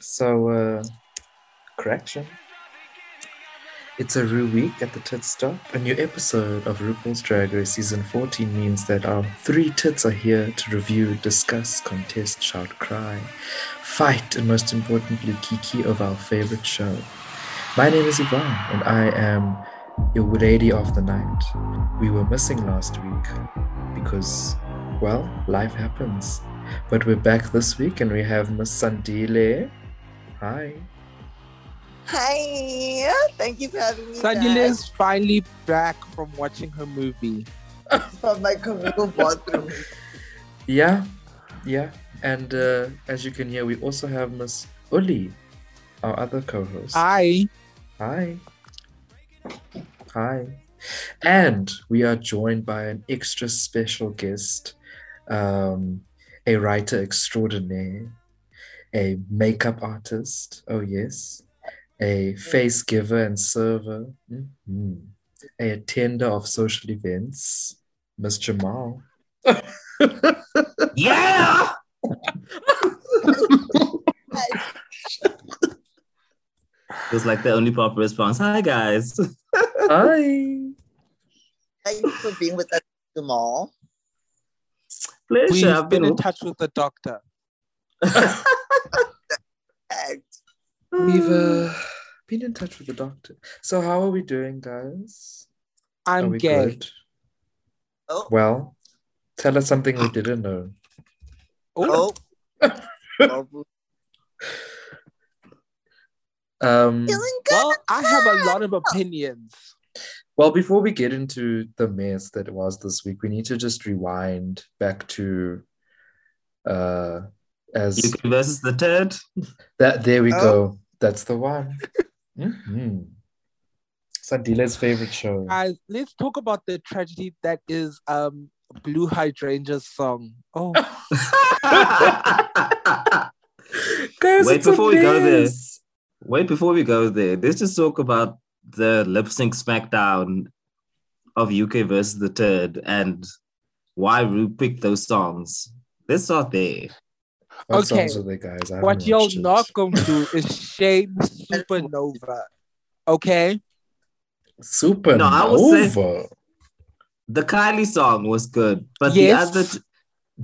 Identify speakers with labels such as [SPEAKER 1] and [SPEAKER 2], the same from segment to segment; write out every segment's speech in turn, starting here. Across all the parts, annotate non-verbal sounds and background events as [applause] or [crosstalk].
[SPEAKER 1] So, uh, correction. It's a Rue week at the tit stop. A new episode of RuPaul's Drag Race season 14 means that our three tits are here to review, discuss, contest, shout, cry, fight, and most importantly, kiki of our favorite show. My name is Yvonne, and I am your lady of the night. We were missing last week because, well, life happens. But we're back this week, and we have Miss Sandile. Hi.
[SPEAKER 2] Hi, thank you for having me.
[SPEAKER 3] Sandile is finally back from watching her movie.
[SPEAKER 2] back from my communal bathroom.
[SPEAKER 1] Yeah, yeah. And uh, as you can hear, we also have Miss Uli, our other co-host.
[SPEAKER 3] I
[SPEAKER 1] Hi. Hi. And we are joined by an extra special guest, um, a writer extraordinaire, a makeup artist. Oh, yes. A face giver and server, Mhm. a attender of social events, Miss Jamal.
[SPEAKER 4] Yeah. It was like the only proper response. Hi guys. [laughs]
[SPEAKER 1] Hi.
[SPEAKER 2] Thank you for being with us, Jamal.
[SPEAKER 4] Pleasure.
[SPEAKER 3] we've
[SPEAKER 4] I've
[SPEAKER 3] been
[SPEAKER 4] been
[SPEAKER 3] in touch with the doctor.
[SPEAKER 2] And
[SPEAKER 1] We've uh, been in touch with the doctor. So, how are we doing, guys? Are
[SPEAKER 3] I'm
[SPEAKER 1] we
[SPEAKER 3] gay.
[SPEAKER 1] good?
[SPEAKER 2] Oh.
[SPEAKER 1] Well, tell us something
[SPEAKER 4] Ah.
[SPEAKER 1] we didn't know.
[SPEAKER 3] Oh,
[SPEAKER 2] oh, oh, boo.
[SPEAKER 1] Um,
[SPEAKER 2] feeling good.
[SPEAKER 3] well, I have a lot of opinions.
[SPEAKER 1] well, before we get into the mess that was this week, we need to just rewind back to uh, as
[SPEAKER 4] UK versus
[SPEAKER 3] [laughs]
[SPEAKER 4] the Ted.
[SPEAKER 1] that. There we
[SPEAKER 2] Oh.
[SPEAKER 1] go. That's the one. Mhm. Sandile's favorite show.
[SPEAKER 3] Guys, let's talk about the tragedy that is um Blue Hydrangea's song.
[SPEAKER 1] [laughs]
[SPEAKER 3] Oh,
[SPEAKER 1] Guys,
[SPEAKER 4] Wait
[SPEAKER 1] it's a
[SPEAKER 4] before we go there.
[SPEAKER 1] mess.
[SPEAKER 4] Wait, before we go there, let's just talk about the lip sync smackdown of UK versus the Ted and why Ru picked those songs. Let's start there.
[SPEAKER 1] What
[SPEAKER 3] Okay.
[SPEAKER 1] songs are there, guys? I
[SPEAKER 3] what
[SPEAKER 1] haven't
[SPEAKER 3] you're
[SPEAKER 1] watched it.
[SPEAKER 3] not gonna do is
[SPEAKER 1] [laughs]
[SPEAKER 3] shame Supernova. Okay,
[SPEAKER 1] Super.
[SPEAKER 4] No, I will say- The Kylie song was good, but
[SPEAKER 3] Yes.
[SPEAKER 4] the other t-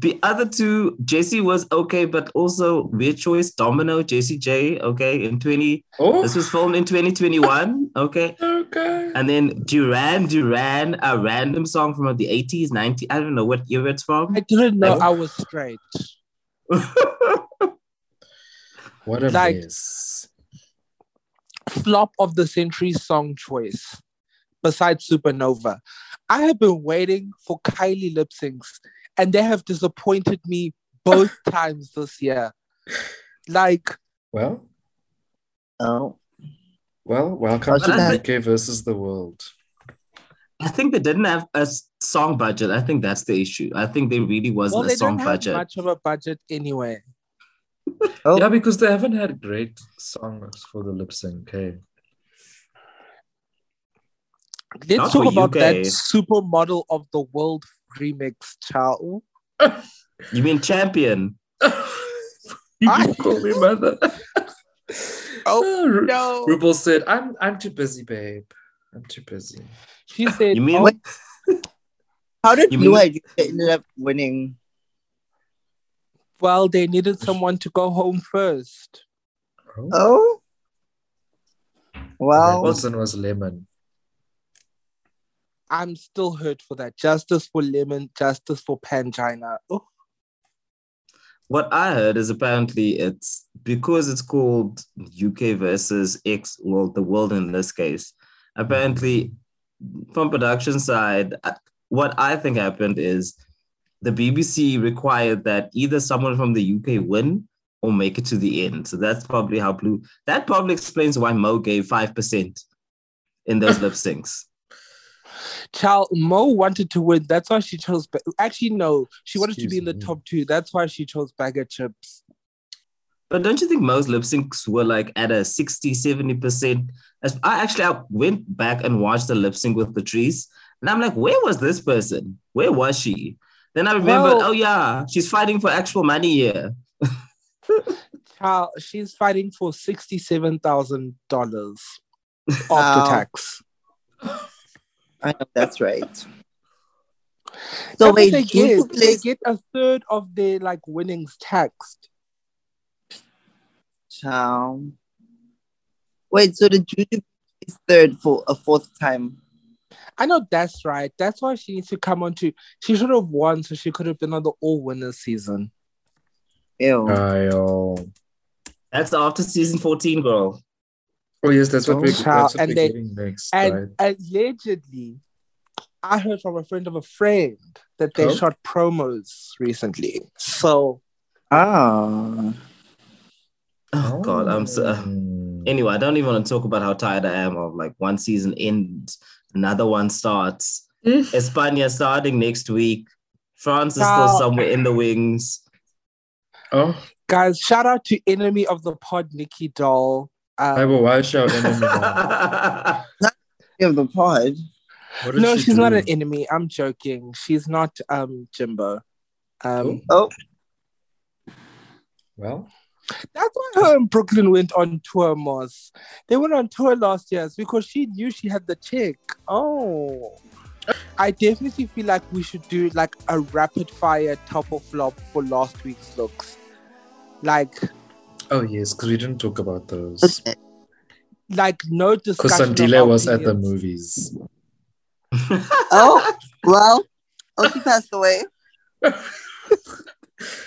[SPEAKER 4] the other two, Jesse was okay, but also weird choice, Domino, Jesse J, okay, in 20.
[SPEAKER 1] Oh,
[SPEAKER 4] This was filmed in 2021, okay.
[SPEAKER 1] okay.
[SPEAKER 4] And then Duran Duran, a random song from the 80s, 90s. I don't know what year it's from.
[SPEAKER 3] I didn't know
[SPEAKER 1] Like-
[SPEAKER 3] I was straight.
[SPEAKER 1] What a
[SPEAKER 3] Like-
[SPEAKER 1] mess.
[SPEAKER 3] flop of the century song choice besides Supernova. I have been waiting for Kylie lip syncs and they have disappointed me both times this year. Like,
[SPEAKER 1] Well,
[SPEAKER 2] Oh,
[SPEAKER 1] well, welcome
[SPEAKER 2] But
[SPEAKER 1] to
[SPEAKER 4] I
[SPEAKER 1] the UK versus the world.
[SPEAKER 4] [laughs] I think they didn't have a s- song budget. I think that's the issue. I think there really wasn't
[SPEAKER 3] well, they
[SPEAKER 4] a song
[SPEAKER 3] don't have
[SPEAKER 4] budget.
[SPEAKER 3] much of a budget anyway.
[SPEAKER 2] Oh.
[SPEAKER 1] Yeah, because they haven't had great songs for the lip sync. Hey, [laughs]
[SPEAKER 3] Let's
[SPEAKER 4] Not
[SPEAKER 3] talk
[SPEAKER 4] for
[SPEAKER 3] about that
[SPEAKER 4] UK.
[SPEAKER 3] supermodel of the world remix, child.
[SPEAKER 4] You mean champion?
[SPEAKER 1] you
[SPEAKER 3] I-
[SPEAKER 1] call me mother. [laughs] Uh,
[SPEAKER 3] Oh,
[SPEAKER 1] Ru-
[SPEAKER 3] no.
[SPEAKER 1] RuPaul said, "I'm I'm too busy, babe. I'm too busy."
[SPEAKER 4] [sighs]
[SPEAKER 3] She said,
[SPEAKER 4] You mean
[SPEAKER 3] oh,
[SPEAKER 4] what? [laughs]
[SPEAKER 2] how did
[SPEAKER 4] You
[SPEAKER 2] you,
[SPEAKER 4] mean-
[SPEAKER 2] I- ended up winning?
[SPEAKER 3] well, they needed someone to go home first.
[SPEAKER 1] Oh,
[SPEAKER 2] Oh,
[SPEAKER 1] that
[SPEAKER 2] well,
[SPEAKER 1] person was lemon.
[SPEAKER 3] I'm still hurt for that. Justice for Lemon, justice for Pangina. Oh,
[SPEAKER 4] What I heard is apparently it's because it's called UK versus X, well, the world in this case. Apparently, from production side, uh, what I think happened is the BBC required that either someone from the UK win or make it to the end. So that's probably how Blue. That probably explains why Mo gave five percent in those lip syncs.
[SPEAKER 3] Child Mo wanted to win. That's why she chose. Ba- Actually, no, she wanted to
[SPEAKER 1] Excuse
[SPEAKER 3] be in the
[SPEAKER 1] me.
[SPEAKER 3] top two. That's why she chose bag of chips.
[SPEAKER 4] But don't you think most lip syncs were like at a 60, 70%? As- I actually I went back and watched the lip sync with Patrice, and I'm like, where was this person? Where was she? Then I remembered,
[SPEAKER 3] Well-
[SPEAKER 4] oh yeah, she's fighting for actual money here.
[SPEAKER 3] child, she's fighting for sixty-seven thousand dollars after
[SPEAKER 2] Wow.
[SPEAKER 3] tax.
[SPEAKER 2] I know that's right.
[SPEAKER 3] So
[SPEAKER 2] So
[SPEAKER 3] they,
[SPEAKER 2] wait,
[SPEAKER 3] they
[SPEAKER 2] Guilty
[SPEAKER 3] get they
[SPEAKER 2] Pleasure-
[SPEAKER 3] get a third of their like winnings taxed.
[SPEAKER 2] Child. Wait, so the Juju is third for a fourth time.
[SPEAKER 3] I know that's right. That's why she needs to come on to. She should have won, so she could have been on the all winners season.
[SPEAKER 2] Ew.
[SPEAKER 1] Uh. Kyle.
[SPEAKER 4] That's after season 14, girl.
[SPEAKER 1] Oh yes, that's what
[SPEAKER 3] Oh,
[SPEAKER 1] we're,
[SPEAKER 3] child,
[SPEAKER 1] that's what
[SPEAKER 3] and
[SPEAKER 1] we're
[SPEAKER 3] they-
[SPEAKER 1] getting next, right?
[SPEAKER 3] And allegedly, I heard from a friend of a friend that they
[SPEAKER 1] Oh.
[SPEAKER 3] shot promos recently. So
[SPEAKER 2] Ah.
[SPEAKER 4] Oh, God, I'm so.
[SPEAKER 1] Mm.
[SPEAKER 4] anyway, I don't even want to talk about how tired I am of like one season ends, another one starts.
[SPEAKER 5] Mm.
[SPEAKER 4] España starting next week. France is
[SPEAKER 3] Wow.
[SPEAKER 4] still somewhere in the wings. [laughs]
[SPEAKER 1] Oh,
[SPEAKER 3] guys, shout out to enemy of the pod, Nikki Doll.
[SPEAKER 1] I
[SPEAKER 3] Um,
[SPEAKER 1] will watch out. enemy
[SPEAKER 3] [laughs]
[SPEAKER 1] now.
[SPEAKER 2] Of the pod.
[SPEAKER 1] What did
[SPEAKER 3] no,
[SPEAKER 1] she
[SPEAKER 3] she's not
[SPEAKER 1] do?
[SPEAKER 3] an enemy. I'm joking. She's not um Jimbo. Um,
[SPEAKER 2] Oh,
[SPEAKER 1] Well,
[SPEAKER 3] That's why her and Brooklyn went on tour, Moss. They went on tour last year because she knew she had the chick. Oh. I definitely feel like we should do like a rapid fire top or flop for last week's looks. Like,
[SPEAKER 1] oh yes, because we didn't talk about those.
[SPEAKER 2] okay.
[SPEAKER 3] like no
[SPEAKER 1] Because
[SPEAKER 3] discussion.
[SPEAKER 1] Sandile
[SPEAKER 3] of
[SPEAKER 1] was at the
[SPEAKER 3] opinions.
[SPEAKER 1] movies.
[SPEAKER 2] oh well. Oh, she passed away.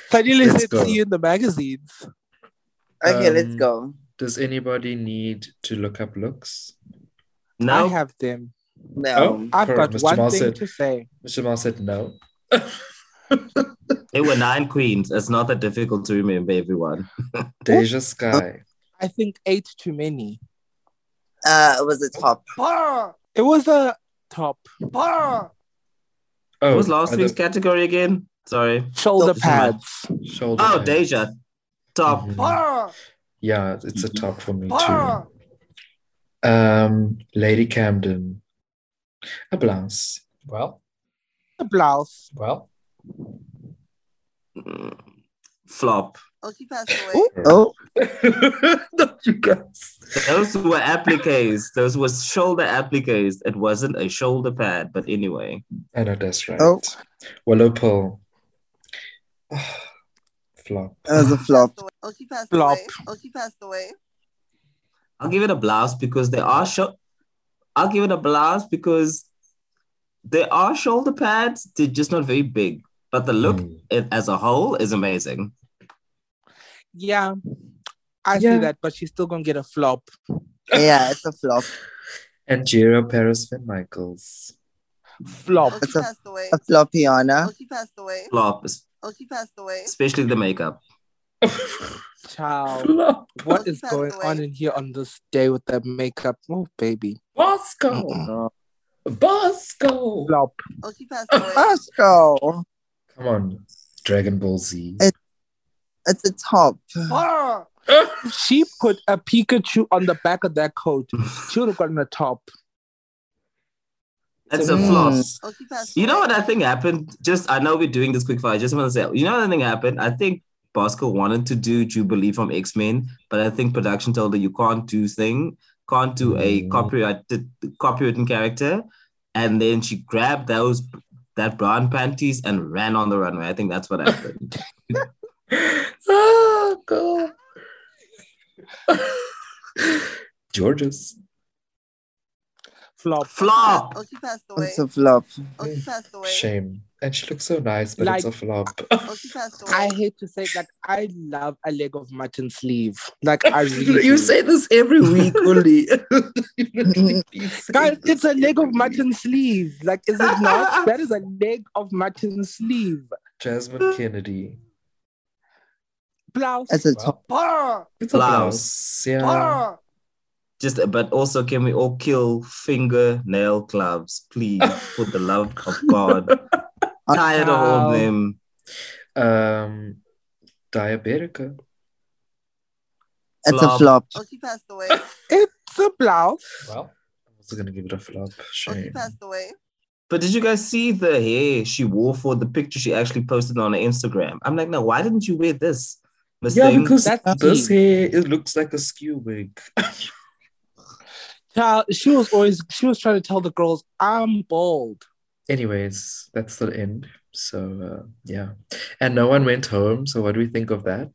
[SPEAKER 3] Sandile
[SPEAKER 1] Let's
[SPEAKER 3] said,
[SPEAKER 1] go.
[SPEAKER 3] "See you in the magazines."
[SPEAKER 2] Okay, let's
[SPEAKER 1] Um,
[SPEAKER 2] go.
[SPEAKER 1] Does anybody need to look up looks?
[SPEAKER 4] now,
[SPEAKER 3] I have them.
[SPEAKER 2] No.
[SPEAKER 3] I've
[SPEAKER 1] Correct,
[SPEAKER 3] got
[SPEAKER 1] Mr.
[SPEAKER 3] one
[SPEAKER 1] Mal
[SPEAKER 3] thing
[SPEAKER 1] said-
[SPEAKER 3] to say.
[SPEAKER 1] Mr. Mal said no.
[SPEAKER 4] there were nine queens. It's not that difficult to remember everyone.
[SPEAKER 1] Deja Sky.
[SPEAKER 3] I think eight too many.
[SPEAKER 2] Uh, it was a top.
[SPEAKER 3] It was a top
[SPEAKER 1] Oh,
[SPEAKER 4] What was last
[SPEAKER 1] are
[SPEAKER 4] week's
[SPEAKER 1] the
[SPEAKER 4] category again? Sorry.
[SPEAKER 3] shoulder
[SPEAKER 2] Top.
[SPEAKER 3] pads.
[SPEAKER 1] shoulder
[SPEAKER 4] Oh,
[SPEAKER 1] pads.
[SPEAKER 4] Deja. Top.
[SPEAKER 1] Mhm. Yeah, it's a top for me too. Um, Lady Camden. A blouse. Well,
[SPEAKER 3] A blouse.
[SPEAKER 1] well. Mm-hmm.
[SPEAKER 4] Mm. Flop.
[SPEAKER 2] Oh, she passed away.
[SPEAKER 3] Ooh.
[SPEAKER 2] Oh,
[SPEAKER 1] [laughs] Not you guys.
[SPEAKER 4] Those were appliques. Those were shoulder appliques. It wasn't a shoulder pad, but anyway.
[SPEAKER 1] I know that's right.
[SPEAKER 2] Oh.
[SPEAKER 1] Willow Pill. [sighs] Flop.
[SPEAKER 2] it was a flop. Oh, she passed
[SPEAKER 3] Flop.
[SPEAKER 2] Oh, she passed away.
[SPEAKER 4] I'll give it a blouse because they are short. I'll give it a blouse because they are shoulder pads. They're just not very big, but the look
[SPEAKER 1] Mm.
[SPEAKER 4] it, as a whole is amazing.
[SPEAKER 3] Yeah. I see
[SPEAKER 1] Yeah.
[SPEAKER 3] that, but she's still gonna get a flop.
[SPEAKER 2] Yeah, it's a flop.
[SPEAKER 1] And Jiro Paris Van Michaels.
[SPEAKER 3] Flop.
[SPEAKER 2] she passed away. A flopiana. Oh, she passed away.
[SPEAKER 4] Flop, es-
[SPEAKER 2] Oh, she passed away.
[SPEAKER 4] especially the makeup.
[SPEAKER 3] Child.
[SPEAKER 1] Flop.
[SPEAKER 3] What is
[SPEAKER 2] That's the
[SPEAKER 3] going
[SPEAKER 2] way.
[SPEAKER 3] on in here on this day with that makeup? Oh baby.
[SPEAKER 1] Bosco.
[SPEAKER 3] Mm-mm.
[SPEAKER 1] Bosco.
[SPEAKER 3] Flop.
[SPEAKER 2] Oh, she passed away.
[SPEAKER 5] Pascal.
[SPEAKER 1] Come on. Dragon Ball Z.
[SPEAKER 2] It- it's a top.
[SPEAKER 3] If she put a Pikachu on the back of that coat, she would have gotten a top.
[SPEAKER 4] That's a
[SPEAKER 1] Mm. [laughs]
[SPEAKER 4] flop.
[SPEAKER 2] Oh, she passed
[SPEAKER 4] You know what I think happened? Just I know we're doing this quick fire. I just want to say, you know what I think happened? I think Bosco wanted to do Jubilee from X Men, but I think production told her you can't do thing, can't do a
[SPEAKER 1] Mm.
[SPEAKER 4] copyrighted copywritten character, and then she grabbed those that brown panties and ran on the runway. I think that's what happened.
[SPEAKER 1] oh, [laughs] God. Georges.
[SPEAKER 3] Flop.
[SPEAKER 4] Flop.
[SPEAKER 2] Oh, she passed away.
[SPEAKER 5] It's a flop.
[SPEAKER 2] Oh, she passed away.
[SPEAKER 1] Shame. And she looks so nice, but it's a
[SPEAKER 3] Like-
[SPEAKER 1] flop.
[SPEAKER 2] Oh, she passed away.
[SPEAKER 3] I hate to say it, like I love a leg of mutton sleeve. Like I really
[SPEAKER 1] [laughs] [laughs] you
[SPEAKER 3] do.
[SPEAKER 1] say this every
[SPEAKER 2] [laughs]
[SPEAKER 1] week, Uli. You literally say
[SPEAKER 3] Guys,
[SPEAKER 1] this
[SPEAKER 3] it's a leg
[SPEAKER 1] every
[SPEAKER 3] of
[SPEAKER 1] week.
[SPEAKER 3] mutton sleeve. Like, is
[SPEAKER 1] [laughs]
[SPEAKER 3] it not? that is a leg of mutton sleeve.
[SPEAKER 1] Jasmine Kennedy.
[SPEAKER 3] Blouse.
[SPEAKER 2] It's a
[SPEAKER 1] Wow.
[SPEAKER 2] top.
[SPEAKER 3] Bah!
[SPEAKER 1] It's a blouse.
[SPEAKER 4] Blouse.
[SPEAKER 1] Yeah.
[SPEAKER 3] Bah!
[SPEAKER 4] [laughs] Just but also can we all kill fingernail clubs, please, for the love of God. Tired of all
[SPEAKER 3] Wow.
[SPEAKER 4] of them.
[SPEAKER 1] Um, Diabetica.
[SPEAKER 2] It's a
[SPEAKER 4] Flop.
[SPEAKER 2] flop.
[SPEAKER 6] Oh, she passed away.
[SPEAKER 3] It's a blouse.
[SPEAKER 1] Well, I was gonna give it a flop.
[SPEAKER 6] Oh, she
[SPEAKER 1] Shame.
[SPEAKER 6] passed away.
[SPEAKER 4] But did you guys see the hair she wore for the picture she actually posted on her Instagram? I'm like, now why didn't you wear this? This
[SPEAKER 1] yeah,
[SPEAKER 4] thing.
[SPEAKER 1] because
[SPEAKER 3] That's
[SPEAKER 1] this
[SPEAKER 3] me.
[SPEAKER 1] hair it looks like a skew wig. [laughs]
[SPEAKER 3] Child, she was always she was trying to tell the girls, I'm bald.
[SPEAKER 1] Anyways, that's the end. So uh, yeah, and no one went home. So what do we think of that,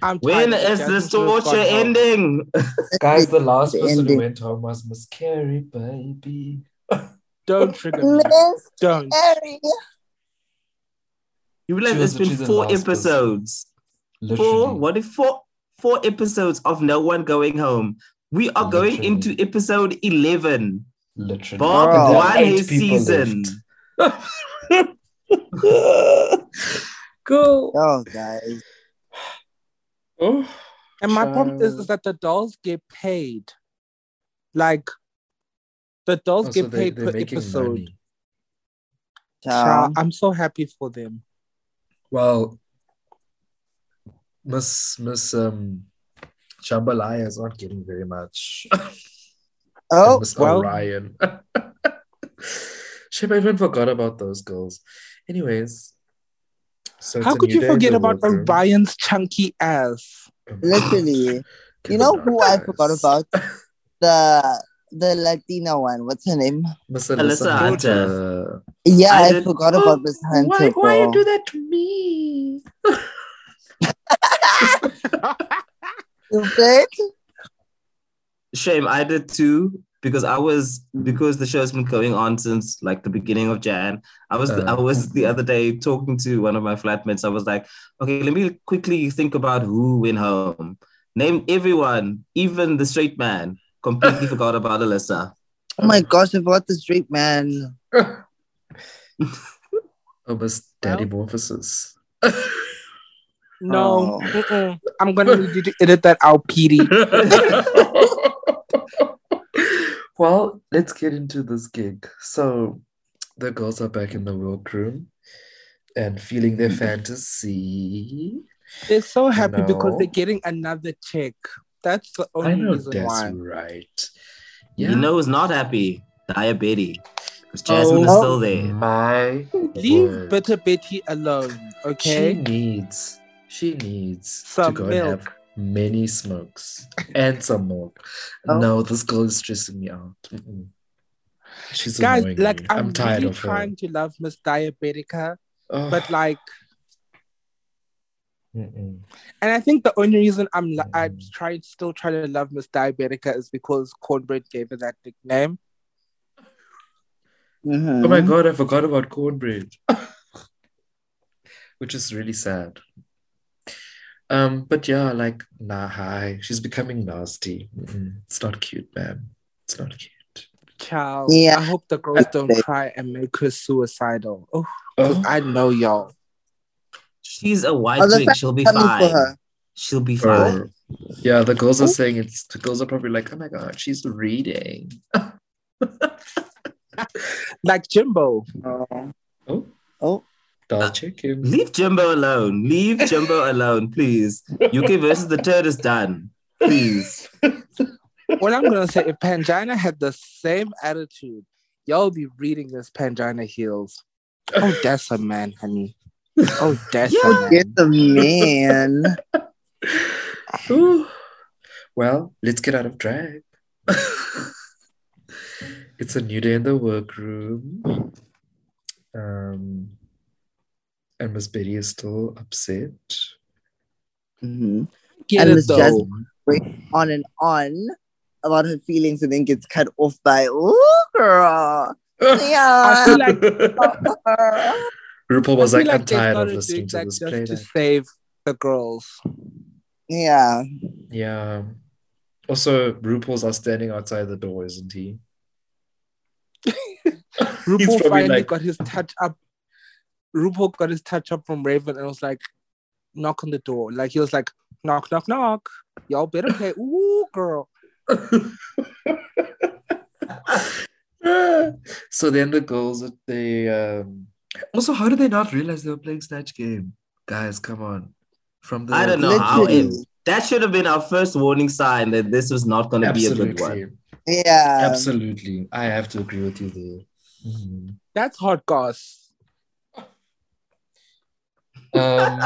[SPEAKER 3] I'm
[SPEAKER 4] when
[SPEAKER 3] tired of
[SPEAKER 4] is
[SPEAKER 3] Jasmine
[SPEAKER 4] this
[SPEAKER 3] should have
[SPEAKER 4] torture
[SPEAKER 3] gone home."
[SPEAKER 4] ending? [laughs]
[SPEAKER 1] guys? The last
[SPEAKER 2] The
[SPEAKER 1] person
[SPEAKER 2] ending.
[SPEAKER 1] who went home was Miss Carrie, baby.
[SPEAKER 3] Don't trigger me.
[SPEAKER 2] Miss
[SPEAKER 3] Don't.
[SPEAKER 2] Harry.
[SPEAKER 4] You realize
[SPEAKER 1] She was-
[SPEAKER 4] it's been
[SPEAKER 1] she's in
[SPEAKER 4] four
[SPEAKER 1] last place.
[SPEAKER 4] episodes. Four,
[SPEAKER 1] Literally,
[SPEAKER 4] what if four, four episodes of no one going home? We are going
[SPEAKER 1] Literally.
[SPEAKER 4] into episode 11.
[SPEAKER 1] literally.
[SPEAKER 4] Bob
[SPEAKER 1] And there are
[SPEAKER 4] one
[SPEAKER 1] eight
[SPEAKER 4] his
[SPEAKER 1] people
[SPEAKER 4] season.
[SPEAKER 1] left.
[SPEAKER 4] [laughs]
[SPEAKER 1] [laughs] Go.
[SPEAKER 2] Oh, guys.
[SPEAKER 1] Oh,
[SPEAKER 3] And my problem is, is
[SPEAKER 1] Child.
[SPEAKER 3] that the dolls get paid. Like the dolls
[SPEAKER 1] Oh,
[SPEAKER 3] get
[SPEAKER 1] so they-
[SPEAKER 3] paid
[SPEAKER 1] they're
[SPEAKER 3] per
[SPEAKER 1] making
[SPEAKER 3] episode.
[SPEAKER 1] money.
[SPEAKER 2] Ciao. Um,
[SPEAKER 3] Child, I'm so happy for them.
[SPEAKER 1] Well, Miss Miss um Jambalaya is not getting very much.
[SPEAKER 2] [laughs] Oh,
[SPEAKER 1] And Miss
[SPEAKER 3] well.
[SPEAKER 1] Orion. [laughs] Shit, I even forgot about those girls. Anyways, so it's
[SPEAKER 3] How
[SPEAKER 1] a
[SPEAKER 3] could
[SPEAKER 1] new
[SPEAKER 3] you
[SPEAKER 1] day in
[SPEAKER 3] forget
[SPEAKER 1] the
[SPEAKER 3] about
[SPEAKER 1] workroom.
[SPEAKER 3] Orion's chunky ass?
[SPEAKER 1] Oh my
[SPEAKER 2] literally.
[SPEAKER 1] God.
[SPEAKER 2] You know
[SPEAKER 1] Give it
[SPEAKER 2] who
[SPEAKER 1] up,
[SPEAKER 2] I
[SPEAKER 1] guys.
[SPEAKER 2] forgot about? The the Latina one. What's her name?
[SPEAKER 1] Miss
[SPEAKER 4] Alyssa
[SPEAKER 1] Alyssa
[SPEAKER 4] Hunter.
[SPEAKER 1] Hunter.
[SPEAKER 2] Yeah,
[SPEAKER 4] I
[SPEAKER 2] I,
[SPEAKER 4] did-
[SPEAKER 2] forgot about [gasps] Miss Hunter. girl.
[SPEAKER 1] that to [laughs] me?
[SPEAKER 2] Stupid.
[SPEAKER 4] Shame, I did too. Because I was because the show's been going on since like the beginning of Jan. I was
[SPEAKER 1] Uh.
[SPEAKER 4] I was the other day talking to one of my flatmates. I was like, okay, let me quickly think about who went home. Name everyone, even the straight man. Completely forgot about Alyssa.
[SPEAKER 2] Oh my
[SPEAKER 1] Uh-huh.
[SPEAKER 2] gosh, I forgot the straight man.
[SPEAKER 1] oh, Miss Daddy Morphosis.
[SPEAKER 3] No,
[SPEAKER 2] Oh.
[SPEAKER 3] mm-mm. I'm gonna need you to edit that out, Petey. [laughs]
[SPEAKER 1] well, let's get into this gig. So the girls are back in the workroom and feeling their
[SPEAKER 3] Mm.
[SPEAKER 1] fantasy.
[SPEAKER 3] [laughs] They're so happy because
[SPEAKER 1] No.
[SPEAKER 3] they're getting another check. That's the only
[SPEAKER 1] I know
[SPEAKER 3] reason
[SPEAKER 1] that's
[SPEAKER 3] why.
[SPEAKER 1] right. Yeah.
[SPEAKER 4] You know who's not happy? Diabetes. Because Jasmine is
[SPEAKER 3] Oh.
[SPEAKER 4] still there.
[SPEAKER 1] my
[SPEAKER 3] Leave
[SPEAKER 1] word.
[SPEAKER 3] Bitter Betty alone,
[SPEAKER 1] She
[SPEAKER 3] okay?
[SPEAKER 1] needs, she needs
[SPEAKER 3] Some
[SPEAKER 1] to go and
[SPEAKER 3] milk.
[SPEAKER 1] have many smokes and some milk.
[SPEAKER 2] Oh.
[SPEAKER 1] No, this girl is stressing me out. Mm-mm. She's
[SPEAKER 3] Guys,
[SPEAKER 1] annoying
[SPEAKER 3] like
[SPEAKER 1] me.
[SPEAKER 3] I'm,
[SPEAKER 1] I'm, tired
[SPEAKER 3] really
[SPEAKER 1] of
[SPEAKER 3] trying to love Miss
[SPEAKER 1] [sighs]
[SPEAKER 3] Diabetica,
[SPEAKER 1] her. Ugh,
[SPEAKER 3] but like,
[SPEAKER 1] mm-mm.
[SPEAKER 3] and I think the only reason I'm li- I'm
[SPEAKER 1] Mm.
[SPEAKER 3] trying still trying to love Miss Diabetica is because Cornbread gave her that nickname.
[SPEAKER 2] Mhm.
[SPEAKER 1] oh my god, I forgot about cornbread, [laughs] which is really sad. Um, but yeah, like nah, hi. She's becoming nasty. Mm-mm. It's not cute, man. It's not cute.
[SPEAKER 3] Child,
[SPEAKER 2] Yeah.
[SPEAKER 3] I hope the girls don't
[SPEAKER 2] Okay.
[SPEAKER 3] try and make her suicidal. Oh,
[SPEAKER 1] Oh,
[SPEAKER 3] I know y'all.
[SPEAKER 4] She's a white
[SPEAKER 2] Oh, that's
[SPEAKER 4] twig. She'll be
[SPEAKER 2] coming for
[SPEAKER 4] fine.
[SPEAKER 2] her.
[SPEAKER 4] She'll be fine.
[SPEAKER 1] Or- yeah, the girls are saying it's the girls are probably like, oh my god, she's reading.
[SPEAKER 3] Like Jimbo.
[SPEAKER 2] Oh.
[SPEAKER 1] Oh,
[SPEAKER 2] Oh.
[SPEAKER 1] doll chicken.
[SPEAKER 4] Leave Jumbo alone. Leave Jumbo alone, please. UK versus the turd is done. Please.
[SPEAKER 3] what I'm gonna say, if Pangina had the same attitude, y'all be reading this Pangina
[SPEAKER 1] [laughs]
[SPEAKER 3] heels. Oh, that's a man, honey. Oh, that's a
[SPEAKER 4] Yeah.
[SPEAKER 3] man.
[SPEAKER 2] Get Mm-hmm. the man.
[SPEAKER 1] Ooh. Well, let's get out of drag. [laughs] it's a new day in the workroom. Um, and Miss Betty is still upset.
[SPEAKER 2] Mhm.
[SPEAKER 3] Get
[SPEAKER 2] And
[SPEAKER 3] it
[SPEAKER 2] Miss
[SPEAKER 3] though.
[SPEAKER 2] Jasmine. On and on about her feelings and then gets cut off by, ooh, girl.
[SPEAKER 3] I
[SPEAKER 1] [laughs]
[SPEAKER 2] Yeah.
[SPEAKER 3] feel like [laughs]
[SPEAKER 1] RuPaul was
[SPEAKER 3] I
[SPEAKER 1] like,
[SPEAKER 3] feel
[SPEAKER 1] I'm
[SPEAKER 3] they
[SPEAKER 1] tired of
[SPEAKER 3] started
[SPEAKER 1] listening to
[SPEAKER 3] doing
[SPEAKER 1] this
[SPEAKER 3] that
[SPEAKER 1] play.
[SPEAKER 3] just to save
[SPEAKER 1] [laughs]
[SPEAKER 3] the girls.
[SPEAKER 2] yeah.
[SPEAKER 1] Yeah. Also, RuPaul's are standing outside the door, isn't he? probably
[SPEAKER 3] RuPaul finally
[SPEAKER 1] like-
[SPEAKER 3] got his touch up. RuPaul got his touch up from Raven and was like, knock on the door. Like he was like, knock, knock, knock. Y'all better play. Ooh, girl.
[SPEAKER 1] so then the girls that they um also how did they not realize they were playing snatch game guys come on from the
[SPEAKER 4] I don't know how it,
[SPEAKER 2] Literally.
[SPEAKER 4] that should have been our first warning sign that this was not gonna be a good
[SPEAKER 1] absolutely
[SPEAKER 4] one.
[SPEAKER 2] Yeah.
[SPEAKER 1] absolutely i have to agree with you there Mhm.
[SPEAKER 3] That's hot [laughs] goss.
[SPEAKER 1] um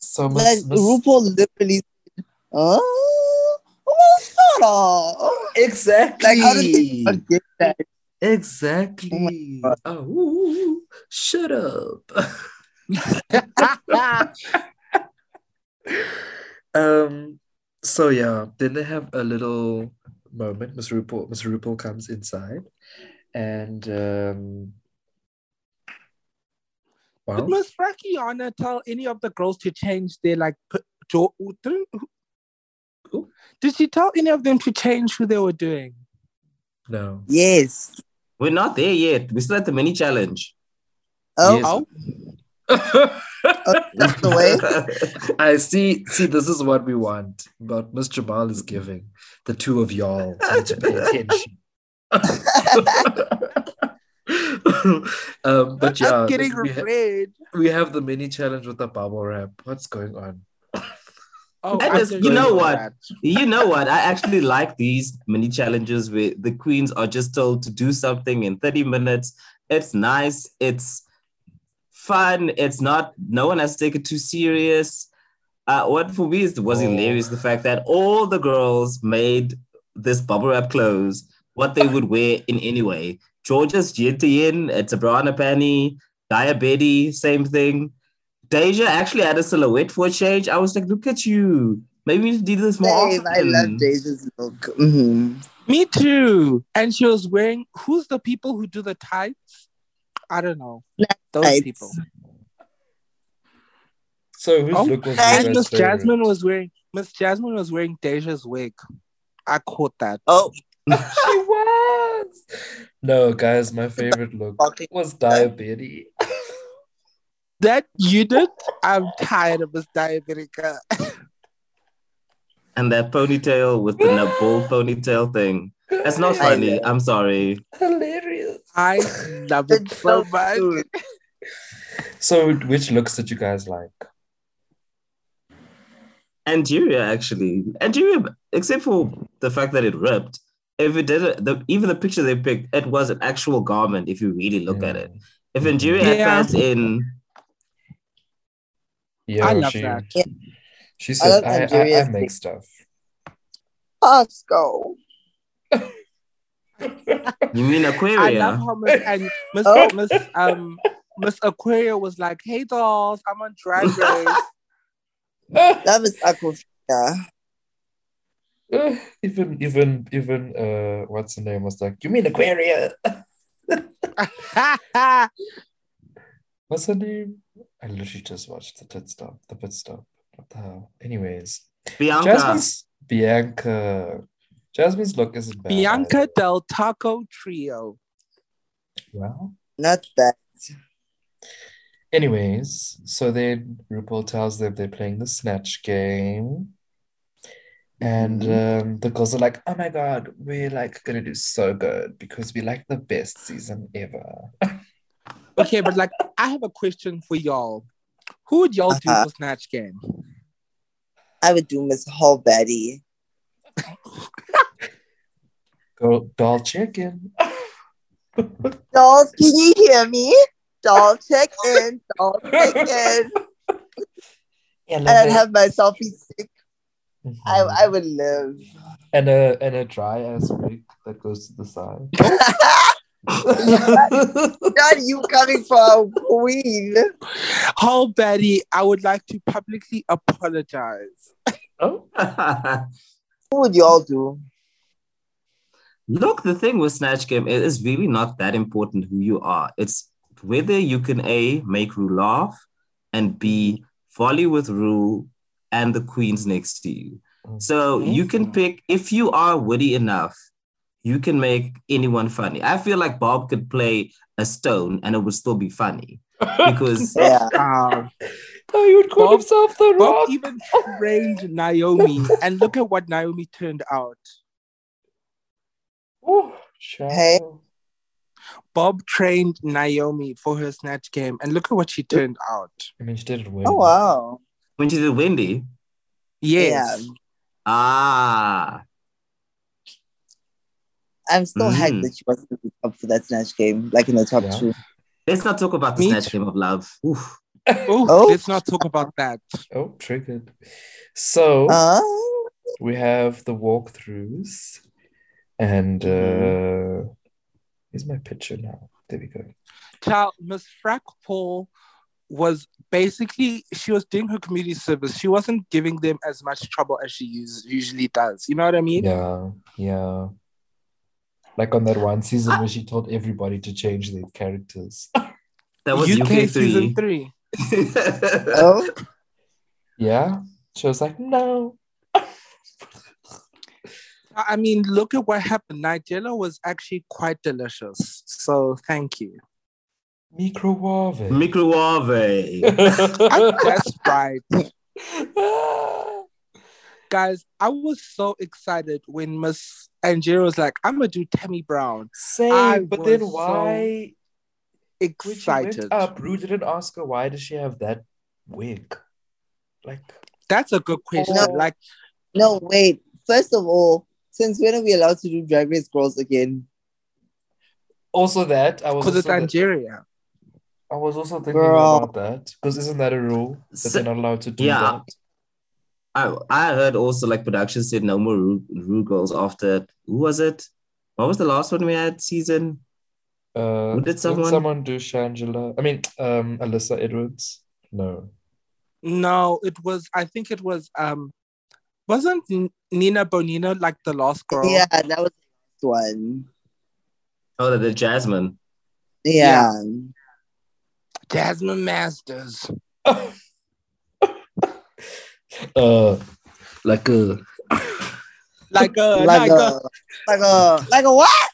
[SPEAKER 1] So
[SPEAKER 2] Like
[SPEAKER 1] Miss, Miss,
[SPEAKER 2] RuPaul literally, said, oh, oh, shut up.
[SPEAKER 1] exactly.
[SPEAKER 2] Like, how did they forget that?
[SPEAKER 1] Exactly.
[SPEAKER 2] God.
[SPEAKER 1] Oh, ooh, ooh, shut up. um. So yeah, then they have a little moment. Miss RuPaul, Miss RuPaul comes inside, and um.
[SPEAKER 3] Did
[SPEAKER 1] Well,
[SPEAKER 3] Miss Rakiana tell any of the girls to change their like p- jo- didn't- who- Did she tell any of them to change who they were doing?
[SPEAKER 1] no.
[SPEAKER 2] Yes.
[SPEAKER 4] We're not there yet. We still at the mini challenge.
[SPEAKER 2] Oh,
[SPEAKER 1] Yes.
[SPEAKER 3] Oh,
[SPEAKER 2] that's the way.
[SPEAKER 1] I see. See, this is what we want. But Miss Jamal is giving the two of y'all need to pay
[SPEAKER 3] [laughs]
[SPEAKER 1] attention. um, but yeah,
[SPEAKER 3] I'm getting
[SPEAKER 1] we, ha-
[SPEAKER 3] red.
[SPEAKER 1] we have the mini challenge with the bubble wrap. What's going on?
[SPEAKER 3] Oh,
[SPEAKER 4] That
[SPEAKER 3] I
[SPEAKER 4] is-
[SPEAKER 3] didn't
[SPEAKER 4] you know
[SPEAKER 3] know
[SPEAKER 4] what?
[SPEAKER 3] that.
[SPEAKER 4] you know what? I actually like these mini challenges where the queens are just told to do something in 30 minutes. It's nice. It's fun. It's not, no one has to take it too serious. Uh, what for me is, was
[SPEAKER 1] Oh.
[SPEAKER 4] hilarious the fact that all the girls made this bubble wrap clothes what they would wear in any way. Georgia's Jitien, it's a Brana Pani, Diabetti, same thing. Deja actually had a silhouette for a change. I was like, look at you. Maybe we need to do this more
[SPEAKER 2] Dave,
[SPEAKER 4] often.
[SPEAKER 2] I love Deja's look. hmm
[SPEAKER 3] Me too. And she was wearing who's the people who do the tights? I don't know. Those
[SPEAKER 2] tights.
[SPEAKER 3] people.
[SPEAKER 1] So whose
[SPEAKER 3] Oh,
[SPEAKER 1] look was your
[SPEAKER 2] and
[SPEAKER 3] And
[SPEAKER 1] guys'
[SPEAKER 3] Miss
[SPEAKER 1] favorite?
[SPEAKER 3] Jasmine was wearing Miss Jasmine was wearing Deja's wig. I caught that.
[SPEAKER 2] Oh,
[SPEAKER 1] she was. No, guys, my favorite look
[SPEAKER 2] fucking
[SPEAKER 1] was diabetes.
[SPEAKER 3] That you did? I'm tired of Miss Diabetica.
[SPEAKER 4] And that ponytail with the nipple
[SPEAKER 2] [laughs]
[SPEAKER 4] ponytail thing. That's not funny. I'm sorry.
[SPEAKER 1] Hilarious.
[SPEAKER 3] I love it
[SPEAKER 2] It's
[SPEAKER 3] so
[SPEAKER 2] so
[SPEAKER 3] much.
[SPEAKER 2] cute.
[SPEAKER 1] So, which looks did you guys like?
[SPEAKER 4] Angeria, actually. Angeria, except for the fact that it ripped, if it did, the, even the picture they picked, it was an actual garment if you really look at it. If Angeria had
[SPEAKER 3] Yeah.
[SPEAKER 4] felt in,
[SPEAKER 1] Yeah,
[SPEAKER 3] I love
[SPEAKER 1] she,
[SPEAKER 3] that.
[SPEAKER 1] She said,
[SPEAKER 2] love
[SPEAKER 1] I, I, I,
[SPEAKER 2] Nigeria's
[SPEAKER 1] make
[SPEAKER 2] thing."
[SPEAKER 1] stuff.
[SPEAKER 2] Costco.
[SPEAKER 4] you mean
[SPEAKER 3] I love
[SPEAKER 4] Aquaria?
[SPEAKER 3] how Miss and Miss
[SPEAKER 2] Oh.
[SPEAKER 3] Miss um Miss Aquaria was like, "Hey dolls, I'm on
[SPEAKER 2] [laughs]
[SPEAKER 3] Drag Race."
[SPEAKER 1] Ah,
[SPEAKER 2] That was Aquafina.
[SPEAKER 1] ah, even, even, even, uh, what's the name was like, you mean Aquaria? [laughs] What's her name? I literally just watched the pit stop, the pit stop. What the hell? Anyways,
[SPEAKER 4] Bianca. [laughs]
[SPEAKER 1] Jasmine's Bianca. Jasmine's look isn't bad.
[SPEAKER 3] Bianca
[SPEAKER 1] either.
[SPEAKER 3] del Taco Trio.
[SPEAKER 1] Well,
[SPEAKER 2] Not that.
[SPEAKER 1] anyways, so then RuPaul tells them they're playing the snatch game. And
[SPEAKER 2] Mm-hmm.
[SPEAKER 1] um, the girls are like, oh my God, we're like gonna do so good because we like the best season ever.
[SPEAKER 3] Okay, but like, I have a question for y'all. Who would y'all do
[SPEAKER 2] Uh-huh.
[SPEAKER 3] for Snatch Game?
[SPEAKER 2] I would do Miss Hall Betty.
[SPEAKER 1] Girl, doll chicken.
[SPEAKER 2] Dolls, can you hear me? Doll check in. Doll check in. And I'd have my selfie stick. I, I would live.
[SPEAKER 1] Mm-hmm. and a and a dry ass wig that goes to the
[SPEAKER 2] [laughs]
[SPEAKER 1] side.
[SPEAKER 2] Not you coming for a queen.
[SPEAKER 3] Oh, Betty, I would like to publicly apologize.
[SPEAKER 1] Oh,
[SPEAKER 4] [laughs]
[SPEAKER 2] Who would y'all do?
[SPEAKER 4] Look, the thing with Snatch Game it is really not that important who you are. It's whether you can A, make Rue laugh, and B, volley with Rue and the queens next to you. So you can pick, if you are witty enough, you can make anyone funny. I feel like Bob could play a stone and it would still be funny because
[SPEAKER 2] Yeah.
[SPEAKER 3] Um,
[SPEAKER 1] oh, you would call
[SPEAKER 3] Bob-
[SPEAKER 1] himself the
[SPEAKER 3] Bob
[SPEAKER 1] rock.
[SPEAKER 3] even trained Naomi, and look at what Naomi turned out.
[SPEAKER 1] Oh, child.
[SPEAKER 2] Hey.
[SPEAKER 3] Bob trained Naomi for her Snatch Game, and look at what she turned out.
[SPEAKER 1] I mean, she did it well.
[SPEAKER 2] Oh, wow.
[SPEAKER 4] when she did Wendy,
[SPEAKER 3] Yes.
[SPEAKER 2] Yeah.
[SPEAKER 4] ah,
[SPEAKER 2] I'm still
[SPEAKER 4] Mhm.
[SPEAKER 2] hyped that she wasn't up for that snatch game, like in the top
[SPEAKER 1] Mm. Yeah. [laughs]
[SPEAKER 2] two.
[SPEAKER 4] let's not talk about the
[SPEAKER 3] Me
[SPEAKER 4] Snatch
[SPEAKER 3] too.
[SPEAKER 4] Game of love. Oof.
[SPEAKER 3] Ooh,
[SPEAKER 2] Oh.
[SPEAKER 3] let's not talk about that.
[SPEAKER 1] Oh, triggered. So
[SPEAKER 2] Uh,
[SPEAKER 1] we have the walkthroughs, and uh,
[SPEAKER 3] Mm-hmm.
[SPEAKER 1] here's my picture now. There we go.
[SPEAKER 3] Child, Miss Frack Paul was basically she was doing her community service. She wasn't giving them as much trouble as she us- usually does. You know what I mean?
[SPEAKER 1] Yeah, yeah. Like on that one season
[SPEAKER 3] Ah!
[SPEAKER 1] where she told everybody to change their characters. [laughs]
[SPEAKER 4] That was UK,
[SPEAKER 3] season
[SPEAKER 4] three.
[SPEAKER 3] three.
[SPEAKER 4] [laughs]
[SPEAKER 2] oh,
[SPEAKER 1] Yeah, she was like, no.
[SPEAKER 3] I I mean, look at what happened. Nigella was actually quite delicious. So thank you.
[SPEAKER 1] Microwave.
[SPEAKER 4] Microwave.
[SPEAKER 3] That's right. Guys, I was so excited when Miss Angela was like, I'm gonna do Tammy Brown.
[SPEAKER 1] [laughs] Same,
[SPEAKER 3] I
[SPEAKER 1] but then
[SPEAKER 3] was so
[SPEAKER 1] why? when she went
[SPEAKER 3] Excited.
[SPEAKER 1] up, Rue didn't ask her why does she have that wig? Like,
[SPEAKER 3] That's a good question.
[SPEAKER 1] Oh.
[SPEAKER 2] No.
[SPEAKER 3] Like
[SPEAKER 2] no, wait. First of all, since when are we allowed to do Drag Race girls again?
[SPEAKER 1] also that I was
[SPEAKER 3] because it's
[SPEAKER 1] also the-
[SPEAKER 3] Angeria.
[SPEAKER 1] I was also thinking
[SPEAKER 2] Girl.
[SPEAKER 1] about that because isn't that a rule that
[SPEAKER 4] So-
[SPEAKER 1] they're not allowed to do
[SPEAKER 4] Yeah.
[SPEAKER 1] that?
[SPEAKER 4] I, I heard also like production said no more Ru, Ru girls after who was it? What was the last one we had season?
[SPEAKER 1] Uh,
[SPEAKER 4] Who did someone-
[SPEAKER 1] someone do Shangela? I mean, um, Alyssa Edwards. No, [laughs]
[SPEAKER 3] No, it was I think it was um wasn't N- Nina Bonina like the lost girl?
[SPEAKER 2] Yeah, that was the last one.
[SPEAKER 4] Oh, the, the Jasmine.
[SPEAKER 2] Yeah.
[SPEAKER 3] Jasmine Masters.
[SPEAKER 1] uh, um, like a
[SPEAKER 3] Like a
[SPEAKER 2] Like, uh,
[SPEAKER 3] like, uh, a,
[SPEAKER 2] a, like a like a what?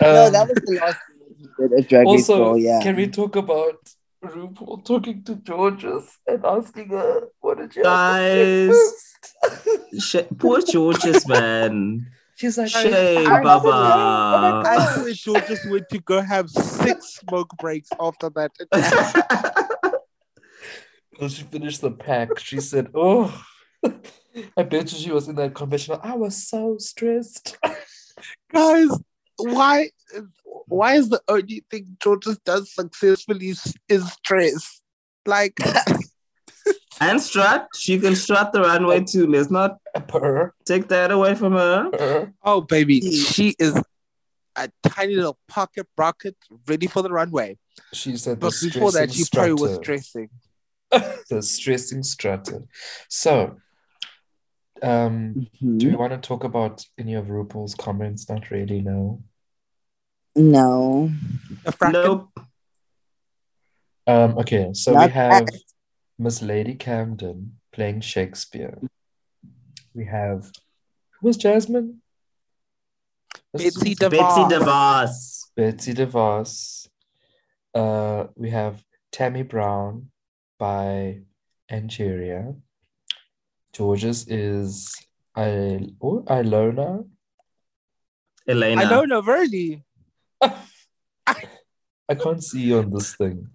[SPEAKER 2] no, that was the last one he did a Drag Race
[SPEAKER 1] also.
[SPEAKER 2] girl. Yeah.
[SPEAKER 1] Can we talk about RuPaul talking to Georges and asking her what did you have for
[SPEAKER 4] Guys.
[SPEAKER 1] breakfast?"
[SPEAKER 4] Sh- poor Georges, man.
[SPEAKER 3] [laughs]
[SPEAKER 1] She's like,
[SPEAKER 4] Shame,
[SPEAKER 1] "I- I love it, man.
[SPEAKER 4] Baba."
[SPEAKER 1] Oh my
[SPEAKER 3] I
[SPEAKER 1] God."
[SPEAKER 3] wish you just went to go have six smoke breaks after that.
[SPEAKER 4] [laughs]
[SPEAKER 1] Well, she finished the pack. She said, "Oh, [laughs] I bet you she was in that confessional. I was so stressed." [laughs]
[SPEAKER 3] Guys, why why is the only thing Georges does successfully is, is stress? Like
[SPEAKER 4] and strut. She can strut the runway too. Let's not
[SPEAKER 1] Her,
[SPEAKER 4] take that away from her.
[SPEAKER 1] her.
[SPEAKER 3] oh baby,
[SPEAKER 2] Mm.
[SPEAKER 3] she is a tiny little pocket rocket ready for the runway.
[SPEAKER 1] She said,
[SPEAKER 3] But
[SPEAKER 1] the
[SPEAKER 3] before that,
[SPEAKER 1] stressing
[SPEAKER 3] she probably was
[SPEAKER 1] strutter.
[SPEAKER 3] stressing.
[SPEAKER 1] the stressing strutter. So, um, do
[SPEAKER 2] Mhm.
[SPEAKER 1] we want to talk about any of RuPaul's comments? Not really, no.
[SPEAKER 2] No.
[SPEAKER 3] The frack-
[SPEAKER 4] Nope.
[SPEAKER 1] Um, okay, so
[SPEAKER 2] Not
[SPEAKER 1] we have Miss Lady Camden playing Shakespeare. We have who was Jasmine? Was it
[SPEAKER 3] Betsy
[SPEAKER 1] Susan-
[SPEAKER 4] Betsy
[SPEAKER 3] DeVos.
[SPEAKER 4] DeVos.
[SPEAKER 1] Betsy DeVos. Uh, we have Tammy Brown by Angeria. George's is I oh, Ilona.
[SPEAKER 4] Elena.
[SPEAKER 3] I don't know, really.
[SPEAKER 1] I can't see on this thing.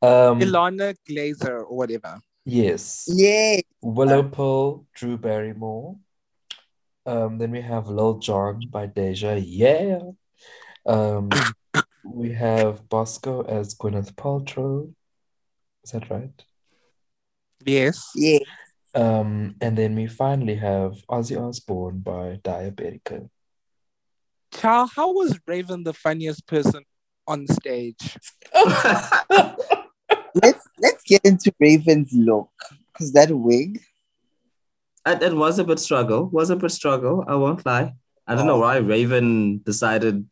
[SPEAKER 1] Um,
[SPEAKER 3] Ilana Glazer or whatever.
[SPEAKER 1] yes.
[SPEAKER 2] Yeah.
[SPEAKER 1] Willow Pill, Drew Barrymore. Um, then we have Lil Jon by Deja. Yeah. Um, we have Bosco as Gwyneth Paltrow. Is that right?
[SPEAKER 3] Yes.
[SPEAKER 2] Yeah.
[SPEAKER 1] Um, and then we finally have Ozzy Osbourne by Diabetica.
[SPEAKER 3] Child, how was Raven the funniest person on stage?
[SPEAKER 4] [laughs]
[SPEAKER 3] [laughs]
[SPEAKER 2] Let's let's get into Raven's look. Cause that wig.
[SPEAKER 4] it, it Uh, was a bit struggle. Was a bit struggle. I won't lie. I don't know why Raven decided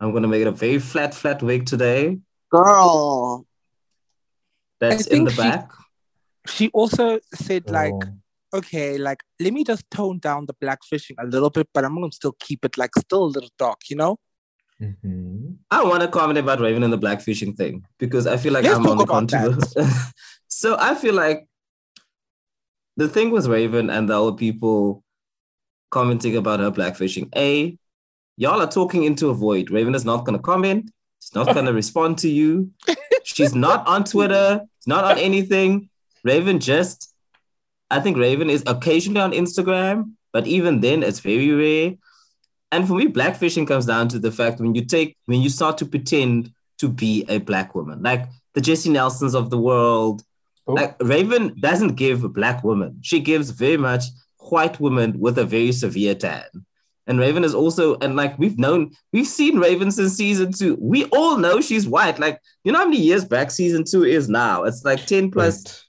[SPEAKER 4] I'm gonna make it a very flat, flat wig today.
[SPEAKER 2] Girl.
[SPEAKER 4] That's
[SPEAKER 3] I
[SPEAKER 4] in
[SPEAKER 3] think
[SPEAKER 4] the
[SPEAKER 3] she-
[SPEAKER 4] back.
[SPEAKER 3] She also said, like,
[SPEAKER 1] Oh,
[SPEAKER 3] okay, like, let me just tone down the black fishing a little bit, but I'm going to still keep it, like, still a little dark, you know?
[SPEAKER 1] mhm.
[SPEAKER 4] I want to comment about Raven and the black fishing thing because I feel like
[SPEAKER 3] Let's
[SPEAKER 4] I'm on the
[SPEAKER 3] talk about
[SPEAKER 4] controversy. [laughs] so I feel like the thing with Raven and the other people commenting about her black fishing, A, y'all are talking into a void. Raven is not going to comment. She's
[SPEAKER 3] [laughs]
[SPEAKER 4] not going to respond to you. She's not on Twitter. She's not on anything. Raven just, I think Raven is occasionally on Instagram, but even then, it's very rare. And for me, blackfishing comes down to the fact when you take, when you start to pretend to be a black woman, like the Jesse Nelsons of the world,
[SPEAKER 1] Oh.
[SPEAKER 4] Like Raven doesn't give black women. She gives very much white women with a very severe tan. And Raven is also, and like we've known, we've seen Raven since season two. We all know she's white. Like, you know how many years back season two is now? It's like 10 plus,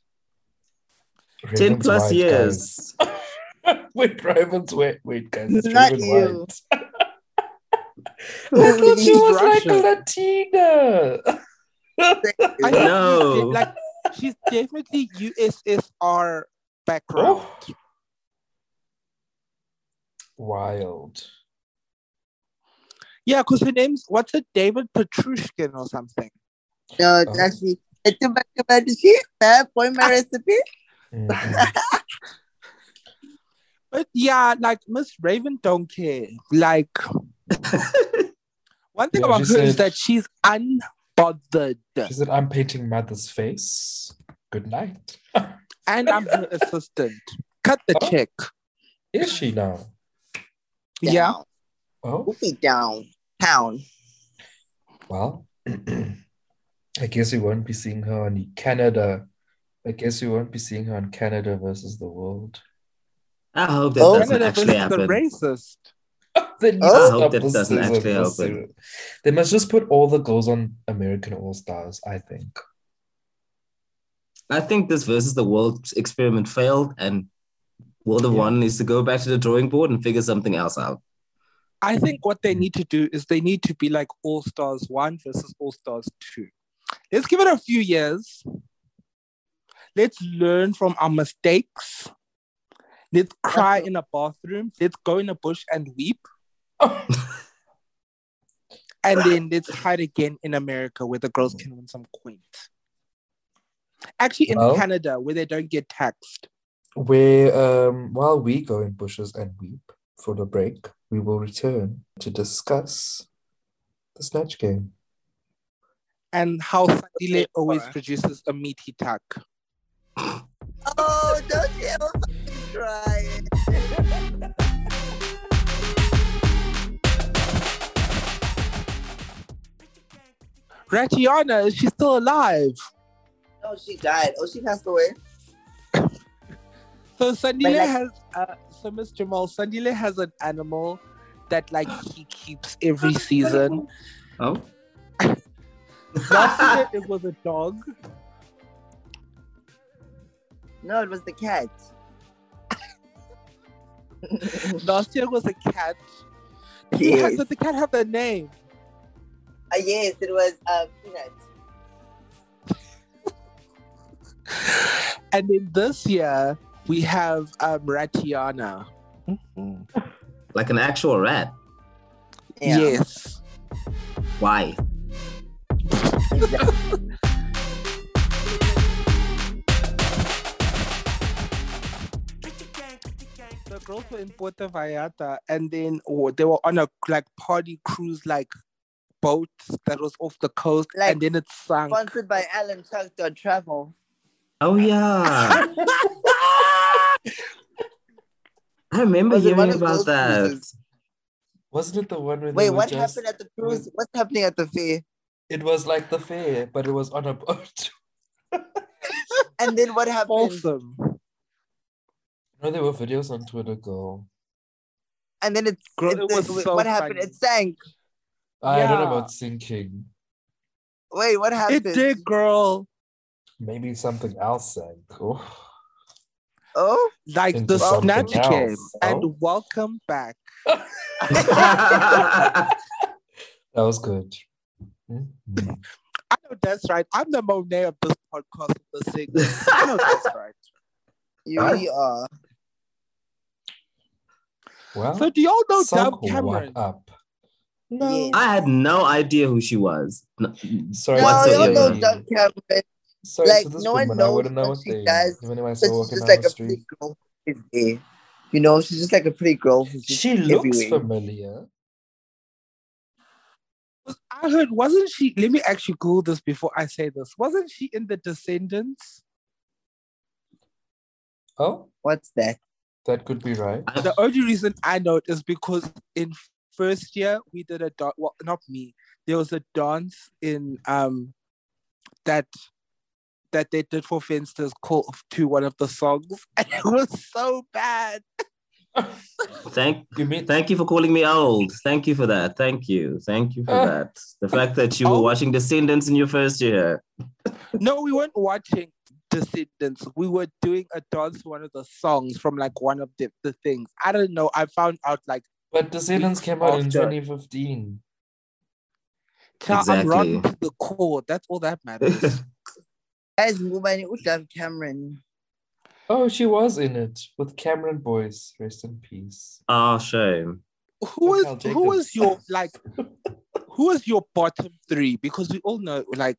[SPEAKER 1] Wait.
[SPEAKER 4] 10
[SPEAKER 1] Raven's
[SPEAKER 4] plus
[SPEAKER 1] white,
[SPEAKER 4] years.
[SPEAKER 1] guys. [laughs] wait, Raven's wait, wait, guys. it's
[SPEAKER 2] Not
[SPEAKER 1] Raven
[SPEAKER 2] you.
[SPEAKER 4] [laughs]
[SPEAKER 1] White. I thought [laughs]
[SPEAKER 2] Look at
[SPEAKER 1] she
[SPEAKER 2] these
[SPEAKER 1] was
[SPEAKER 3] Russian.
[SPEAKER 1] like a Latina. [laughs]
[SPEAKER 3] I
[SPEAKER 2] things.
[SPEAKER 3] think she's de-
[SPEAKER 4] No.
[SPEAKER 3] like she's definitely USSR background.
[SPEAKER 1] Oh. Wild.
[SPEAKER 3] Yeah, because her name's what's it, David Petrushkin or something.
[SPEAKER 2] No, it's
[SPEAKER 1] Oh.
[SPEAKER 2] actually. It's about about the shit, man. Boy,
[SPEAKER 3] Ah.
[SPEAKER 2] my recipe.
[SPEAKER 4] [laughs]
[SPEAKER 1] Mm-mm.
[SPEAKER 3] But yeah, like Miss Raven don't care. Like one thing
[SPEAKER 1] Yeah,
[SPEAKER 3] about her
[SPEAKER 1] she
[SPEAKER 3] is
[SPEAKER 1] said-
[SPEAKER 3] that she's unbothered,
[SPEAKER 1] she said, I'm painting mother's face. Good night.
[SPEAKER 3] and I'm her assistant. Cut the
[SPEAKER 1] Oh.
[SPEAKER 3] check.
[SPEAKER 1] Is she now?
[SPEAKER 3] Yeah.
[SPEAKER 2] Down.
[SPEAKER 1] Oh,
[SPEAKER 2] Move me down. Pound.
[SPEAKER 1] well. [clears throat] I guess we won't be seeing her on Canada. I guess we won't be seeing her on Canada versus the world.
[SPEAKER 4] I hope that
[SPEAKER 2] Oh.
[SPEAKER 4] doesn't
[SPEAKER 3] Canada
[SPEAKER 4] actually
[SPEAKER 3] versus the
[SPEAKER 4] happen.
[SPEAKER 3] racist.
[SPEAKER 1] Then
[SPEAKER 2] Oh.
[SPEAKER 1] you
[SPEAKER 4] I hope
[SPEAKER 1] stop
[SPEAKER 4] that
[SPEAKER 1] this
[SPEAKER 4] doesn't
[SPEAKER 1] season,
[SPEAKER 4] actually
[SPEAKER 1] this
[SPEAKER 4] happen.
[SPEAKER 1] season. They must just put all the girls on American All Stars, I think.
[SPEAKER 4] I think this versus the world experiment failed, and World of
[SPEAKER 1] Yeah.
[SPEAKER 4] One needs to go back to the drawing board and figure something else out.
[SPEAKER 3] I think what they
[SPEAKER 1] Mm.
[SPEAKER 3] need to do is they need to be like All Stars 1 versus All Stars 2. Let's give it a few years. Let's learn from our mistakes. Let's cry in a bathroom. Let's go in a bush and weep. And then let's try it again in America where the girls can win some queens. Actually, in
[SPEAKER 1] Well-
[SPEAKER 3] Canada where they don't get taxed.
[SPEAKER 1] Where um, while we go in bushes and weep for the break, we will return to discuss the snatch game.
[SPEAKER 3] And how Sadile always produces a meaty tuck.
[SPEAKER 2] Oh, don't you ever fucking cry.
[SPEAKER 3] Ratiana, is she still alive?
[SPEAKER 2] Oh, she died. Oh, she passed away.
[SPEAKER 3] So Sandile
[SPEAKER 2] like-
[SPEAKER 3] has uh, so Miss Jamal, Sandile has an animal that like he keeps every season.
[SPEAKER 4] Oh,
[SPEAKER 3] Last season it was a dog.
[SPEAKER 2] No, it was the cat.
[SPEAKER 3] Last year it was a cat. He has,
[SPEAKER 2] Yes.
[SPEAKER 3] does the cat have a name?
[SPEAKER 2] Uh, yes, it was uh, Peanut.
[SPEAKER 3] [laughs] And then this year we have um, Ratiana.
[SPEAKER 4] like an actual rat.
[SPEAKER 2] Yeah.
[SPEAKER 3] Yes.
[SPEAKER 4] Why?
[SPEAKER 3] The girls were in Puerto Vallarta, and then or they were on a like party cruise like boat that was off the coast,
[SPEAKER 2] Like-
[SPEAKER 3] and then it sank.
[SPEAKER 2] Sponsored by Alan Tuck dot Travel.
[SPEAKER 4] Oh yeah, [laughs] I remember
[SPEAKER 2] Was it one of
[SPEAKER 4] hearing about
[SPEAKER 2] those
[SPEAKER 4] that.
[SPEAKER 2] cruises?
[SPEAKER 1] Wasn't it the one where they
[SPEAKER 2] Wait,
[SPEAKER 1] were
[SPEAKER 2] what
[SPEAKER 1] just-
[SPEAKER 2] happened at the cruise? What's happening at the fair?
[SPEAKER 1] It was like the fair, but it was on a boat. [laughs]
[SPEAKER 2] And then
[SPEAKER 3] [laughs]
[SPEAKER 2] what happened?
[SPEAKER 3] Awesome.
[SPEAKER 1] No, there were videos on Twitter, girl.
[SPEAKER 2] And then it's
[SPEAKER 3] Girl,
[SPEAKER 2] it-
[SPEAKER 3] Oh. it was
[SPEAKER 2] wait,
[SPEAKER 3] so
[SPEAKER 2] what happened?
[SPEAKER 3] funny.
[SPEAKER 2] It sank.
[SPEAKER 1] I don't know
[SPEAKER 3] Yeah.
[SPEAKER 1] about sinking.
[SPEAKER 2] Wait, what
[SPEAKER 3] It
[SPEAKER 2] happened?
[SPEAKER 3] did, girl.
[SPEAKER 1] Maybe something else sank. Oh.
[SPEAKER 2] Oh,
[SPEAKER 3] Like
[SPEAKER 1] Into
[SPEAKER 3] the
[SPEAKER 1] something
[SPEAKER 3] snatch
[SPEAKER 1] else, Oh.
[SPEAKER 3] game.
[SPEAKER 1] no?
[SPEAKER 3] And welcome back.
[SPEAKER 1] That was good. Mhm.
[SPEAKER 3] I know that's right. I'm the Monet of this podcast of the single. I know
[SPEAKER 2] [laughs]
[SPEAKER 3] that's right.
[SPEAKER 2] you
[SPEAKER 1] Huh?
[SPEAKER 2] really are.
[SPEAKER 1] Well,
[SPEAKER 3] So do y'all know
[SPEAKER 1] sunk
[SPEAKER 3] Dove
[SPEAKER 1] what
[SPEAKER 3] Cameron?
[SPEAKER 1] up.
[SPEAKER 2] No.
[SPEAKER 4] [laughs] I had no idea who she was. No-
[SPEAKER 1] Sorry,
[SPEAKER 2] No,
[SPEAKER 4] What's
[SPEAKER 2] y'all
[SPEAKER 4] it,
[SPEAKER 2] know
[SPEAKER 4] yeah.
[SPEAKER 2] Doug Cameron.
[SPEAKER 1] Sorry
[SPEAKER 2] Like,
[SPEAKER 1] to this
[SPEAKER 2] no one
[SPEAKER 1] woman, I
[SPEAKER 2] knows
[SPEAKER 1] wouldn't know
[SPEAKER 2] what
[SPEAKER 1] what
[SPEAKER 2] she
[SPEAKER 1] they
[SPEAKER 2] does,
[SPEAKER 1] even if I saw her
[SPEAKER 2] But she's
[SPEAKER 1] walking down
[SPEAKER 2] just like
[SPEAKER 1] the
[SPEAKER 2] a
[SPEAKER 1] street.
[SPEAKER 2] pretty girl. Is there? You know, she's just like a pretty girl. Who's just
[SPEAKER 1] She looks
[SPEAKER 2] everywhere.
[SPEAKER 1] familiar.
[SPEAKER 3] I heard, wasn't she? Let me actually Google this before I say this. Wasn't she in The Descendants?
[SPEAKER 1] Oh,
[SPEAKER 2] What's that?
[SPEAKER 1] that could be right.
[SPEAKER 3] The only reason I know it is because in first year we did a dance. Well, not me. There was a dance in um that that they did for Finsters call to one of the songs, [laughs] and it was so bad.
[SPEAKER 4] Thank you. Mean- thank you for calling me old. Thank you for that. Thank you. Thank you for uh, that. The fact that you were oh. watching Descendants in your first year. [laughs]
[SPEAKER 3] no, we weren't watching Descendants. We were doing a dance to one of the songs from like one of the, the things. I don't know. I found out like.
[SPEAKER 1] But Descendants came out in 2015.
[SPEAKER 3] Child, exactly. I'm rotten to the core. That's all that matters.
[SPEAKER 2] As woman, Udam Cameron.
[SPEAKER 1] Oh, she was in it with Cameron Boyce. Rest in peace.
[SPEAKER 4] Oh, shame.
[SPEAKER 3] Who is who is your like? who is your bottom three? Because we all know, like,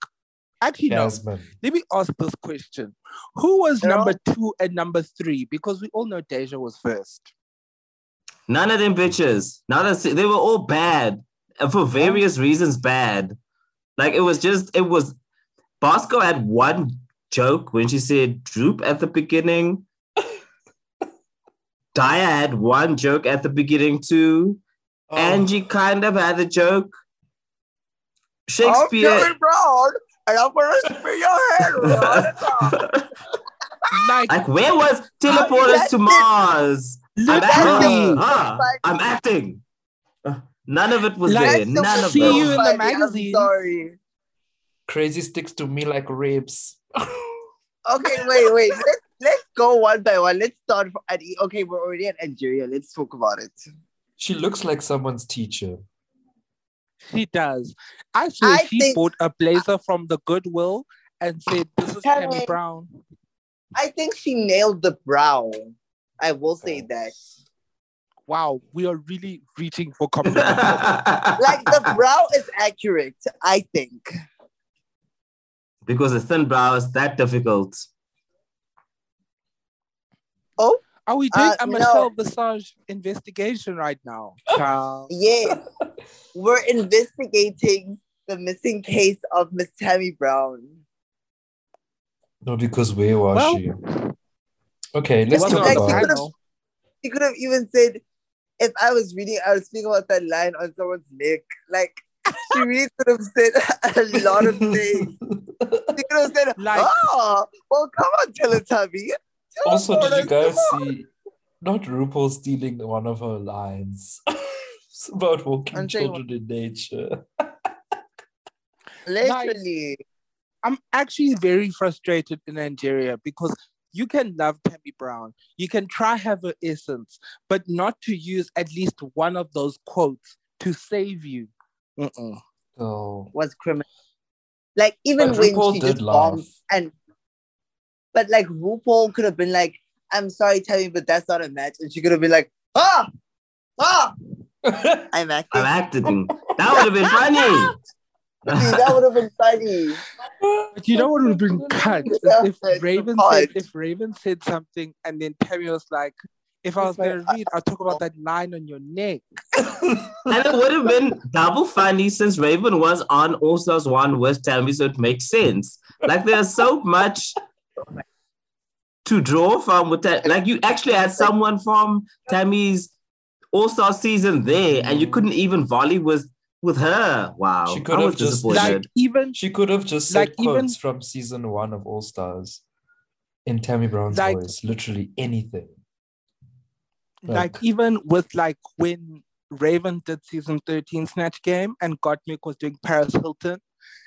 [SPEAKER 3] actually, Jasmine. no. Let me ask this question: Who was no. number two and number three? Because we all know Deja was first.
[SPEAKER 4] None of them bitches. None of they were all bad and for various reasons. Bad. Like it was just it was. Bosco had one joke when she said droop at the beginning. Dia had one joke at the beginning too. Oh. Angie kind of had a joke. Shakespeare.
[SPEAKER 2] I'm Brown, and I'm
[SPEAKER 3] [laughs]
[SPEAKER 2] gonna spin your head
[SPEAKER 4] [laughs]
[SPEAKER 2] right
[SPEAKER 4] like, like, where was Teleport Us to Mars? I'm acting. Huh? I'm acting. Uh, None of it was like, there. None of
[SPEAKER 3] see it. See you in the magazine.
[SPEAKER 2] I'm sorry.
[SPEAKER 1] Crazy sticks to me like ribs.
[SPEAKER 2] okay, wait, wait. Let's let's go one by one. Let's start at okay, we're already at Algeria. Let's talk about it.
[SPEAKER 1] She looks like someone's teacher.
[SPEAKER 3] She does. Actually, I she think, bought a blazer from the Goodwill and said, "This is Tammy Brown."
[SPEAKER 2] I think she nailed the brow. I will say that.
[SPEAKER 3] Wow, we are really reaching [laughs] for comedy.
[SPEAKER 2] like
[SPEAKER 4] [laughs]
[SPEAKER 2] the brow is accurate, I think
[SPEAKER 4] because a thin brow is that difficult.
[SPEAKER 2] Oh,
[SPEAKER 3] are we doing uh, a Michelle no. Visage investigation right [laughs] now?
[SPEAKER 2] Child? yes, we're investigating the missing case of Miss Tammy Brown.
[SPEAKER 1] No, because where was well, she? Okay, let's talk like about.
[SPEAKER 2] She,
[SPEAKER 3] [laughs]
[SPEAKER 2] she could have even said, "If I was reading, I would speak about that line on someone's neck." Like she really could have said [laughs] a lot of things. She could have said, like, oh, well, come on, Teletubby.
[SPEAKER 1] Tell [laughs] also, did you guys see not RuPaul stealing one of her lines [laughs] about walking I'm children in nature?
[SPEAKER 2] Literally. Like,
[SPEAKER 3] I'm actually very frustrated in Nigeria because you can love Tammy Brown. You can try have her essence, but not to use at least one of those quotes to save you.
[SPEAKER 1] Mm-mm. Oh.
[SPEAKER 2] was criminal. Like even but when RuPaul she just bombed and but like RuPaul could have been like, I'm sorry, Tammy, but that's not a match. And she could have been like, ah, ah, I'm acting.
[SPEAKER 4] I'm acting. That would have been funny.
[SPEAKER 2] [laughs] See, that would have been funny.
[SPEAKER 3] But you know what would have been cut? If Raven said if Raven said something and then Tammy was like, if I was going to read, I'll talk about that line on your neck.
[SPEAKER 4] and it would have been double funny since Raven was on All Stars 1 with Tammy, so it makes sense. Like, there's so much to draw from with that. Like, you actually had someone from Tammy's All Star season there, and you couldn't even volley with. With her, wow,
[SPEAKER 1] she could have just
[SPEAKER 3] like
[SPEAKER 1] [laughs]
[SPEAKER 3] even
[SPEAKER 1] she could have just said like, quotes even, from season one of All Stars in Tammy Brown's like, voice, literally anything.
[SPEAKER 3] Like, like even with like when Raven did season 13 Snatch Game and Gottmik was doing Paris Hilton,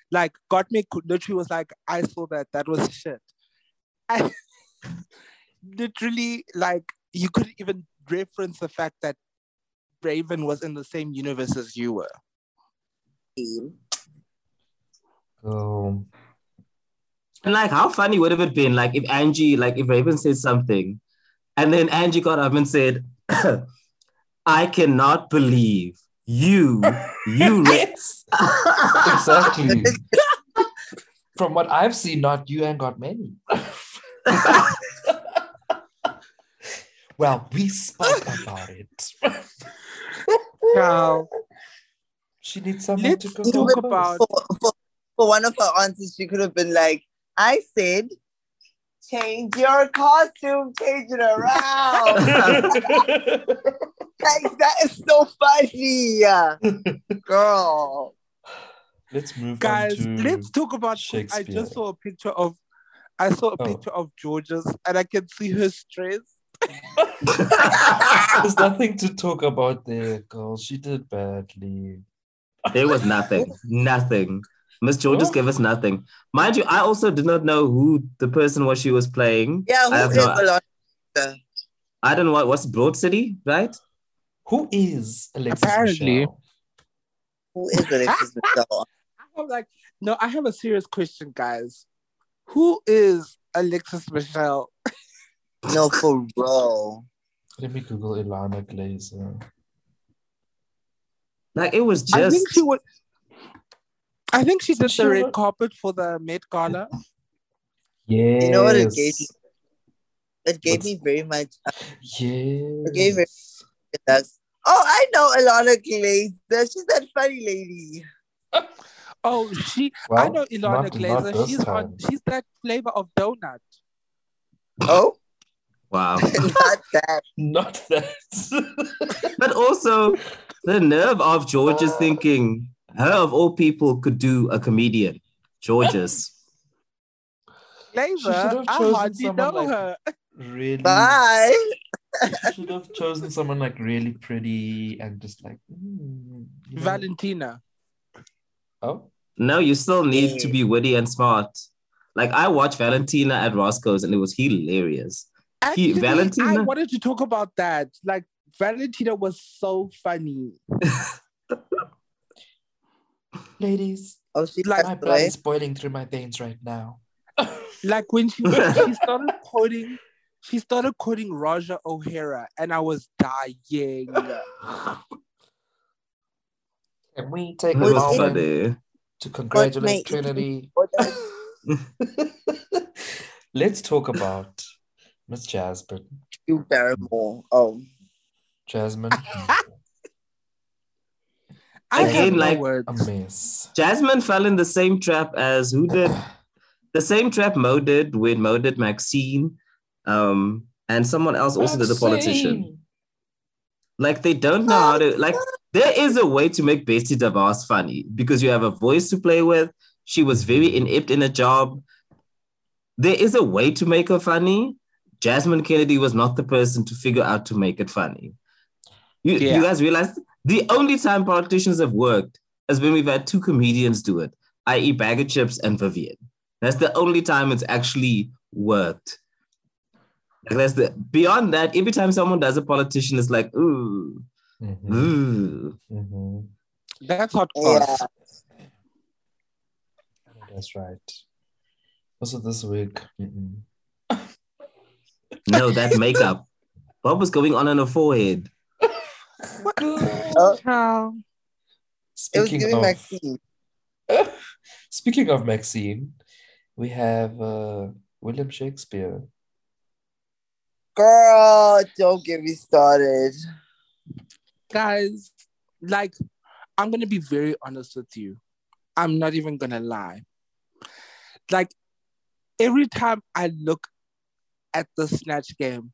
[SPEAKER 3] like Gottmik literally was like, I saw that, that was shit. And [laughs] literally, like you couldn't even reference the fact that Raven was in the same universe as you were.
[SPEAKER 1] Um
[SPEAKER 4] and like how funny would have it been like if Angie, like if Raven said something and then Angie got up and said, [coughs] I cannot believe you,
[SPEAKER 1] [laughs]
[SPEAKER 4] you Rex.
[SPEAKER 3] [laughs]
[SPEAKER 1] exactly. From what I've seen, not you and got
[SPEAKER 3] [laughs]
[SPEAKER 1] many. well, we spoke about it.
[SPEAKER 3] now,
[SPEAKER 1] she needs someone Let's to
[SPEAKER 3] talk
[SPEAKER 1] with,
[SPEAKER 3] about.
[SPEAKER 2] For, for, for one of her answers, she could have been like, I said, change your costume, change it around.
[SPEAKER 4] [laughs]
[SPEAKER 1] [laughs]
[SPEAKER 2] like, that is so funny, girl.
[SPEAKER 1] [laughs] Let's move
[SPEAKER 3] guys.
[SPEAKER 1] on
[SPEAKER 3] let's talk about. I just saw a picture of I saw a picture of Georgia's and I can see her stress.
[SPEAKER 1] There's nothing to talk about there, girl. She did badly.
[SPEAKER 4] There was nothing. nothing. Miss George just gave us nothing. Mind you, I also did not know who the person was she was playing.
[SPEAKER 2] Yeah, who
[SPEAKER 4] I, have
[SPEAKER 2] is
[SPEAKER 4] no-
[SPEAKER 2] Alonso?
[SPEAKER 4] I don't know what what's Broad City, right?
[SPEAKER 1] Who is Alexis
[SPEAKER 3] Apparently.
[SPEAKER 1] Michelle?
[SPEAKER 2] Who
[SPEAKER 1] [laughs]
[SPEAKER 2] is Alexis Michelle?
[SPEAKER 3] I'm like, no, I have a serious question, guys. Who is Alexis Michelle?
[SPEAKER 2] No, for real.
[SPEAKER 1] Let me Google Ilana Glazer.
[SPEAKER 4] Like it was
[SPEAKER 3] I
[SPEAKER 4] just
[SPEAKER 3] think she would. I think she did
[SPEAKER 1] She
[SPEAKER 3] the red
[SPEAKER 1] wa-
[SPEAKER 3] carpet for the Met Gala.
[SPEAKER 1] Yes.
[SPEAKER 2] know what it gave me? It gave
[SPEAKER 1] What's-
[SPEAKER 2] me very much.
[SPEAKER 1] Yes.
[SPEAKER 2] gave her- Oh, I know Alana Glazer. She's that funny lady.
[SPEAKER 3] Oh, she. I
[SPEAKER 1] Well,
[SPEAKER 3] know Ilana
[SPEAKER 1] not- not
[SPEAKER 3] Glazer.
[SPEAKER 1] this
[SPEAKER 3] she's on.
[SPEAKER 1] time.
[SPEAKER 3] She's that flavor of donut.
[SPEAKER 2] Oh,
[SPEAKER 4] wow.
[SPEAKER 2] not that.
[SPEAKER 1] Not that.
[SPEAKER 4] but also the nerve of George's thinking her of all people could do a comedian. George's.
[SPEAKER 1] should have
[SPEAKER 3] Glazer. I
[SPEAKER 1] chosen
[SPEAKER 3] hardly
[SPEAKER 1] someone
[SPEAKER 3] know
[SPEAKER 1] like-
[SPEAKER 3] her.
[SPEAKER 1] really.
[SPEAKER 2] Bye.
[SPEAKER 1] She should have chosen someone like really pretty and just like. mm, you know.
[SPEAKER 3] Valentina.
[SPEAKER 1] Oh.
[SPEAKER 4] No, you still need to be witty and smart. Like I watched Valentina at Roscoe's and it was hilarious. He-
[SPEAKER 3] Actually, I
[SPEAKER 4] Valentina-
[SPEAKER 3] wanted to talk about that. Like Valentina was so funny.
[SPEAKER 1] Ladies,
[SPEAKER 2] Oh, she
[SPEAKER 3] Like-
[SPEAKER 1] my
[SPEAKER 2] passed
[SPEAKER 1] blood
[SPEAKER 2] away.
[SPEAKER 1] is boiling through my veins right now.
[SPEAKER 3] Like when she she started quoting, she started quoting Raja O'Hara, and I was dying.
[SPEAKER 1] Can we take
[SPEAKER 4] It
[SPEAKER 1] a
[SPEAKER 4] was
[SPEAKER 1] moment
[SPEAKER 4] funny.
[SPEAKER 1] to
[SPEAKER 2] may-
[SPEAKER 1] congratulate
[SPEAKER 2] [laughs]
[SPEAKER 1] Trinity?
[SPEAKER 2] Oh, that-
[SPEAKER 1] Let's talk about Miss Jasmine.
[SPEAKER 2] You Barrymore. Oh,
[SPEAKER 1] Jasmine,
[SPEAKER 3] I have
[SPEAKER 4] Again,
[SPEAKER 3] no
[SPEAKER 2] [laughs]
[SPEAKER 4] like-
[SPEAKER 1] a
[SPEAKER 3] words.
[SPEAKER 1] mess.
[SPEAKER 4] Jasmine fell in the same trap as who did the same trap Mo did when Mo did Maxine. Um, and someone else also did the politician. Like they don't know how to like there is a way to make Betty DeVos funny because you have a voice to play with. She was very inept in a job. There is a way to make her funny. Jasmine Kennedy was not the person to figure out to make it funny. You,
[SPEAKER 3] Yeah.
[SPEAKER 4] you guys realize the only time politicians have worked is when we've had two comedians do it, i.e., Bag of Chips and Vivian. That's the only time it's actually worked. Like that's the beyond that, every time someone does a politician, it's like, ooh, Mm.
[SPEAKER 1] Mhm,
[SPEAKER 4] ooh.
[SPEAKER 1] mhm.
[SPEAKER 3] That's hot
[SPEAKER 2] yeah.
[SPEAKER 3] sauce.
[SPEAKER 1] That's right. Also, this week, mm-mm.
[SPEAKER 4] No, that makeup.
[SPEAKER 1] [laughs]
[SPEAKER 4] What was going on on her forehead? [laughs]
[SPEAKER 2] Oh,
[SPEAKER 3] Child.
[SPEAKER 2] it was
[SPEAKER 1] speaking
[SPEAKER 2] giving
[SPEAKER 1] of
[SPEAKER 2] Maxine.
[SPEAKER 1] [laughs] speaking of Maxine, we have uh, William Shakespeare.
[SPEAKER 2] Girl, don't get me started.
[SPEAKER 3] guys, like, I'm gonna be very honest with you. I'm not even gonna lie. Like, every time I look at the snatch game,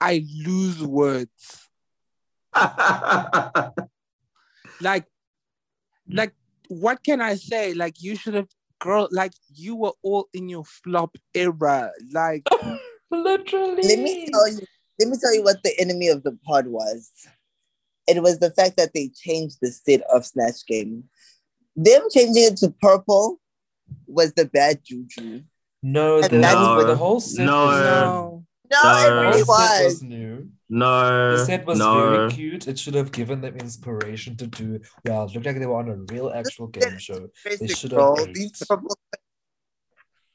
[SPEAKER 3] I lose words. Like, like, what can I say? Like, you should have, girl. Like, you were all in your flop era. Like,
[SPEAKER 1] Oh, Literally,
[SPEAKER 2] Let me tell you. Let me tell you what the enemy of the pod was. It was the fact that they changed the state of Snatch Game. Them changing it to purple was the bad juju.
[SPEAKER 1] No,
[SPEAKER 2] And
[SPEAKER 1] the,
[SPEAKER 2] that's
[SPEAKER 4] No,
[SPEAKER 1] the whole set
[SPEAKER 4] no,
[SPEAKER 1] was,
[SPEAKER 3] no,
[SPEAKER 2] No,
[SPEAKER 4] Darn.
[SPEAKER 2] it
[SPEAKER 1] the whole
[SPEAKER 2] really
[SPEAKER 1] set was
[SPEAKER 2] was.
[SPEAKER 1] new.
[SPEAKER 4] no,
[SPEAKER 1] The set was
[SPEAKER 4] no.
[SPEAKER 1] very cute. It should have given them inspiration to do. Well, it looked like they were on a real actual game show.
[SPEAKER 2] Basic,
[SPEAKER 1] should
[SPEAKER 2] bro.
[SPEAKER 1] have-
[SPEAKER 2] These purple.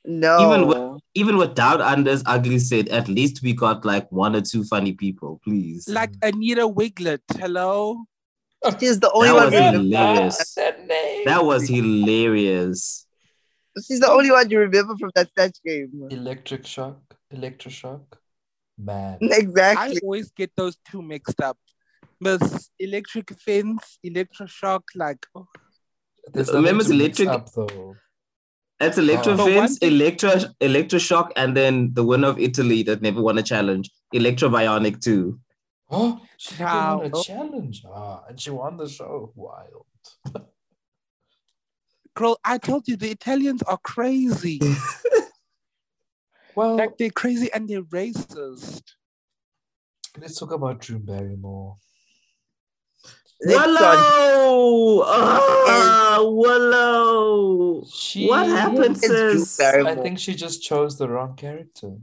[SPEAKER 2] No.
[SPEAKER 4] Even with- Even without Anders Ugly said, at least we got like one or two funny people, please.
[SPEAKER 3] like Anita Wiglet. Hello.
[SPEAKER 2] She's the only
[SPEAKER 4] That
[SPEAKER 2] one.
[SPEAKER 4] was
[SPEAKER 2] who
[SPEAKER 1] Yeah.
[SPEAKER 2] remember-
[SPEAKER 4] hilarious.
[SPEAKER 1] that name.
[SPEAKER 4] That was hilarious.
[SPEAKER 2] She's the only one you remember from that snatch game.
[SPEAKER 1] Electric Shock, Electroshock, man.
[SPEAKER 2] Exactly.
[SPEAKER 3] I always get those two mixed up. Miss Electric Fence, Electroshock, like oh,
[SPEAKER 1] There's
[SPEAKER 4] Remember
[SPEAKER 1] nothing to
[SPEAKER 4] the
[SPEAKER 1] mix
[SPEAKER 4] electric-
[SPEAKER 1] up though. [gasps]
[SPEAKER 4] That's Electro
[SPEAKER 1] Oh.
[SPEAKER 3] But
[SPEAKER 4] Fence,
[SPEAKER 3] one-
[SPEAKER 4] Electro Electroshock, and then the winner of Italy that never won a challenge, Electro Bionic 2.
[SPEAKER 1] Oh, she did won a
[SPEAKER 3] Ciao.
[SPEAKER 1] challenge, ah, and she won the show. Wild.
[SPEAKER 3] girl, I told you the Italians are crazy.
[SPEAKER 1] Well,
[SPEAKER 3] Like they're crazy and they're racist.
[SPEAKER 1] let's talk about Drew Barrymore.
[SPEAKER 2] Next one.
[SPEAKER 4] Wallow! Ah, Wallow!
[SPEAKER 1] She,
[SPEAKER 4] What happened,
[SPEAKER 2] It's Drew
[SPEAKER 4] sis?
[SPEAKER 1] I
[SPEAKER 2] Barrymore.
[SPEAKER 1] think she just chose the wrong character.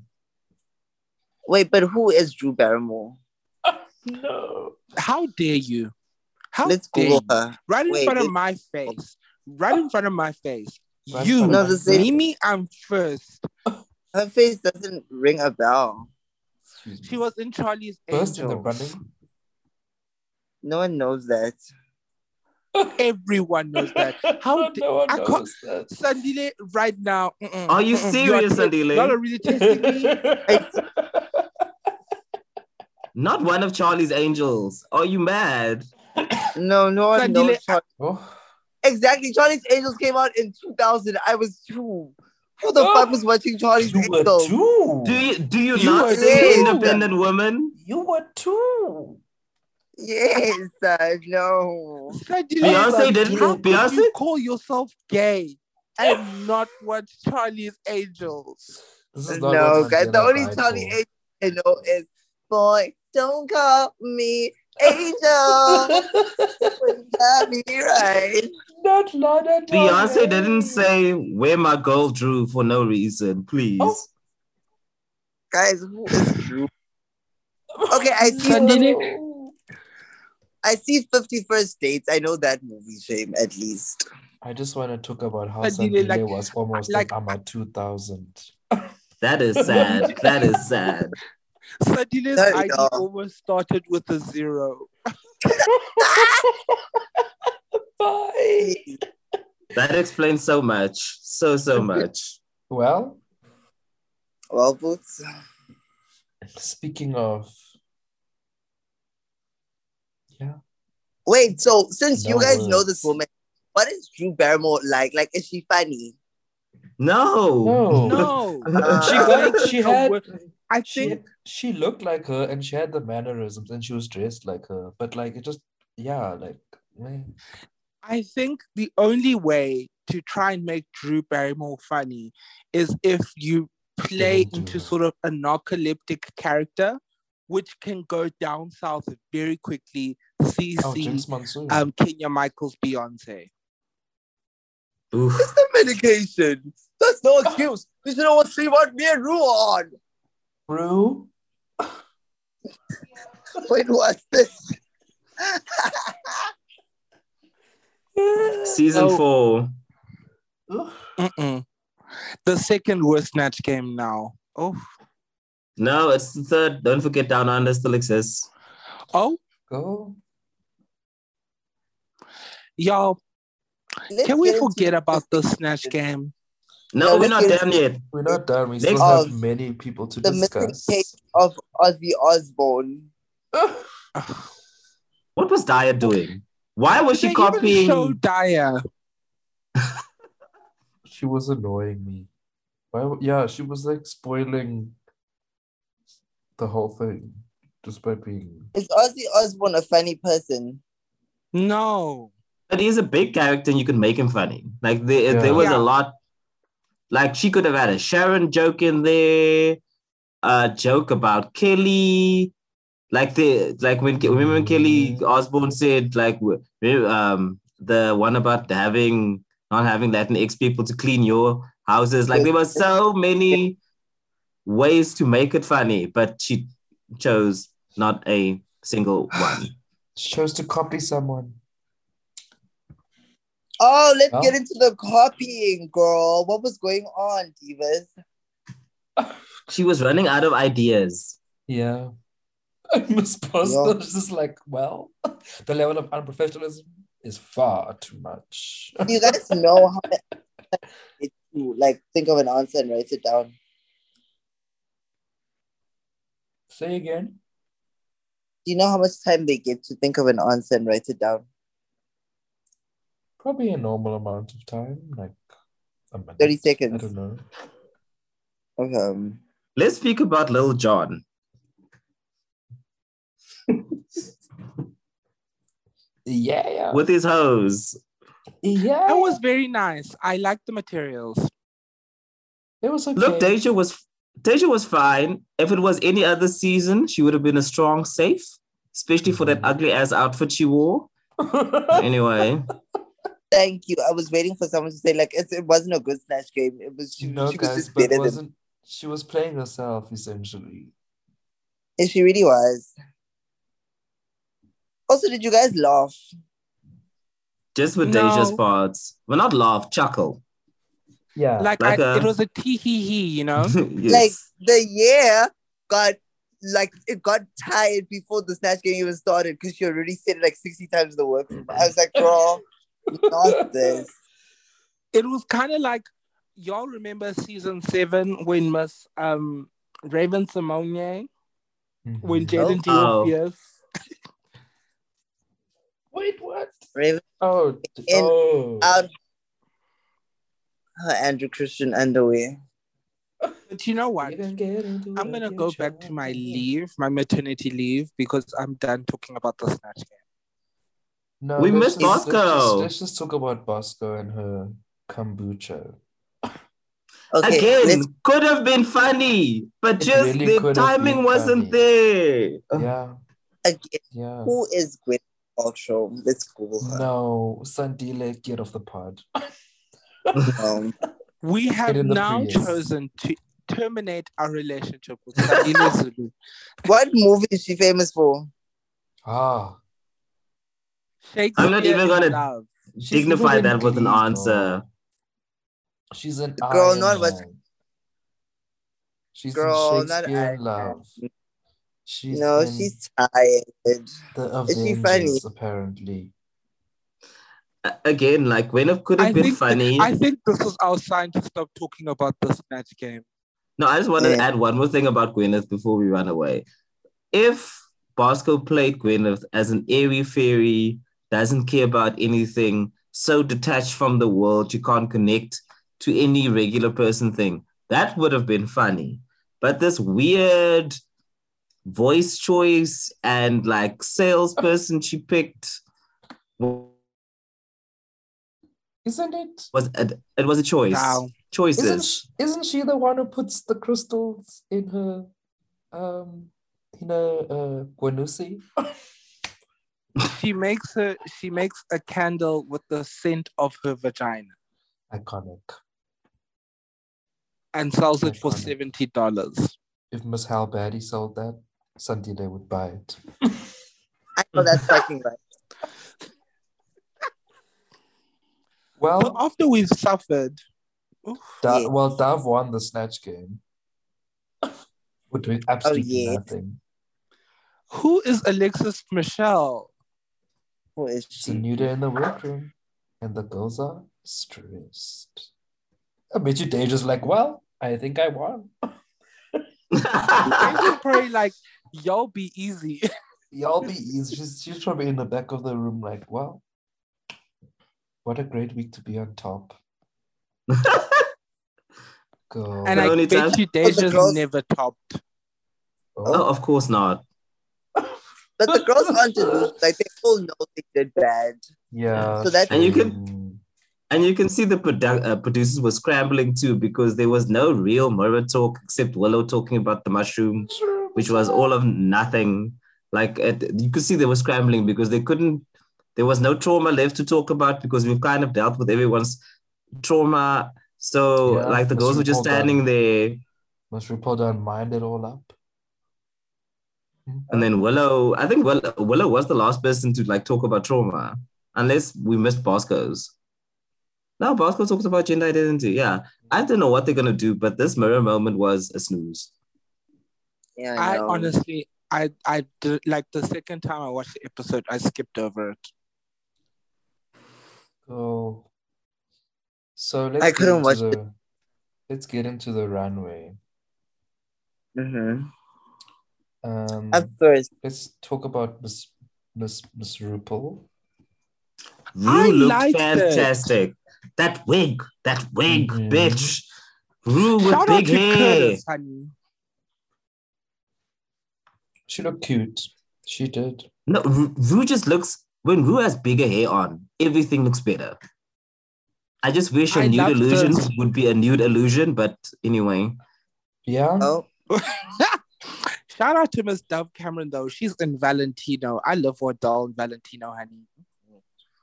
[SPEAKER 2] Wait, but who is Drew Barrymore?
[SPEAKER 1] No.
[SPEAKER 3] How dare you? How
[SPEAKER 2] Let's
[SPEAKER 3] dare
[SPEAKER 2] Google
[SPEAKER 3] you?
[SPEAKER 2] her.
[SPEAKER 3] Right in
[SPEAKER 2] Wait,
[SPEAKER 3] front of
[SPEAKER 2] let's-
[SPEAKER 3] my face. Right in front of my face.
[SPEAKER 1] Right
[SPEAKER 3] you,
[SPEAKER 1] in
[SPEAKER 2] No,
[SPEAKER 1] front
[SPEAKER 2] this
[SPEAKER 1] of
[SPEAKER 2] is-
[SPEAKER 3] Mimi, I'm first.
[SPEAKER 2] Her face doesn't ring a bell.
[SPEAKER 1] my-
[SPEAKER 3] She was in Charlie's
[SPEAKER 1] first in the
[SPEAKER 3] Angels.
[SPEAKER 1] running.
[SPEAKER 2] No one knows that.
[SPEAKER 3] Everyone knows
[SPEAKER 2] [laughs]
[SPEAKER 3] that.
[SPEAKER 1] [laughs]
[SPEAKER 3] How da-
[SPEAKER 1] no one
[SPEAKER 3] I can't-
[SPEAKER 1] knows that.
[SPEAKER 3] Sandile, right now. mm-mm,
[SPEAKER 4] Are you
[SPEAKER 3] mm-mm,
[SPEAKER 4] serious,
[SPEAKER 3] you are-
[SPEAKER 4] Sandile?
[SPEAKER 3] Y'all are really testing
[SPEAKER 4] [laughs]
[SPEAKER 3] me.
[SPEAKER 4] Not one of Charlie's angels. Are you mad?
[SPEAKER 2] No, no one
[SPEAKER 3] Sandile,
[SPEAKER 2] knows. Char-
[SPEAKER 1] [laughs] oh,
[SPEAKER 2] exactly. Charlie's Angels came out in 2000. I was two. Who the fuck was watching Charlie's
[SPEAKER 1] you were
[SPEAKER 2] Angels?
[SPEAKER 1] two.
[SPEAKER 4] Do you do you,
[SPEAKER 3] You
[SPEAKER 4] not
[SPEAKER 3] are
[SPEAKER 4] see
[SPEAKER 2] dead.
[SPEAKER 4] independent women?
[SPEAKER 1] You were two.
[SPEAKER 2] Yes, I know.
[SPEAKER 3] Sandile,
[SPEAKER 4] Beyonce
[SPEAKER 3] how
[SPEAKER 4] didn't-
[SPEAKER 3] could
[SPEAKER 4] Beyonce?
[SPEAKER 3] You call yourself gay and not watch Charlie's Angels.
[SPEAKER 1] This is not
[SPEAKER 2] No,
[SPEAKER 1] what
[SPEAKER 2] guys, the
[SPEAKER 1] Mandela
[SPEAKER 2] only
[SPEAKER 1] died
[SPEAKER 2] Charlie
[SPEAKER 1] for.
[SPEAKER 2] Angel I know is boy, don't call me Angel. Wouldn't that be right?
[SPEAKER 1] Not Lana Del Rey.
[SPEAKER 4] Beyonce didn't say where my girl drew for no reason, please.
[SPEAKER 1] Oh.
[SPEAKER 2] Guys, who is Drew? Okay, I see.
[SPEAKER 3] [laughs]
[SPEAKER 2] I see Fifty First Dates. I know that movie shame at least.
[SPEAKER 1] I just want to talk about how
[SPEAKER 3] But Dile,
[SPEAKER 1] Sandile
[SPEAKER 3] like-
[SPEAKER 1] was almost
[SPEAKER 3] like-
[SPEAKER 1] like, I'm at 2000.
[SPEAKER 4] That is sad. that is sad.
[SPEAKER 3] Sadile's
[SPEAKER 2] There you
[SPEAKER 3] ID
[SPEAKER 2] go.
[SPEAKER 3] almost started with a
[SPEAKER 4] [laughs]
[SPEAKER 3] zero.
[SPEAKER 1] Bye.
[SPEAKER 4] That explains so much. So so much.
[SPEAKER 1] Well,
[SPEAKER 2] Well, boots.
[SPEAKER 1] speaking of. Yeah.
[SPEAKER 2] Wait, so since
[SPEAKER 1] No
[SPEAKER 2] you guys know
[SPEAKER 1] words.
[SPEAKER 2] this woman, what is Drew Barrymore like? Like, is she funny?
[SPEAKER 4] No.
[SPEAKER 1] No.
[SPEAKER 3] [laughs] No.
[SPEAKER 2] Uh,
[SPEAKER 1] She, got, [laughs] she had.
[SPEAKER 3] I
[SPEAKER 1] She,
[SPEAKER 3] think
[SPEAKER 1] she looked like her and she had the mannerisms and she was dressed like her. But, like, it just. Yeah, like. meh.
[SPEAKER 3] I think the only way to try and make Drew Barrymore funny is if you play
[SPEAKER 1] Didn't do
[SPEAKER 3] into
[SPEAKER 1] it.
[SPEAKER 3] sort of a narcoleptic character, which can go down south very quickly.
[SPEAKER 1] Oh,
[SPEAKER 3] CC,
[SPEAKER 1] James Monsoon.
[SPEAKER 3] um, Kenya Michaels, Beyonce.
[SPEAKER 4] Oof.
[SPEAKER 2] It's the medication. That's [laughs] no excuse. You should always see what me and Drew are on.
[SPEAKER 1] Rue?
[SPEAKER 2] Wait, what's this?
[SPEAKER 4] Season
[SPEAKER 3] Oh.
[SPEAKER 4] four.
[SPEAKER 3] Mm-mm. The second worst snatch game now. Oh,
[SPEAKER 4] No, it's the third. Don't forget Down Under still exists.
[SPEAKER 3] oh,
[SPEAKER 1] Go.
[SPEAKER 3] y'all,
[SPEAKER 2] Let's
[SPEAKER 3] can we
[SPEAKER 2] get into-
[SPEAKER 3] forget about the snatch game?
[SPEAKER 4] No,
[SPEAKER 2] No,
[SPEAKER 4] we're
[SPEAKER 2] let's
[SPEAKER 4] not
[SPEAKER 2] get-
[SPEAKER 4] damn yet.
[SPEAKER 1] We're not done. We
[SPEAKER 4] Next-
[SPEAKER 1] still have
[SPEAKER 2] Of
[SPEAKER 1] many people to
[SPEAKER 2] the missing
[SPEAKER 1] discuss.
[SPEAKER 2] case of Ozzy Osbourne?
[SPEAKER 3] Ugh.
[SPEAKER 4] What was Dia doing? Why was
[SPEAKER 3] They
[SPEAKER 4] she
[SPEAKER 3] even
[SPEAKER 4] copying?
[SPEAKER 3] show Dyer.
[SPEAKER 1] She was annoying me. Why? w- Yeah, she was like spoiling the whole thing just by being.
[SPEAKER 2] Is Ozzy Osbourne a funny person?
[SPEAKER 3] No.
[SPEAKER 4] But he's a big character and you can make him funny. Like there,
[SPEAKER 1] Yeah.
[SPEAKER 4] there was
[SPEAKER 3] Yeah.
[SPEAKER 4] a lot. Like she could have had a Sharon joke in there, a joke about Kelly. Like the like when remember when Kelly Osborne said like w- um the one about having not having Latinx people to clean your houses. Like there were so many ways to make it funny, but she chose not a single one.
[SPEAKER 1] She chose to copy someone.
[SPEAKER 2] Oh, let's
[SPEAKER 1] Well-
[SPEAKER 2] get into the copying, girl. What was going on, divas?
[SPEAKER 4] She was running out of ideas.
[SPEAKER 1] [laughs] Yeah. Miss Posner
[SPEAKER 2] Yeah.
[SPEAKER 1] was just like, well, [laughs] the level of unprofessionalism is far too much. [laughs]
[SPEAKER 2] Do you guys know how to it to like think of an answer and write it down?
[SPEAKER 1] Say again.
[SPEAKER 2] Do you know how much time they give to think of an answer and write it down?
[SPEAKER 1] Probably a normal amount of time, like a minute.
[SPEAKER 2] Thirty
[SPEAKER 1] I
[SPEAKER 2] seconds. um,
[SPEAKER 1] don't know.
[SPEAKER 2] Okay.
[SPEAKER 4] Let's speak about Lil John.
[SPEAKER 1] Yeah, yeah.
[SPEAKER 4] with his hose.
[SPEAKER 1] yeah.
[SPEAKER 3] That was very nice. I like the materials.
[SPEAKER 1] It was okay. [laughs]
[SPEAKER 4] Look, Deja was Tasha was fine. If it was any other season, she would have been a strong safe, especially for
[SPEAKER 1] Mm-hmm.
[SPEAKER 4] that ugly ass outfit
[SPEAKER 1] [laughs]
[SPEAKER 4] she wore. anyway.
[SPEAKER 2] Thank you. I was waiting for someone to say like it, it wasn't a good snatch game. It was she,
[SPEAKER 1] no,
[SPEAKER 2] she
[SPEAKER 1] guys,
[SPEAKER 2] was just
[SPEAKER 1] but
[SPEAKER 2] better
[SPEAKER 1] wasn't she was playing herself essentially?
[SPEAKER 2] than and she really was. Also, did you guys laugh?
[SPEAKER 4] Just with
[SPEAKER 3] No.
[SPEAKER 4] Deja's parts. Well, not laugh, chuckle. [laughs]
[SPEAKER 1] Yeah,
[SPEAKER 3] Like, uh, Mhm.
[SPEAKER 4] Like
[SPEAKER 3] I,
[SPEAKER 4] a-
[SPEAKER 3] it was a tee hee hee, you know?
[SPEAKER 4] yes.
[SPEAKER 2] Like the year got like it got tired before the snatch game even started because she already said it like 60 times in the workroom. I was like, girl,
[SPEAKER 1] [laughs]
[SPEAKER 2] not this.
[SPEAKER 3] it was kind of like y'all remember season seven when Miss um Raven Simone
[SPEAKER 1] Mhm.
[SPEAKER 3] when Jaden D
[SPEAKER 4] Oh.
[SPEAKER 3] was fierce.
[SPEAKER 1] Wait, what?
[SPEAKER 2] Raven
[SPEAKER 1] Oh,
[SPEAKER 2] In,
[SPEAKER 1] oh.
[SPEAKER 2] out her Andrew Christian underwear.
[SPEAKER 3] But you know what?
[SPEAKER 1] You can get into
[SPEAKER 3] I'm
[SPEAKER 1] a
[SPEAKER 3] gonna go
[SPEAKER 1] future.
[SPEAKER 3] back to my leave, my maternity leave, because I'm done talking about the snatch game.
[SPEAKER 1] No,
[SPEAKER 4] We
[SPEAKER 1] let's
[SPEAKER 4] missed
[SPEAKER 1] just- Let's just,
[SPEAKER 4] Bosco.
[SPEAKER 1] let's just talk about Bosco and her kombucha.
[SPEAKER 2] Okay,
[SPEAKER 4] Again,
[SPEAKER 2] let's-
[SPEAKER 4] could have been funny, but
[SPEAKER 1] It
[SPEAKER 4] just
[SPEAKER 1] really
[SPEAKER 4] the
[SPEAKER 1] could have
[SPEAKER 4] timing
[SPEAKER 1] been
[SPEAKER 4] wasn't
[SPEAKER 1] funny.
[SPEAKER 4] there.
[SPEAKER 2] Uh.
[SPEAKER 1] Yeah,
[SPEAKER 2] again,
[SPEAKER 1] yeah.
[SPEAKER 2] who is Gwen Paltrow? Let's Google her.
[SPEAKER 1] No, Sandile, get off the pod.
[SPEAKER 2] Um,
[SPEAKER 3] We have
[SPEAKER 1] in the
[SPEAKER 3] now
[SPEAKER 1] Prius.
[SPEAKER 3] chosen to terminate our relationship with [laughs] Sadile Zulu.
[SPEAKER 2] what movie is she famous for?
[SPEAKER 1] Ah,
[SPEAKER 3] Shakespeare I'm not even gonna love.
[SPEAKER 1] she's
[SPEAKER 4] Dignify
[SPEAKER 1] even
[SPEAKER 4] that with an
[SPEAKER 1] Glee,
[SPEAKER 4] answer.
[SPEAKER 1] girl. She's an
[SPEAKER 2] Girl,
[SPEAKER 1] Iron
[SPEAKER 2] not what-
[SPEAKER 1] Man. She's
[SPEAKER 2] Girl,
[SPEAKER 1] in
[SPEAKER 2] not
[SPEAKER 1] Shakespeare in
[SPEAKER 2] Iron
[SPEAKER 1] Love. She's
[SPEAKER 2] no,
[SPEAKER 1] in
[SPEAKER 2] she's tired.
[SPEAKER 1] the
[SPEAKER 2] is she
[SPEAKER 1] Avengers,
[SPEAKER 2] funny?
[SPEAKER 1] apparently.
[SPEAKER 4] A- Again, like when it could have
[SPEAKER 3] I
[SPEAKER 4] been
[SPEAKER 3] think,
[SPEAKER 4] funny.
[SPEAKER 3] I think this is our sign to stop talking about the snatch game.
[SPEAKER 4] No, I just want to
[SPEAKER 2] Yeah.
[SPEAKER 4] add one more thing about Gwyneth before we run away. If Bosco played Gwyneth as an airy fairy, doesn't care about anything, so detached from the world, you can't connect to any regular person thing, that would have been funny. But this weird voice choice and like salesperson she picked was
[SPEAKER 1] Isn't it?
[SPEAKER 4] a, it was a choice.
[SPEAKER 3] Now,
[SPEAKER 4] [laughs]
[SPEAKER 1] Isn't
[SPEAKER 4] Choices.
[SPEAKER 1] she, isn't she the one who puts the crystals in her, um, in her uh, guanusi? [laughs]
[SPEAKER 3] she makes her she makes a candle with the scent of her vagina
[SPEAKER 1] Iconic.
[SPEAKER 3] and sells it for
[SPEAKER 1] Iconic.
[SPEAKER 3] seventy dollars.
[SPEAKER 1] If Miss Halberdy sold that, Sandile would buy it.
[SPEAKER 2] I know that's fucking right.
[SPEAKER 3] So
[SPEAKER 1] Well,
[SPEAKER 3] after we've suffered,
[SPEAKER 1] Da-
[SPEAKER 2] Yes.
[SPEAKER 1] well, Dav won the snatch game. We're doing absolutely
[SPEAKER 2] yeah.
[SPEAKER 1] nothing.
[SPEAKER 3] who is Alexis Michelle?
[SPEAKER 2] Who is
[SPEAKER 1] It's a
[SPEAKER 2] she?
[SPEAKER 1] new day in the workroom, and the girls are stressed. I bet you Deja's like, well, I think I won.
[SPEAKER 3] I just pray like y'all be easy.
[SPEAKER 1] Y'all be easy. She's, she's probably in the back of the room, like, well, what a great week to be on top. Girl.
[SPEAKER 3] And I
[SPEAKER 4] only
[SPEAKER 3] bet
[SPEAKER 4] time-
[SPEAKER 3] you Deja's
[SPEAKER 2] girls-
[SPEAKER 3] never topped.
[SPEAKER 4] oh, of course not.
[SPEAKER 2] But the girls aren't delusional. Like they all know they did bad.
[SPEAKER 1] yeah.
[SPEAKER 2] So that-
[SPEAKER 4] And you can-
[SPEAKER 1] can.
[SPEAKER 4] And you can see the produ- uh, producers were scrambling too because there was no real mirror talk except Willow talking about the mushroom, which was all of nothing. Like it, you could see they were scrambling because they couldn't. There was no trauma left to talk about because we've kind of dealt with everyone's trauma. So
[SPEAKER 1] Yeah,
[SPEAKER 4] like the
[SPEAKER 1] that's
[SPEAKER 4] girls were just
[SPEAKER 1] hold on.
[SPEAKER 4] standing there,
[SPEAKER 1] Must RuPaul don't mind it all up?
[SPEAKER 4] and then Willow. I think Willow, Willow was the last person to like talk about trauma, unless we missed Bosco's. No, Bosco talks about gender identity. Yeah, I don't know what they're gonna do, but this mirror moment was a snooze.
[SPEAKER 2] Yeah, I,
[SPEAKER 3] I
[SPEAKER 2] know.
[SPEAKER 3] honestly I I did like the second time I watched the episode, I skipped over it.
[SPEAKER 1] Cool. So let's
[SPEAKER 2] I
[SPEAKER 1] get
[SPEAKER 2] couldn't
[SPEAKER 1] into
[SPEAKER 2] watch
[SPEAKER 1] the, Let's get into the runway.
[SPEAKER 2] Mhm.
[SPEAKER 1] Um,
[SPEAKER 2] Up first,
[SPEAKER 1] let's talk about Miss Miss Miss RuPaul.
[SPEAKER 4] Rue
[SPEAKER 3] I
[SPEAKER 4] looked
[SPEAKER 3] liked it.
[SPEAKER 4] fantastic. That wig, that wig,
[SPEAKER 1] Mhm.
[SPEAKER 4] bitch. Rue with
[SPEAKER 3] Mm-hmm. Shout out
[SPEAKER 4] big
[SPEAKER 3] to
[SPEAKER 4] hair.
[SPEAKER 3] Curtis, honey.
[SPEAKER 1] She looked cute. She did.
[SPEAKER 4] No, Ru Rue just looks when Rue has bigger hair on, everything looks better. I just wish a
[SPEAKER 3] I
[SPEAKER 4] nude
[SPEAKER 3] loved
[SPEAKER 4] illusion
[SPEAKER 3] this.
[SPEAKER 4] would be a nude illusion, but anyway,
[SPEAKER 1] Yeah.
[SPEAKER 2] Oh,
[SPEAKER 3] Shout out to Miss Dove Cameron though. She's in Valentino. I love her doll in Valentino, honey.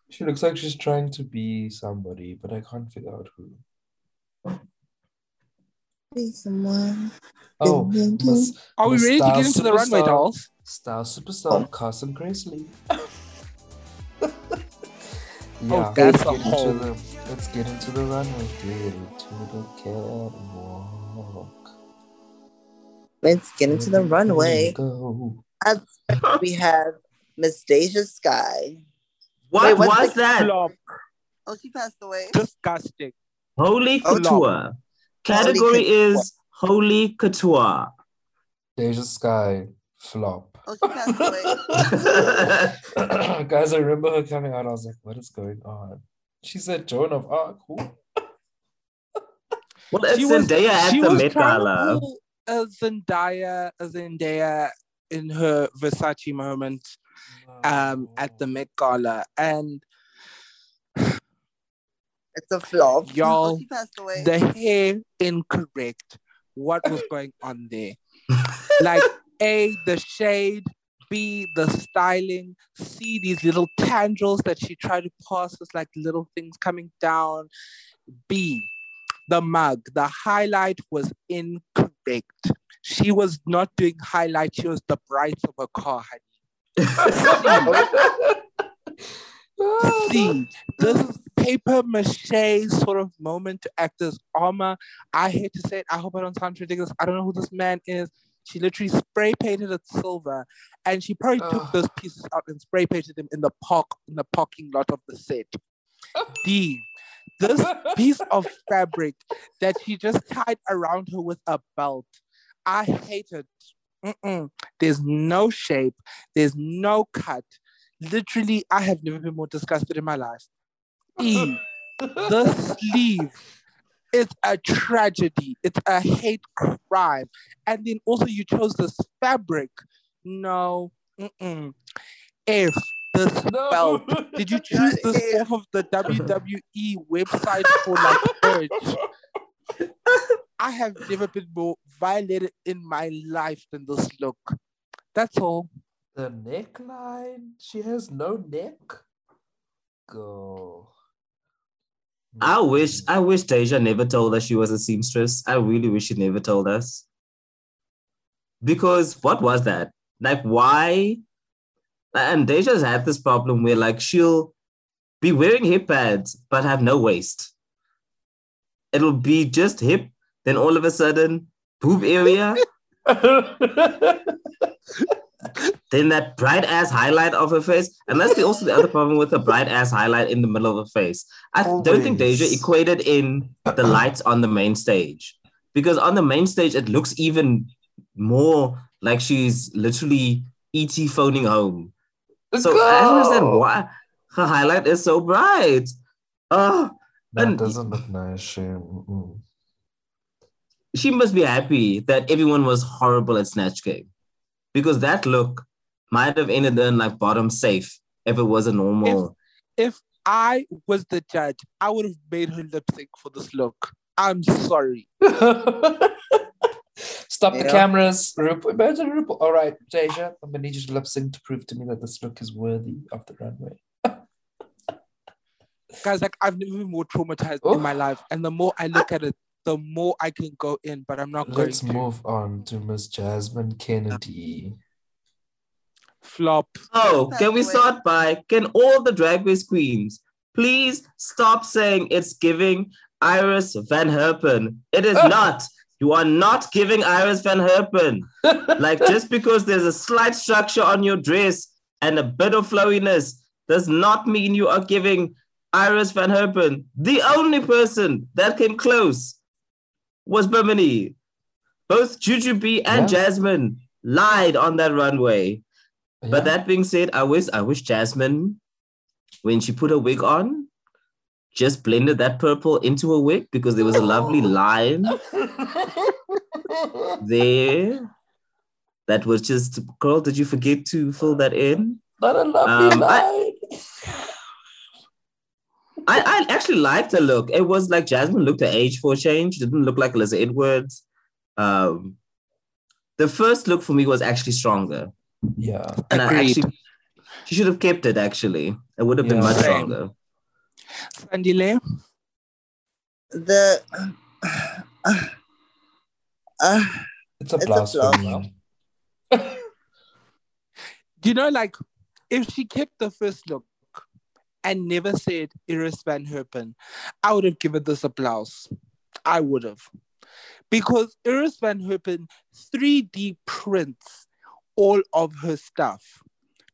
[SPEAKER 1] She looks like she's trying to be somebody, but I can't figure out who.
[SPEAKER 2] please, someone.
[SPEAKER 1] Oh, Miss,
[SPEAKER 3] Are we
[SPEAKER 1] Miss
[SPEAKER 3] ready to
[SPEAKER 1] Star
[SPEAKER 3] get into the runway,
[SPEAKER 1] Superstar.
[SPEAKER 3] dolls?
[SPEAKER 1] Star
[SPEAKER 2] Oh.
[SPEAKER 1] Superstar Carson
[SPEAKER 3] [laughs]
[SPEAKER 1] Gracely. yeah,
[SPEAKER 3] Oh, that's a
[SPEAKER 1] let's get into
[SPEAKER 3] whole-
[SPEAKER 1] The, let's get into the runway. Get into the catwalk.
[SPEAKER 2] Let's get into the
[SPEAKER 1] Here we
[SPEAKER 2] runway.
[SPEAKER 1] Go.
[SPEAKER 2] We have Miss Deja Sky.
[SPEAKER 4] What
[SPEAKER 2] what's
[SPEAKER 4] was
[SPEAKER 2] the-
[SPEAKER 4] that?
[SPEAKER 3] Flop.
[SPEAKER 2] Oh, she passed away.
[SPEAKER 3] Disgusting.
[SPEAKER 4] Holy
[SPEAKER 2] Oh,
[SPEAKER 4] couture. Category
[SPEAKER 2] Holy
[SPEAKER 4] is holy [laughs] couture.
[SPEAKER 1] Deja Sky
[SPEAKER 3] [laughs]
[SPEAKER 1] flop. [coughs]
[SPEAKER 2] Oh, she passed
[SPEAKER 1] [laughs]
[SPEAKER 2] away.
[SPEAKER 1] Guys, I remember her coming out. I was like, what is going on? She said Joan of Arc. Who?
[SPEAKER 4] well, it's
[SPEAKER 3] She was-
[SPEAKER 4] Zendaya at
[SPEAKER 3] she
[SPEAKER 4] the
[SPEAKER 3] was
[SPEAKER 4] Met
[SPEAKER 3] trying to
[SPEAKER 4] Gala.
[SPEAKER 3] pull A Zendaya, a Zendaya in her Versace moment um, at
[SPEAKER 1] [laughs]
[SPEAKER 3] the Met Gala, and
[SPEAKER 2] It's a flop.
[SPEAKER 3] Y'all,
[SPEAKER 2] Oh, she passed away.
[SPEAKER 3] the hair incorrect. What
[SPEAKER 4] [laughs]
[SPEAKER 3] was going on there? Like A, the shade, B, the styling, C, these little tendrils that she tried to pass as like little things coming down. B, the mug. The highlight was incorrect. She was not doing highlight, she was the brights of her car. See, this paper mache sort of moment to act as armor. I hate to say it. I hope I don't sound ridiculous. I don't know who this man is. She literally spray painted it silver, and she probably
[SPEAKER 1] Ugh.
[SPEAKER 3] took those pieces out and spray painted them in the park in the parking lot of the set. D. This piece of fabric that she just tied around her with a belt. I hate it. Mm-mm. There's no shape. There's no cut. Literally, I have never been more disgusted in my life. E, the sleeve. It's a tragedy. It's a hate crime. And then also you chose this fabric. No. Mm-mm. F, this belt.
[SPEAKER 1] [laughs]
[SPEAKER 3] Did you choose this off of the WWE website for like urge? I have never been more violated in my life than this look. That's all.
[SPEAKER 1] The neckline? She has no neck? Go.
[SPEAKER 4] I wish I wish Deja never told us she was a seamstress. I really wish she never told us. Because what was that? Like why? And Deja's had this problem where like she'll be wearing hip pads but have no waist. It'll be just hip, then all of a sudden, boob area, then that bright ass highlight of her face. And that's the, also the other problem with the bright ass highlight in the middle of her face. I don't think Deja
[SPEAKER 1] Always.
[SPEAKER 4] equated in the lights on the main stage because on the main stage it looks even more like she's literally ET phoning home. [laughs] So I don't understand why her highlight is so bright. Oh,
[SPEAKER 1] That
[SPEAKER 4] and-
[SPEAKER 1] doesn't look nice. She, mm-mm. [laughs]
[SPEAKER 4] she must be happy that everyone was horrible at Snatch Game because that look might have ended in like bottom safe if it was a normal.
[SPEAKER 3] If I was the judge, I would have made her lip sync for this look. I'm sorry.
[SPEAKER 1] Stop the
[SPEAKER 2] Yeah.
[SPEAKER 1] cameras. Rup- Imagine RuPaul. All right, Deja, I'm going to need you to lip sync to prove to me that this look is worthy of the runway.
[SPEAKER 3] Guys, like I've never been more traumatized
[SPEAKER 1] Oh.
[SPEAKER 3] in my life. And the more I look at it, the more I can go in, but I'm not going
[SPEAKER 1] Let's
[SPEAKER 3] to.
[SPEAKER 1] move on to Miss Jasmine Kennedy.
[SPEAKER 3] Flop.
[SPEAKER 4] Oh,
[SPEAKER 2] That's
[SPEAKER 4] can we
[SPEAKER 2] the way-
[SPEAKER 4] start by can all the drag race queens please stop saying it's giving Iris Van Herpen? It is
[SPEAKER 1] Ah.
[SPEAKER 4] not. You are not giving Iris Van Herpen. like just because there's a slight structure on your dress and a bit of flowiness does not mean you are giving Iris Van Herpen. The only person that came close was Bimini. Both Jujubee and
[SPEAKER 1] Yeah.
[SPEAKER 4] Jasmine lied on that runway.
[SPEAKER 1] [laughs]
[SPEAKER 4] But
[SPEAKER 1] Yeah.
[SPEAKER 4] that being said, I wish I wish Jasmine, when she put her wig on, just blended that purple into her wig because there was a
[SPEAKER 1] [laughs]
[SPEAKER 4] lovely
[SPEAKER 1] Oh.
[SPEAKER 4] line there that was just girl. Did you forget to fill that in?
[SPEAKER 1] Not a lovely
[SPEAKER 4] Um, I-
[SPEAKER 1] line.
[SPEAKER 4] I, I actually liked the look. It was like Jasmine looked her age for a change. Didn't look like Alyssa Edwards. um, the first look for me was actually stronger.
[SPEAKER 1] Yeah.
[SPEAKER 4] And I
[SPEAKER 3] Agreed.
[SPEAKER 4] actually, she should have kept it actually. It would have been
[SPEAKER 1] Yeah.
[SPEAKER 4] much
[SPEAKER 3] Same.
[SPEAKER 4] stronger.
[SPEAKER 3] Sandile,
[SPEAKER 2] The [sighs] uh,
[SPEAKER 1] It's a
[SPEAKER 2] It's a
[SPEAKER 1] blast for
[SPEAKER 2] blast.
[SPEAKER 1] me.
[SPEAKER 3] you know, like if she kept the first look and never said Iris Van Herpen, I would have given this applause. I would have. Because Iris Van Herpen 3D prints all of her stuff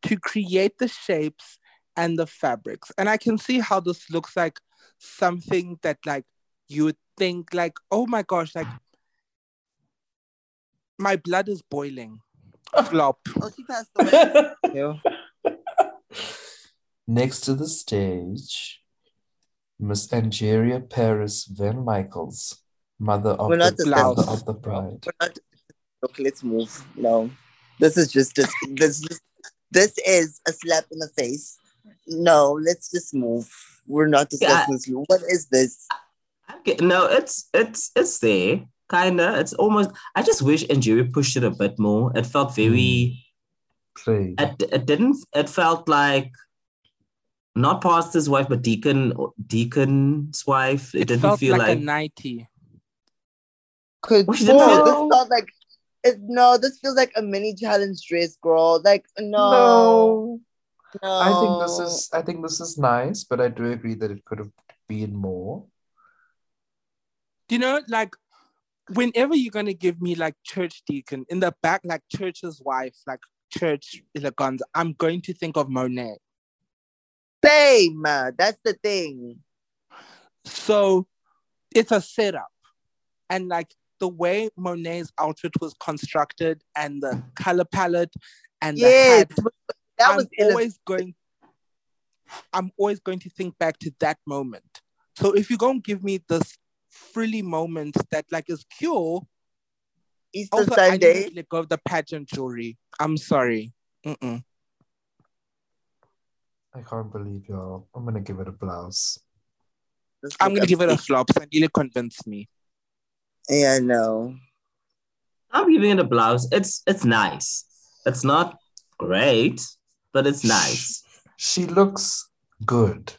[SPEAKER 3] to create the shapes and the fabrics. And I can see how this looks like something that like you would think like, oh my gosh, like my blood is boiling. Flop.
[SPEAKER 2] oh, she passed
[SPEAKER 1] [laughs]
[SPEAKER 2] away.
[SPEAKER 1] Next to the stage, Miss Angeria Paris Van Michaels, mother of
[SPEAKER 2] We're not
[SPEAKER 1] the
[SPEAKER 2] discussing-
[SPEAKER 1] mother of the bride.
[SPEAKER 2] We're not- Look, let's move. No, this is just this. This, this is a slap in the face. No, let's just move. We're not discussing this. What is this?
[SPEAKER 4] Okay, no, it's it's it's there, kinda. It's almost. I just wish Njeri pushed it a bit more. It felt very.
[SPEAKER 1] Play.
[SPEAKER 3] Hmm.
[SPEAKER 4] It, it didn't. It felt like not pastor's wife, but deacon deacon's wife. It,
[SPEAKER 3] It,
[SPEAKER 4] didn't
[SPEAKER 3] felt
[SPEAKER 4] feel
[SPEAKER 3] like,
[SPEAKER 4] like.
[SPEAKER 3] a 90.
[SPEAKER 2] Could
[SPEAKER 4] Well, she
[SPEAKER 2] no,
[SPEAKER 4] didn't feel-
[SPEAKER 2] this felt like it, no. This feels like a mini challenge dress, girl. Like no,
[SPEAKER 1] No.
[SPEAKER 2] no.
[SPEAKER 1] I think this is I think this is nice, but I do agree that it could have been more.
[SPEAKER 3] you know, like whenever you're gonna give me like church deacon in the back, like church's wife, like church eleganza, I'm going to think of Monet.
[SPEAKER 2] same. uh, That's the thing.
[SPEAKER 3] So it's a setup. And like the way Monet's outfit was constructed and the color palette and
[SPEAKER 2] Yes,
[SPEAKER 3] the hat,
[SPEAKER 2] that
[SPEAKER 3] I'm
[SPEAKER 2] was
[SPEAKER 3] always going I'm always going to think back to that moment. So if you're gonna give me this frilly moment that like is cure,
[SPEAKER 2] Easter
[SPEAKER 3] also, Oh, I
[SPEAKER 2] Sunday.
[SPEAKER 3] didn't let go of the pageant jewelry. I'm sorry. Mm-mm.
[SPEAKER 1] I can't believe y'all. I'm gonna give it a blouse.
[SPEAKER 2] This
[SPEAKER 3] I'm
[SPEAKER 2] look
[SPEAKER 3] gonna give it a
[SPEAKER 2] upset.
[SPEAKER 3] flop. Sandile convinced me.
[SPEAKER 2] Yeah, no.
[SPEAKER 4] I'm giving it a blouse. It's it's nice. It's not great, but it's nice.
[SPEAKER 1] She looks good.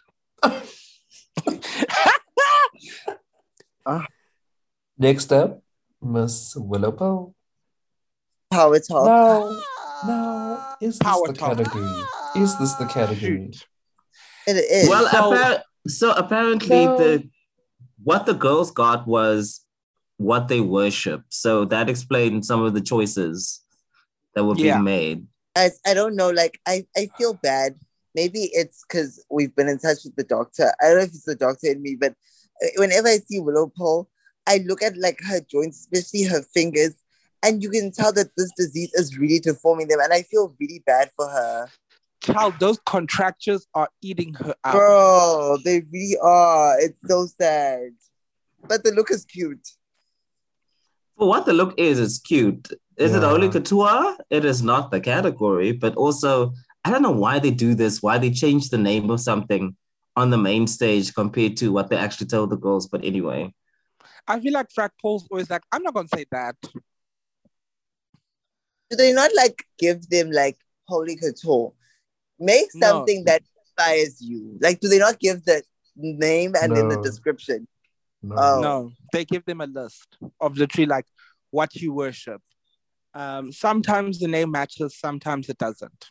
[SPEAKER 1] Ah. Next up, Miss Willow Pill.
[SPEAKER 2] Power talk.
[SPEAKER 1] No, no. Is this
[SPEAKER 3] Power
[SPEAKER 1] the
[SPEAKER 3] talk.
[SPEAKER 1] category?
[SPEAKER 4] Ah!
[SPEAKER 1] Is this the category?
[SPEAKER 2] It is.
[SPEAKER 4] well,
[SPEAKER 3] So-
[SPEAKER 4] appar- so apparently
[SPEAKER 1] No.
[SPEAKER 4] the what the girls got was what they worship. So that explained some of the choices that were being
[SPEAKER 3] Yeah.
[SPEAKER 4] made.
[SPEAKER 2] I, I don't know. Like, I, I feel bad. Maybe it's because we've been in touch with the doctor. I don't know if it's the doctor in me, but uh, whenever I see Willow Paul, I look at like her joints, especially her fingers, and you can tell that this disease is really deforming them. And I feel really bad for her.
[SPEAKER 3] Child, those contractures are eating her up.
[SPEAKER 2] Girl, they really are. It's so sad. But the look is cute.
[SPEAKER 4] For what the look is, it's cute. Is it
[SPEAKER 1] Yeah.
[SPEAKER 4] only couture? It is not the category, but also I don't know why they do this, why they change the name of something on the main stage compared to what they actually told the girls. But anyway,
[SPEAKER 3] I feel like Frack Paul's always like, I'm not gonna say that.
[SPEAKER 2] do they not like give them like holy couture? Make
[SPEAKER 3] No.
[SPEAKER 2] something that inspires you. Like, do they not give the name and then the
[SPEAKER 1] No.
[SPEAKER 2] description?
[SPEAKER 1] No.
[SPEAKER 2] Oh.
[SPEAKER 3] No, they give them a list of literally like what you worship. Um, sometimes the name matches, sometimes it doesn't.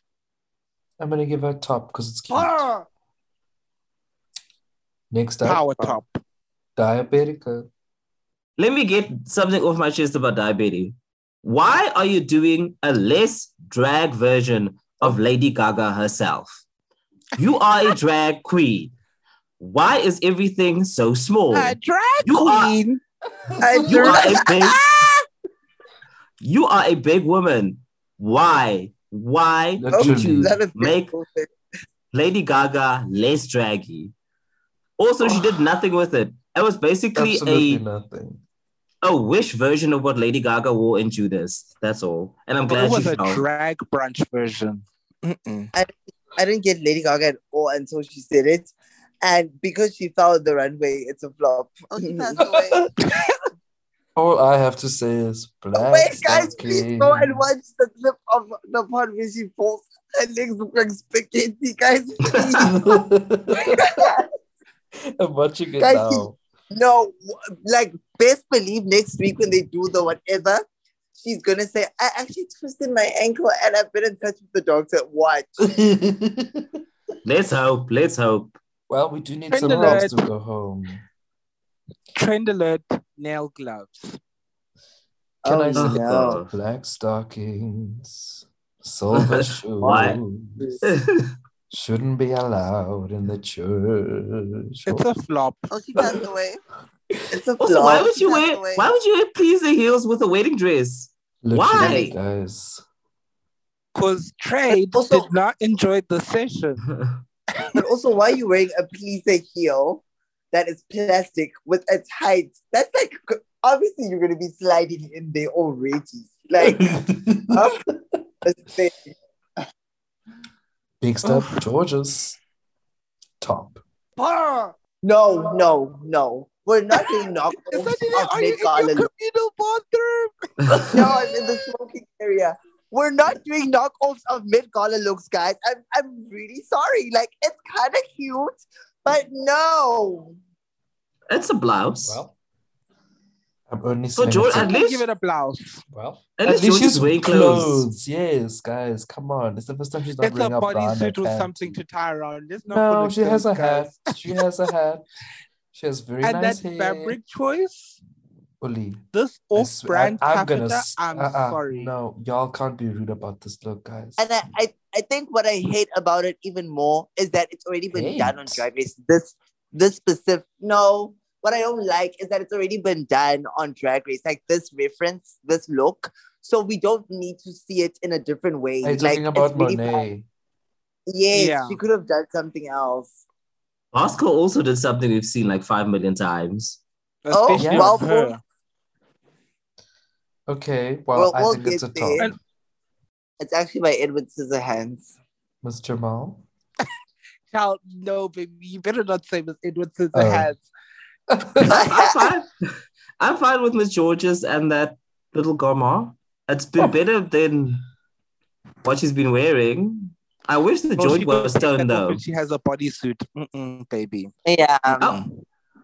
[SPEAKER 1] I'm gonna give her top because it's cute.
[SPEAKER 3] Ah,
[SPEAKER 1] Next up,
[SPEAKER 3] Power top.
[SPEAKER 1] Diabetica.
[SPEAKER 4] let me get something off my chest about diabetes. Why are you doing a less drag version of Lady Gaga herself? You are a drag queen. Why is everything so small?
[SPEAKER 3] A drag
[SPEAKER 4] You
[SPEAKER 2] Ah.
[SPEAKER 4] are-
[SPEAKER 3] queen.
[SPEAKER 2] I
[SPEAKER 4] You are
[SPEAKER 3] [laughs]
[SPEAKER 2] do-
[SPEAKER 4] a big. you are a big woman. Why? Why
[SPEAKER 1] Look
[SPEAKER 4] did
[SPEAKER 1] to
[SPEAKER 4] you
[SPEAKER 1] me.
[SPEAKER 2] Not a big
[SPEAKER 4] make
[SPEAKER 2] woman.
[SPEAKER 4] Lady Gaga less draggy? Also, she did nothing with it. It was basically
[SPEAKER 1] Absolutely
[SPEAKER 4] a,
[SPEAKER 1] nothing.
[SPEAKER 4] a wish version of what Lady Gaga wore in Judas. That's all. And I'm glad
[SPEAKER 3] It
[SPEAKER 4] she
[SPEAKER 3] was a
[SPEAKER 4] fell.
[SPEAKER 3] drag brunch version. Mm-mm.
[SPEAKER 2] I didn't get Lady Gaga at all until she said it. Oh, [laughs] And because she followed the runway, it's a flop.
[SPEAKER 1] Oh, All I have to say is black.
[SPEAKER 2] Oh, Wait, guys, please go and watch the clip of the part where she falls and legs look like spaghetti, guys. please.
[SPEAKER 1] [laughs] I'm watching it
[SPEAKER 2] Guys,
[SPEAKER 1] now.
[SPEAKER 2] no, like, best believe next week when they do the whatever, she's gonna say, I actually twisted my ankle and I've been in touch with the doctor. Watch.
[SPEAKER 4] Let's hope. Let's hope.
[SPEAKER 1] well, we do need
[SPEAKER 3] Trend
[SPEAKER 1] some props
[SPEAKER 3] alert.
[SPEAKER 1] to go home.
[SPEAKER 3] Trend alert, nail gloves.
[SPEAKER 1] Can I
[SPEAKER 2] Oh,
[SPEAKER 1] say
[SPEAKER 4] no.
[SPEAKER 1] black stockings,
[SPEAKER 4] [laughs]
[SPEAKER 1] silver
[SPEAKER 4] Why?
[SPEAKER 1] shoes shouldn't be allowed in the church?
[SPEAKER 3] It's a flop.
[SPEAKER 2] Oh, she passed away. It's a
[SPEAKER 4] also,
[SPEAKER 2] flop.
[SPEAKER 4] Oh, why would
[SPEAKER 2] She
[SPEAKER 4] you
[SPEAKER 2] passed
[SPEAKER 4] wear?
[SPEAKER 2] away.
[SPEAKER 4] Why would you wear pleaser heels with a wedding dress? [laughs]
[SPEAKER 1] Literally,
[SPEAKER 4] why? [laughs]
[SPEAKER 1] guys.
[SPEAKER 3] Because trade
[SPEAKER 2] also-
[SPEAKER 3] did not enjoy the session.
[SPEAKER 2] But also, why are you wearing a pleaser heel that is plastic with a tight? That's like obviously you're gonna be sliding in there already.
[SPEAKER 1] [laughs]
[SPEAKER 2] Like I'm just saying.
[SPEAKER 1] Next up,
[SPEAKER 4] Oh.
[SPEAKER 1] George's top.
[SPEAKER 3] Bah!
[SPEAKER 2] no, no, no. We're not doing knockoffs
[SPEAKER 3] Is
[SPEAKER 2] of
[SPEAKER 3] that it? Are you in
[SPEAKER 2] Met
[SPEAKER 3] your
[SPEAKER 2] Gala.
[SPEAKER 3] communal bathroom?
[SPEAKER 2] No, I'm in the smoking area. We're not doing knockoffs of Met Gala looks, guys. I'm, I'm really sorry. Like it's kind of cute, but no.
[SPEAKER 4] It's a blouse.
[SPEAKER 1] I'm only
[SPEAKER 4] So
[SPEAKER 1] saying
[SPEAKER 4] George-
[SPEAKER 1] it's a-
[SPEAKER 4] At
[SPEAKER 3] At
[SPEAKER 4] least-
[SPEAKER 3] least give it a blouse.
[SPEAKER 1] well,
[SPEAKER 4] At least George is wearing clothes.
[SPEAKER 1] Yes, guys, come on. It's the first time she's not
[SPEAKER 3] That's a
[SPEAKER 1] wearing a
[SPEAKER 3] bodysuit
[SPEAKER 1] bandana
[SPEAKER 3] with
[SPEAKER 1] cap.
[SPEAKER 3] something to tie around. Let's not
[SPEAKER 1] No,
[SPEAKER 3] full of
[SPEAKER 1] she has a
[SPEAKER 3] girls,
[SPEAKER 1] hat.
[SPEAKER 3] guys.
[SPEAKER 1] She has a hat. She has very
[SPEAKER 3] And
[SPEAKER 1] nice
[SPEAKER 3] that
[SPEAKER 1] hair.
[SPEAKER 3] fabric choice,
[SPEAKER 1] Oli,
[SPEAKER 3] this
[SPEAKER 1] I
[SPEAKER 3] off
[SPEAKER 1] swear-
[SPEAKER 3] brand
[SPEAKER 1] I-
[SPEAKER 3] taffeta,
[SPEAKER 1] I'm
[SPEAKER 3] I'm,
[SPEAKER 1] gonna s- uh-uh,
[SPEAKER 3] sorry.
[SPEAKER 1] No, y'all can't be rude about this look, guys.
[SPEAKER 2] And I, I, I think what I hate about it even more is that it's already been done on
[SPEAKER 1] Hate?
[SPEAKER 2] dry race. This this specific no, what I don't like is that it's already been done on drag race, like this reference, this look. So we don't need to see it in a different way.
[SPEAKER 1] Are you
[SPEAKER 2] like
[SPEAKER 1] talking about
[SPEAKER 2] it's really fine.
[SPEAKER 1] Monet?
[SPEAKER 2] Yes,
[SPEAKER 3] Yeah.
[SPEAKER 2] she could have done something else.
[SPEAKER 4] Oscar also did something we've seen like five million times.
[SPEAKER 2] Oh,
[SPEAKER 3] Especially
[SPEAKER 1] well,
[SPEAKER 3] on her.
[SPEAKER 1] Okay, well,
[SPEAKER 2] Well,
[SPEAKER 1] I
[SPEAKER 2] we'll
[SPEAKER 1] think it's a
[SPEAKER 2] get there.
[SPEAKER 1] top.
[SPEAKER 3] And-
[SPEAKER 2] It's actually by Edward Scissorhands.
[SPEAKER 1] Miss Jamal.
[SPEAKER 3] Child, no, baby. You better not say Miss Edwards has
[SPEAKER 1] Oh.
[SPEAKER 3] a hat.
[SPEAKER 4] I'm fine. I'm fine with Miss George's and that little grandma. It's
[SPEAKER 3] Oh.
[SPEAKER 4] been better than what she's been wearing. I wish the
[SPEAKER 3] No,
[SPEAKER 4] George
[SPEAKER 3] she goes
[SPEAKER 4] was stoned
[SPEAKER 3] back off
[SPEAKER 4] though.
[SPEAKER 3] and She has a bodysuit, Mm-mm, baby.
[SPEAKER 2] yeah.
[SPEAKER 4] I,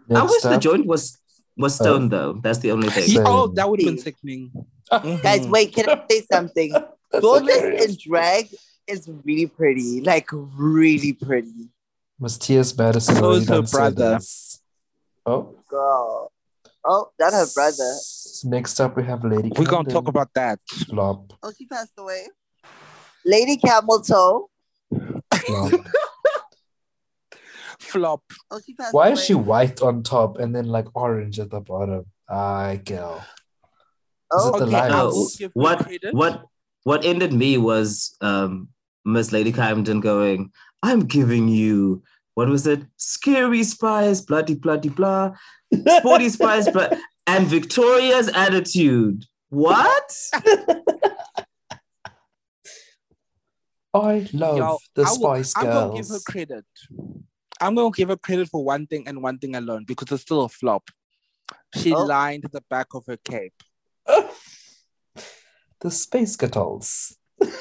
[SPEAKER 4] I
[SPEAKER 1] Next
[SPEAKER 4] wish the
[SPEAKER 1] up, Oh.
[SPEAKER 4] joint was was stoned though. That's the only thing.
[SPEAKER 1] Same.
[SPEAKER 3] Oh, that would have been sickening.
[SPEAKER 2] Guys,
[SPEAKER 3] Mhm.
[SPEAKER 2] wait, can I
[SPEAKER 1] [laughs]
[SPEAKER 2] say something?
[SPEAKER 1] Mm. That's
[SPEAKER 2] Georges
[SPEAKER 1] hilarious.
[SPEAKER 2] in drag is really pretty, like really pretty.
[SPEAKER 1] Miss T.S. Madison.
[SPEAKER 3] So is
[SPEAKER 1] already
[SPEAKER 3] her
[SPEAKER 1] done said
[SPEAKER 3] brother.
[SPEAKER 1] this. Oh,
[SPEAKER 2] Girl. Oh, not her brother.
[SPEAKER 1] S- Next up, we have Lady.
[SPEAKER 3] We're going to talk
[SPEAKER 1] Camden.
[SPEAKER 3] about that.
[SPEAKER 2] [laughs]
[SPEAKER 1] flop,
[SPEAKER 2] Oh, she passed away. Lady Camel Toe.
[SPEAKER 1] flop.
[SPEAKER 3] Flop.
[SPEAKER 2] Oh, she passed
[SPEAKER 1] Why
[SPEAKER 2] away.
[SPEAKER 1] is she white on top and then like orange at the bottom? I girl.
[SPEAKER 2] Oh,
[SPEAKER 1] it the
[SPEAKER 3] okay, I
[SPEAKER 1] lions?
[SPEAKER 3] will
[SPEAKER 4] No,
[SPEAKER 3] give her
[SPEAKER 4] what
[SPEAKER 3] credit.
[SPEAKER 4] what what ended me was um Miss Lady Camden going, I'm giving you what was it? Scary spies, bloody bloody blah,
[SPEAKER 1] [laughs]
[SPEAKER 4] sporty spies, blah, and Victoria's attitude. What?
[SPEAKER 1] I love
[SPEAKER 3] Yo,
[SPEAKER 1] the
[SPEAKER 3] I will-
[SPEAKER 1] Spice
[SPEAKER 3] I'm going to give her
[SPEAKER 1] Girls.
[SPEAKER 3] credit. I'm going to give her credit for one thing and one thing alone because it's still a flop. She
[SPEAKER 2] Oh.
[SPEAKER 3] lined the back of her cape.
[SPEAKER 1] the Space Girls.
[SPEAKER 2] I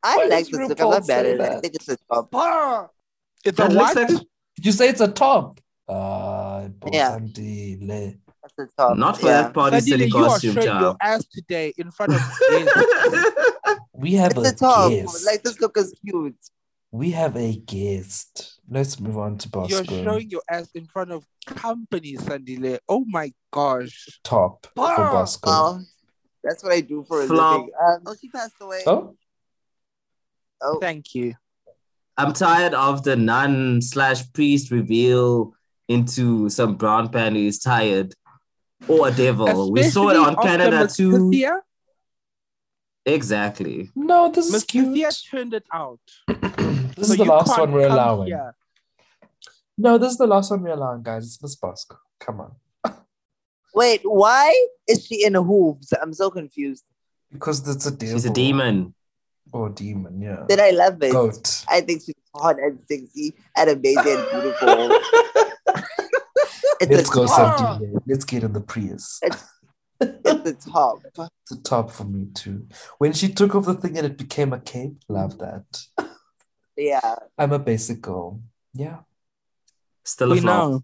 [SPEAKER 1] Why
[SPEAKER 2] like
[SPEAKER 1] does
[SPEAKER 2] this look. I'm
[SPEAKER 1] RuPaul
[SPEAKER 2] not mad
[SPEAKER 1] say
[SPEAKER 2] at it. I
[SPEAKER 1] that?
[SPEAKER 2] think it's a top.
[SPEAKER 3] It's a
[SPEAKER 4] That
[SPEAKER 3] what?
[SPEAKER 4] looks like
[SPEAKER 1] You say it's a top. Uh,
[SPEAKER 2] Yeah. That's a
[SPEAKER 1] Oh,
[SPEAKER 2] top.
[SPEAKER 4] not for
[SPEAKER 2] yeah.
[SPEAKER 4] that party
[SPEAKER 3] Sadile,
[SPEAKER 4] silly
[SPEAKER 3] you are
[SPEAKER 4] costume,
[SPEAKER 3] showing your
[SPEAKER 4] child.
[SPEAKER 3] ass today in front of
[SPEAKER 1] [laughs]
[SPEAKER 4] [laughs]
[SPEAKER 3] this.
[SPEAKER 1] we have
[SPEAKER 2] It's
[SPEAKER 1] a
[SPEAKER 2] a top.
[SPEAKER 1] guest.
[SPEAKER 2] Like this look is cute.
[SPEAKER 1] we have a guest. Let's move on to Boss
[SPEAKER 3] You're
[SPEAKER 1] Spoon.
[SPEAKER 3] showing your ass in front of company, Sandile. Oh my gosh.
[SPEAKER 1] Top for
[SPEAKER 3] Bah!
[SPEAKER 1] Bosco.
[SPEAKER 2] Wow. That's what I do for a
[SPEAKER 4] Flop.
[SPEAKER 2] living. Um, oh, she passed away.
[SPEAKER 1] Oh,
[SPEAKER 2] Oh,
[SPEAKER 3] Thank you.
[SPEAKER 4] I'm tired of the nun slash priest reveal into some brown panties, tired. Or a devil. Oh, we saw it
[SPEAKER 3] Especially
[SPEAKER 4] on
[SPEAKER 3] after
[SPEAKER 4] Canada
[SPEAKER 3] Miss
[SPEAKER 4] too.
[SPEAKER 3] Cynthia.
[SPEAKER 4] Exactly.
[SPEAKER 1] no, this is
[SPEAKER 3] Miss
[SPEAKER 1] cute.
[SPEAKER 3] Cynthia turned it out.
[SPEAKER 1] [clears throat] this
[SPEAKER 3] So
[SPEAKER 1] is the
[SPEAKER 3] you
[SPEAKER 1] last
[SPEAKER 3] can't
[SPEAKER 1] one we're
[SPEAKER 3] come
[SPEAKER 1] allowing.
[SPEAKER 3] here.
[SPEAKER 1] No, this is the last one we're allowing, guys. It's Miss Bosco. Come on.
[SPEAKER 2] wait. Why is she in hooves? I'm so confused.
[SPEAKER 1] Because it's a devil.
[SPEAKER 4] She's a demon.
[SPEAKER 1] Or demon, yeah.
[SPEAKER 2] Did I love it?
[SPEAKER 1] Goat.
[SPEAKER 2] I think she's hot and sexy and amazing and beautiful. It's
[SPEAKER 1] Let's
[SPEAKER 2] a
[SPEAKER 1] go
[SPEAKER 2] top.
[SPEAKER 1] Sardinia. Let's get in the Prius.
[SPEAKER 2] It's- It's a top.
[SPEAKER 1] It's a top for me too. When she took off the thing and it became a cape, love that.
[SPEAKER 2] Yeah.
[SPEAKER 1] I'm a basic girl. Yeah.
[SPEAKER 4] Still a
[SPEAKER 3] We
[SPEAKER 4] flop.
[SPEAKER 3] know.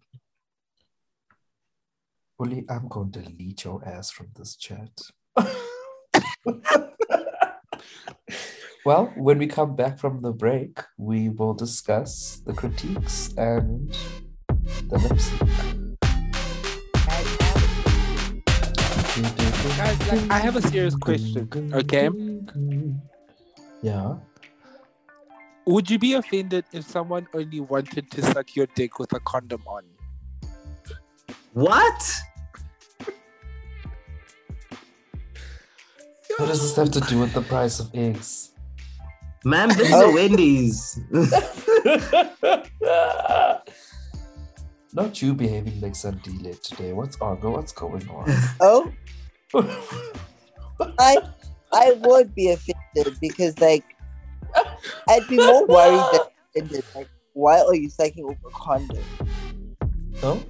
[SPEAKER 1] Bully, I'm going to delete your ass from this chat. well, when we come back from the break, we will discuss the critiques and the lip sync.
[SPEAKER 3] Guys, like, I have a serious question. Okay.
[SPEAKER 1] Yeah.
[SPEAKER 3] Would you be offended if someone only wanted to suck your dick with a condom on?
[SPEAKER 4] What?
[SPEAKER 1] What does this have to do with the price of eggs?
[SPEAKER 4] Ma'am, this is
[SPEAKER 2] Oh.
[SPEAKER 4] a Wendy's.
[SPEAKER 1] [laughs] Not you behaving like Sandile today. What's Argo? What's going on? [laughs]
[SPEAKER 2] Oh, I I would be offended because like I'd be more worried
[SPEAKER 1] [laughs]
[SPEAKER 2] than offended. Like, why are you sucking over condom?
[SPEAKER 1] no?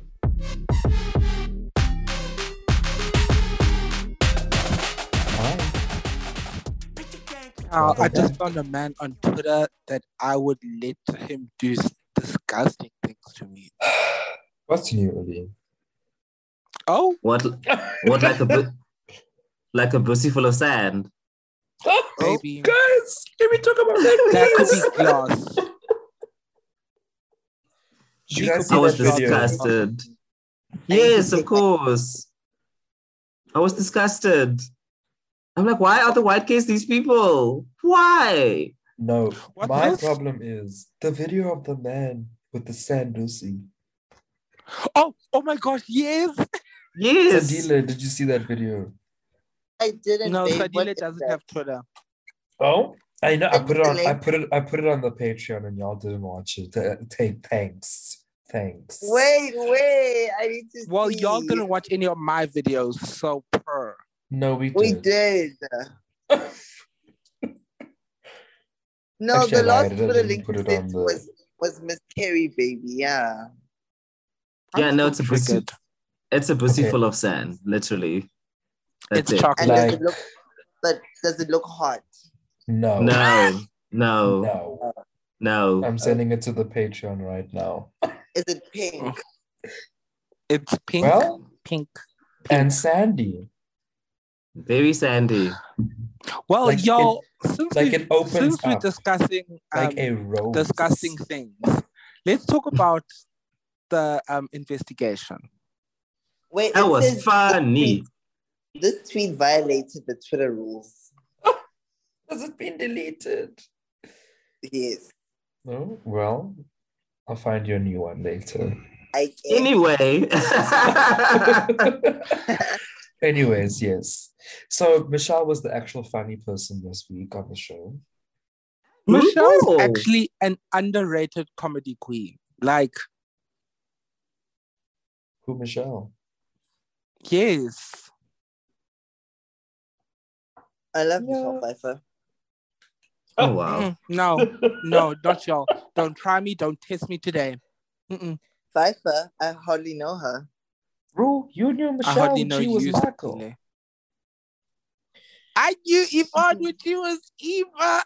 [SPEAKER 1] Hi.
[SPEAKER 3] Now, Uh, I just found a man on Twitter that I would let him do s- disgusting things to me.
[SPEAKER 1] What's new,
[SPEAKER 3] [laughs]
[SPEAKER 1] Ollie?
[SPEAKER 3] Oh,
[SPEAKER 4] What? What? Like a
[SPEAKER 1] [laughs]
[SPEAKER 4] bu- like a pussy full of sand.
[SPEAKER 3] baby.
[SPEAKER 1] Oh, Guys, can we talk about that?
[SPEAKER 3] That could [laughs] be glass.
[SPEAKER 1] Did you guys
[SPEAKER 4] I
[SPEAKER 1] see
[SPEAKER 4] was
[SPEAKER 1] that video?
[SPEAKER 4] disgusted. Yes, of course. I was disgusted. I'm like, why are the white kids these people? Why?
[SPEAKER 1] No,
[SPEAKER 3] What
[SPEAKER 1] my
[SPEAKER 3] this?
[SPEAKER 1] problem is the video of the man with the sand Lucy.
[SPEAKER 3] Oh, oh my gosh, yes.
[SPEAKER 4] Yes.
[SPEAKER 1] Sandile, did you see that video?
[SPEAKER 2] I didn't.
[SPEAKER 3] No,
[SPEAKER 2] babe. What
[SPEAKER 3] Sadile
[SPEAKER 2] is
[SPEAKER 3] doesn't
[SPEAKER 2] that?
[SPEAKER 3] have Twitter.
[SPEAKER 1] Oh, I know. I
[SPEAKER 2] Send
[SPEAKER 1] put
[SPEAKER 2] me
[SPEAKER 1] it
[SPEAKER 2] the
[SPEAKER 1] on. I
[SPEAKER 2] link.
[SPEAKER 1] put it. I put it on the Patreon, and y'all didn't watch it. Th- th- Thanks. Thanks.
[SPEAKER 2] Wait, wait. I need to.
[SPEAKER 3] Well,
[SPEAKER 2] see.
[SPEAKER 3] y'all didn't watch any of my videos, so per.
[SPEAKER 1] No, we did.
[SPEAKER 2] We
[SPEAKER 1] [laughs]
[SPEAKER 2] did. no,
[SPEAKER 1] Actually, I
[SPEAKER 2] the last
[SPEAKER 1] lied. I didn't
[SPEAKER 2] Twitter link
[SPEAKER 1] put
[SPEAKER 2] you
[SPEAKER 1] it on
[SPEAKER 2] sent
[SPEAKER 1] the-
[SPEAKER 2] was was Miss Carrie, baby. Yeah.
[SPEAKER 4] Yeah,
[SPEAKER 3] I'm
[SPEAKER 4] no, it's
[SPEAKER 3] so
[SPEAKER 4] a pussy.
[SPEAKER 3] triggered.
[SPEAKER 4] It's a pussy
[SPEAKER 1] Okay.
[SPEAKER 4] full of sand, literally. That's
[SPEAKER 3] It's
[SPEAKER 4] it.
[SPEAKER 2] And
[SPEAKER 3] chocolate.
[SPEAKER 2] does
[SPEAKER 1] Like
[SPEAKER 2] it look? But does it look hot?
[SPEAKER 1] no,
[SPEAKER 4] No, no,
[SPEAKER 1] no.
[SPEAKER 4] no.
[SPEAKER 1] I'm sending it to the Patreon right now.
[SPEAKER 2] Is it pink?
[SPEAKER 3] It's pink,
[SPEAKER 1] Well,
[SPEAKER 3] pink.
[SPEAKER 1] and Sandy,
[SPEAKER 4] Very sandy.
[SPEAKER 3] Well,
[SPEAKER 1] Like it-
[SPEAKER 3] y'all, since,
[SPEAKER 1] like
[SPEAKER 3] we,
[SPEAKER 1] it opens
[SPEAKER 3] since we're
[SPEAKER 1] up,
[SPEAKER 3] discussing um,
[SPEAKER 1] like a rose.
[SPEAKER 3] discussing things, let's talk about the um, investigation.
[SPEAKER 2] Wait,
[SPEAKER 4] That
[SPEAKER 2] it
[SPEAKER 4] was
[SPEAKER 2] says
[SPEAKER 4] funny.
[SPEAKER 2] This tweet violated the Twitter rules.
[SPEAKER 1] Has it been deleted?
[SPEAKER 2] Yes,
[SPEAKER 1] No. Well, I'll find you a new one
[SPEAKER 2] [laughs]
[SPEAKER 1] later. [laughs]
[SPEAKER 2] I can.
[SPEAKER 4] Anyway. [laughs]
[SPEAKER 1] Anyways, yes. So Michelle was the actual funny person this week on the show.
[SPEAKER 3] Michelle's
[SPEAKER 4] Ooh.
[SPEAKER 3] actually an underrated comedy queen. Like,
[SPEAKER 1] Who Michelle?
[SPEAKER 3] yes.
[SPEAKER 2] I love
[SPEAKER 1] Yeah.
[SPEAKER 2] Michelle [laughs] Pfeiffer.
[SPEAKER 4] Oh, wow.
[SPEAKER 3] Mm, No, no, not y'all. Don't try me. Don't test me today. Mm-mm.
[SPEAKER 2] Pfeiffer, I hardly know her.
[SPEAKER 1] Rue, you knew
[SPEAKER 3] I
[SPEAKER 1] Michelle
[SPEAKER 3] hardly
[SPEAKER 1] when
[SPEAKER 3] know
[SPEAKER 1] she was [laughs]
[SPEAKER 3] you.
[SPEAKER 1] Michael.
[SPEAKER 3] Sadile. I knew
[SPEAKER 1] [laughs]
[SPEAKER 3] Yvonne when she was Eva.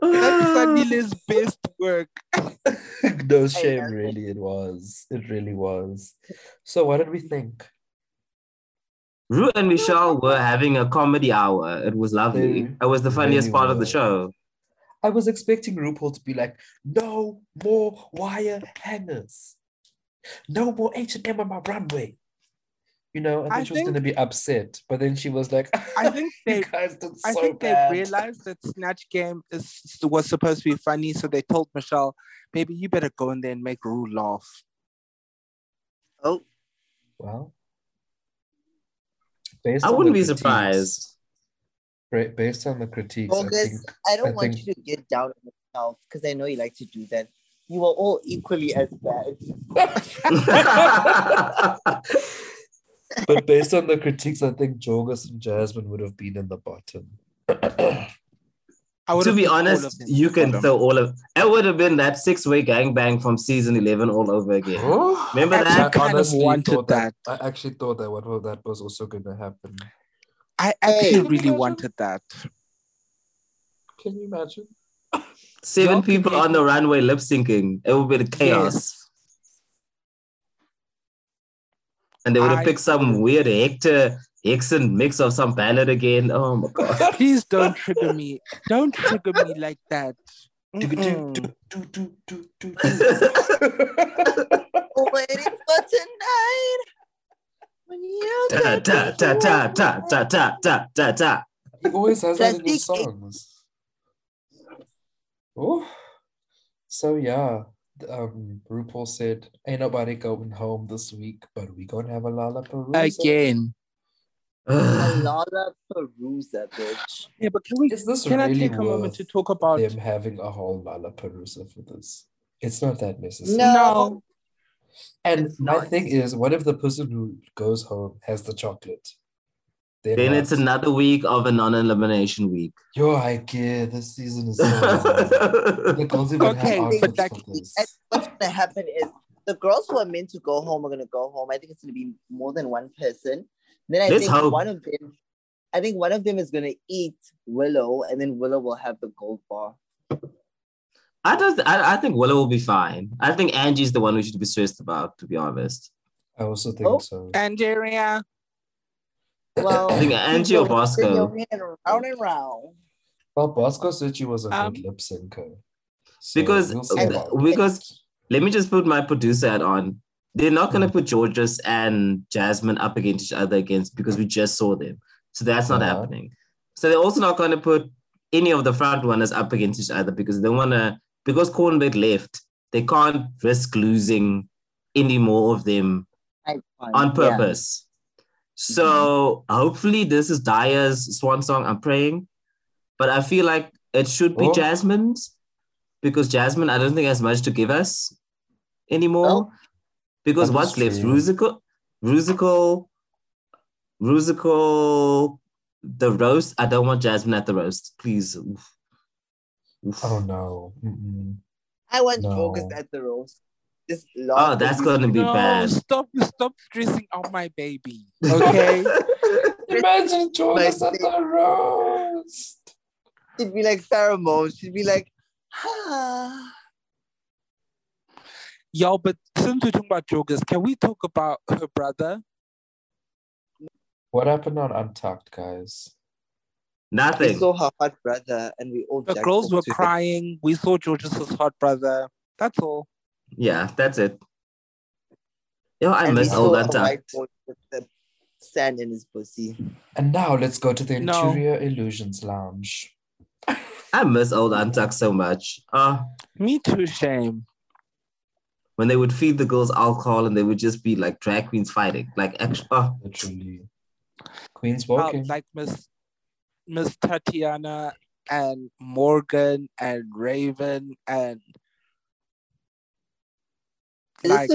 [SPEAKER 3] That's Sadile's best work.
[SPEAKER 1] [laughs] no shame,
[SPEAKER 2] know.
[SPEAKER 1] really. It was. It really was. So what did we think?
[SPEAKER 4] Rue and Michelle were having a comedy hour. It was lovely.
[SPEAKER 1] They
[SPEAKER 4] It was the funniest
[SPEAKER 1] really
[SPEAKER 4] part of
[SPEAKER 1] were.
[SPEAKER 4] the show.
[SPEAKER 1] I was expecting RuPaul to be like, no more wire hangers. No more H&M on my runway. You know, I thought
[SPEAKER 3] I
[SPEAKER 1] she was going to be upset. But then she was like,
[SPEAKER 3] I think
[SPEAKER 1] [laughs] you
[SPEAKER 3] they
[SPEAKER 1] guys did so
[SPEAKER 3] I think
[SPEAKER 1] bad.
[SPEAKER 3] they realized that Snatch Game is was supposed to be funny, so they told Michelle, "Baby, you better go in there and make Rue laugh."
[SPEAKER 2] Oh,
[SPEAKER 1] Well, based
[SPEAKER 4] I
[SPEAKER 1] on
[SPEAKER 4] wouldn't
[SPEAKER 1] the
[SPEAKER 4] be
[SPEAKER 1] critiques-
[SPEAKER 4] surprised.
[SPEAKER 1] ba- Based on the critiques, I
[SPEAKER 2] August,
[SPEAKER 1] think
[SPEAKER 2] I don't
[SPEAKER 1] I
[SPEAKER 2] want
[SPEAKER 1] think-
[SPEAKER 2] you to get down on yourself because I know you like to do that. You are all equally as bad.
[SPEAKER 4] [laughs]
[SPEAKER 1] but based on the critiques, I think Jorgis and Jasmine would have been in the bottom.
[SPEAKER 3] I would
[SPEAKER 4] to
[SPEAKER 3] have
[SPEAKER 4] be
[SPEAKER 3] picked all
[SPEAKER 4] honest,
[SPEAKER 3] of them.
[SPEAKER 4] you can
[SPEAKER 3] Hold on.
[SPEAKER 4] throw all of. It would have been that six-way gangbang from season eleven all over again.
[SPEAKER 1] Oh,
[SPEAKER 4] Remember
[SPEAKER 3] Actually,
[SPEAKER 4] that?
[SPEAKER 1] I
[SPEAKER 3] kind of
[SPEAKER 1] honestly
[SPEAKER 3] wanted
[SPEAKER 1] thought that, I actually thought that what well, that was also going to happen.
[SPEAKER 3] I
[SPEAKER 2] Hey.
[SPEAKER 3] actually really wanted that.
[SPEAKER 1] Can you imagine?
[SPEAKER 4] Seven
[SPEAKER 3] Y'all
[SPEAKER 4] people on
[SPEAKER 3] created-
[SPEAKER 4] the runway lip syncing. It would be the chaos. And they would have
[SPEAKER 3] I-
[SPEAKER 4] picked some weird Hector Hickson mix of some ballad again. Oh my god.
[SPEAKER 3] Please don't trigger me. Don't trigger me like that. Mm-mm.
[SPEAKER 2] Waiting for tonight. When you
[SPEAKER 4] ta
[SPEAKER 2] could
[SPEAKER 4] ta ta
[SPEAKER 2] be
[SPEAKER 4] ta ta ta ta ta ta ta.
[SPEAKER 1] [laughs] He always has that in his
[SPEAKER 2] Plastic.
[SPEAKER 1] songs. Oh, so yeah. Um, RuPaul said, "Ain't nobody going home this week, but we gonna have a
[SPEAKER 3] Uh,
[SPEAKER 1] lollapalooza."
[SPEAKER 3] Again.
[SPEAKER 2] A Lollapalooza, bitch.
[SPEAKER 3] Yeah, but can we
[SPEAKER 1] Is this
[SPEAKER 3] can I
[SPEAKER 1] really
[SPEAKER 3] take a moment to
[SPEAKER 1] worth
[SPEAKER 3] talk about
[SPEAKER 1] them having a whole lollapalooza for this? It's not that necessary.
[SPEAKER 2] No.
[SPEAKER 3] no.
[SPEAKER 1] And
[SPEAKER 2] It's
[SPEAKER 1] my
[SPEAKER 2] not.
[SPEAKER 1] thing is, what if the person who goes home has the chocolate?
[SPEAKER 4] [sighs] Then it's
[SPEAKER 1] like,
[SPEAKER 4] another week of a non-elimination week.
[SPEAKER 1] Yo, I get this season is
[SPEAKER 4] [laughs]
[SPEAKER 1] so hard." The
[SPEAKER 4] That's
[SPEAKER 1] girls even
[SPEAKER 3] Okay,
[SPEAKER 1] have
[SPEAKER 3] but
[SPEAKER 1] outfits
[SPEAKER 3] like-
[SPEAKER 1] for this.
[SPEAKER 2] I- What's gonna happen is the girls who are meant to go home are gonna go home. I think it's gonna be more than one person. Then I
[SPEAKER 4] Let's
[SPEAKER 2] think
[SPEAKER 4] hope.
[SPEAKER 2] one of them, I think one of them is gonna eat Willow, and then Willow will have the gold bar.
[SPEAKER 4] I don't. I, I think Willow will be fine. I think Angie's the one we should be stressed about, to be honest.
[SPEAKER 1] I also think
[SPEAKER 2] Oh.
[SPEAKER 1] so.
[SPEAKER 3] Andrea.
[SPEAKER 2] Well,
[SPEAKER 4] I think Angie or
[SPEAKER 2] people will spin
[SPEAKER 4] Bosco.
[SPEAKER 2] your hand Round and round.
[SPEAKER 1] Well, Bosco said she was a
[SPEAKER 3] Um,
[SPEAKER 1] good lip syncer. So
[SPEAKER 4] Because
[SPEAKER 1] we'll see
[SPEAKER 4] uh,
[SPEAKER 1] about that.
[SPEAKER 4] because let me just put my producer hat on. They're not gonna put Georges and Jasmine up against each other against because we just saw them. So that's not
[SPEAKER 1] Uh-huh.
[SPEAKER 4] happening. So they're also not gonna put any of the front runners up against each other because they wanna because Cornbread left, they can't risk losing any more of them
[SPEAKER 2] I- fine,
[SPEAKER 4] on
[SPEAKER 2] yeah.
[SPEAKER 4] purpose. So
[SPEAKER 1] Mm-hmm.
[SPEAKER 4] hopefully this is Dyer's swan song. I'm praying, but I feel like it should be
[SPEAKER 1] Oh.
[SPEAKER 4] Jasmine's because Jasmine, I don't think has much to give us anymore.
[SPEAKER 2] Well,
[SPEAKER 4] because
[SPEAKER 1] that
[SPEAKER 4] what's
[SPEAKER 1] is
[SPEAKER 4] left?
[SPEAKER 1] true.
[SPEAKER 4] Rusical, Rusical, Rusical. The roast. I don't want Jasmine at the roast, please. Oof. Oof.
[SPEAKER 1] Oh no. Mm-mm.
[SPEAKER 2] I want
[SPEAKER 1] No.
[SPEAKER 2] August at the roast. This
[SPEAKER 4] Oh, that's gonna be
[SPEAKER 3] no,
[SPEAKER 4] bad.
[SPEAKER 3] stop stop stressing out my baby. Okay.
[SPEAKER 1] [laughs] Imagine Jonas at
[SPEAKER 2] thing.
[SPEAKER 1] the roast.
[SPEAKER 2] She'd be like Sarah Moe. She'd be like, ah.
[SPEAKER 3] Yo, but since we're talking about Jokers, can we talk about her brother?
[SPEAKER 1] What happened on Untucked, guys?
[SPEAKER 2] We
[SPEAKER 4] Nothing.
[SPEAKER 2] saw her hot brother, and we all
[SPEAKER 3] The
[SPEAKER 2] jacked
[SPEAKER 3] girls
[SPEAKER 2] up
[SPEAKER 3] were
[SPEAKER 2] to him.
[SPEAKER 3] crying. We saw George's hot brother. That's all.
[SPEAKER 4] Yeah, that's it. Yo, I
[SPEAKER 2] And we
[SPEAKER 4] miss
[SPEAKER 2] saw
[SPEAKER 4] old
[SPEAKER 2] a white
[SPEAKER 4] Untucked.
[SPEAKER 2] boy with the sand in his pussy.
[SPEAKER 1] And now let's go to the
[SPEAKER 3] No.
[SPEAKER 1] Interior Illusions Lounge.
[SPEAKER 4] I miss old Antak so much. Uh,
[SPEAKER 3] Me too, shame.
[SPEAKER 4] when they would feed the girls alcohol and they would just be like drag queens fighting. Like, actually, uh,
[SPEAKER 1] Literally. Queen's
[SPEAKER 3] How,
[SPEAKER 1] Walking.
[SPEAKER 3] like Miss Miss Tatiana and Morgan and Raven and like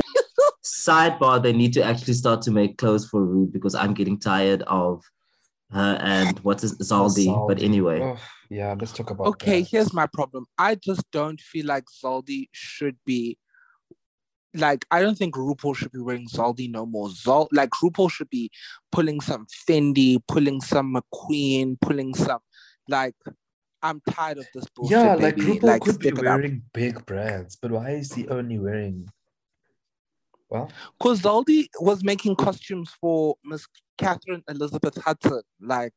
[SPEAKER 4] sidebar, they need to actually start to make clothes for Rue because I'm getting tired of her and what's his, Zaldi. But
[SPEAKER 1] Zaldi.
[SPEAKER 4] anyway,
[SPEAKER 1] Ugh, yeah, let's talk about
[SPEAKER 3] okay,
[SPEAKER 1] that.
[SPEAKER 3] here's my problem. I just don't feel like Zaldi should be like I don't think RuPaul should be wearing Zaldi no more. Zal like RuPaul should be pulling some Fendi, pulling some McQueen, pulling some like I'm tired of this bullshit.
[SPEAKER 1] Yeah, like
[SPEAKER 3] baby.
[SPEAKER 1] RuPaul could be
[SPEAKER 3] step it up.
[SPEAKER 1] wearing big brands, but why is he only wearing? Well,
[SPEAKER 3] Because Zaldi was making costumes for Miss Catherine Elizabeth Hudson. Like,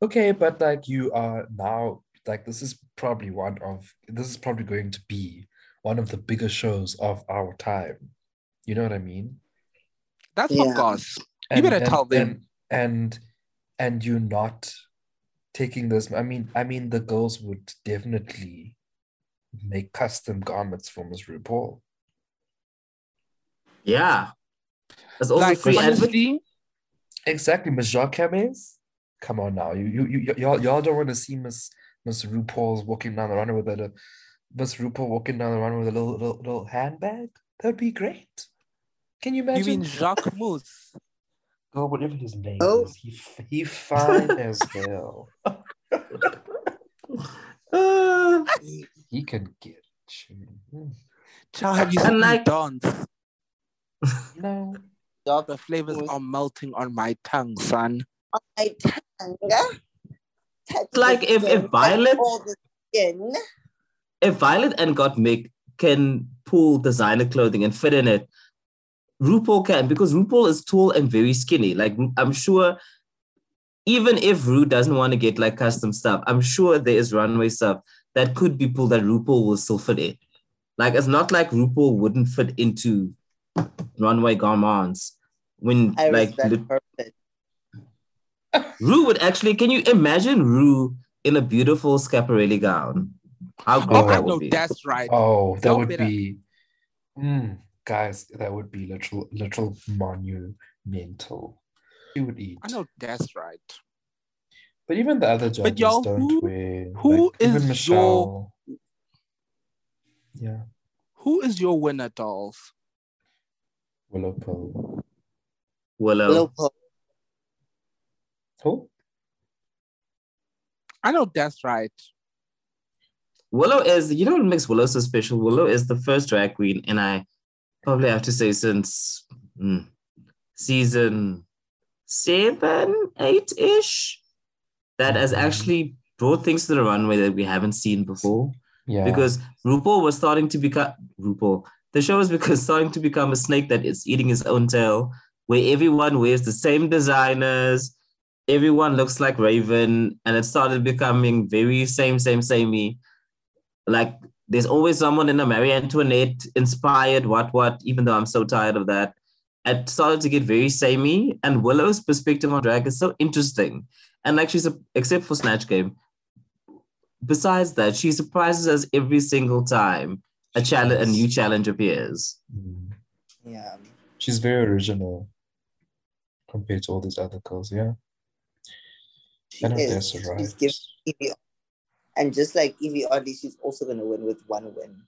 [SPEAKER 1] okay, but like you are now, like this is probably one of this is probably going to be one of the biggest shows of our time. You know what I mean?
[SPEAKER 3] that's
[SPEAKER 2] Yeah.
[SPEAKER 3] what goss. You better tell them.
[SPEAKER 1] And and, and you not taking this. I mean, I mean, the girls would definitely make custom garments for Miss RuPaul.
[SPEAKER 4] yeah. That's also
[SPEAKER 3] Like,
[SPEAKER 4] free advert.
[SPEAKER 3] honestly,
[SPEAKER 1] Exactly, Miss Jacques Hermes. Come on now, you you, you y'all, y'all don't want to see Miss Miss RuPaul's walking down the runway with a Miss RuPaul walking down the runway with a little little, little handbag. That'd be great. Can you
[SPEAKER 3] you
[SPEAKER 1] imagine?
[SPEAKER 3] mean Jacques Mousse?
[SPEAKER 1] oh, whatever his name [laughs]
[SPEAKER 2] Oh.
[SPEAKER 1] is, he f- he fine as hell.
[SPEAKER 4] Ah.
[SPEAKER 1] He can get you. Mm.
[SPEAKER 3] Child, have you seen
[SPEAKER 4] And
[SPEAKER 3] me
[SPEAKER 4] like-
[SPEAKER 3] dance?
[SPEAKER 1] No.
[SPEAKER 2] Dog
[SPEAKER 3] The flavors
[SPEAKER 2] was-
[SPEAKER 3] are melting on my tongue, son.
[SPEAKER 2] on my tongue. Touch the
[SPEAKER 4] Like if-
[SPEAKER 2] skin,
[SPEAKER 4] if Violet-
[SPEAKER 2] touch all the skin.
[SPEAKER 4] If Violet and Gottmik can pull designer clothing and fit in it, RuPaul can because RuPaul is tall and very skinny. Like I'm sure, even if Ru doesn't want to get like custom stuff, I'm sure there is runway stuff that could be pulled that RuPaul will still fit in. Like it's not like RuPaul wouldn't fit into runway garments when
[SPEAKER 2] I
[SPEAKER 4] like
[SPEAKER 2] respect
[SPEAKER 4] lit-
[SPEAKER 2] her. but
[SPEAKER 4] Rue would actually. Can you imagine Rue in a beautiful scaparelli gown? How great
[SPEAKER 3] Oh, I
[SPEAKER 4] that
[SPEAKER 3] know
[SPEAKER 4] would be!
[SPEAKER 3] that's right.
[SPEAKER 1] Oh, that
[SPEAKER 3] Y'all
[SPEAKER 1] would
[SPEAKER 3] better-
[SPEAKER 1] be, mm, guys. That would be literal, literal monumental. She would eat.
[SPEAKER 3] I know that's right.
[SPEAKER 1] But even the other judges
[SPEAKER 3] y'all,
[SPEAKER 1] don't
[SPEAKER 3] who-
[SPEAKER 1] wear.
[SPEAKER 3] who
[SPEAKER 1] like, even
[SPEAKER 3] is your-
[SPEAKER 1] Michelle? Yeah,
[SPEAKER 3] Who is your winner, dolls?
[SPEAKER 1] Willow Pill.
[SPEAKER 4] Willow,
[SPEAKER 2] Local.
[SPEAKER 1] Who?
[SPEAKER 3] I know that's right.
[SPEAKER 4] Willow is. You know what makes Willow so special? Willow is the first drag queen, and I probably have to say since mm, season seven, eight ish, that has
[SPEAKER 1] Mhm.
[SPEAKER 4] actually brought things to the runway that we haven't seen before.
[SPEAKER 1] Yeah.
[SPEAKER 4] Because RuPaul was starting to become RuPaul. The show was because [laughs] starting to become a snake that is eating his own tail, where everyone wears the same designers, everyone looks like Raven, and it started becoming very same, same, samey. Like there's always someone in a Marie Antoinette inspired what what, even though I'm so tired of that. It started to get very samey, and Willow's perspective on drag is so interesting. And like she's a, except for Snatch Game, besides that, she surprises us every single time a challenge, a new challenge appears.
[SPEAKER 1] Mm.
[SPEAKER 2] Yeah.
[SPEAKER 1] She's very original compared to all these other girls. Yeah.
[SPEAKER 2] She
[SPEAKER 1] I know
[SPEAKER 2] is.
[SPEAKER 1] that's right.
[SPEAKER 2] She's giving Evie. And just like Evie Oddly, she's also going to win with one win.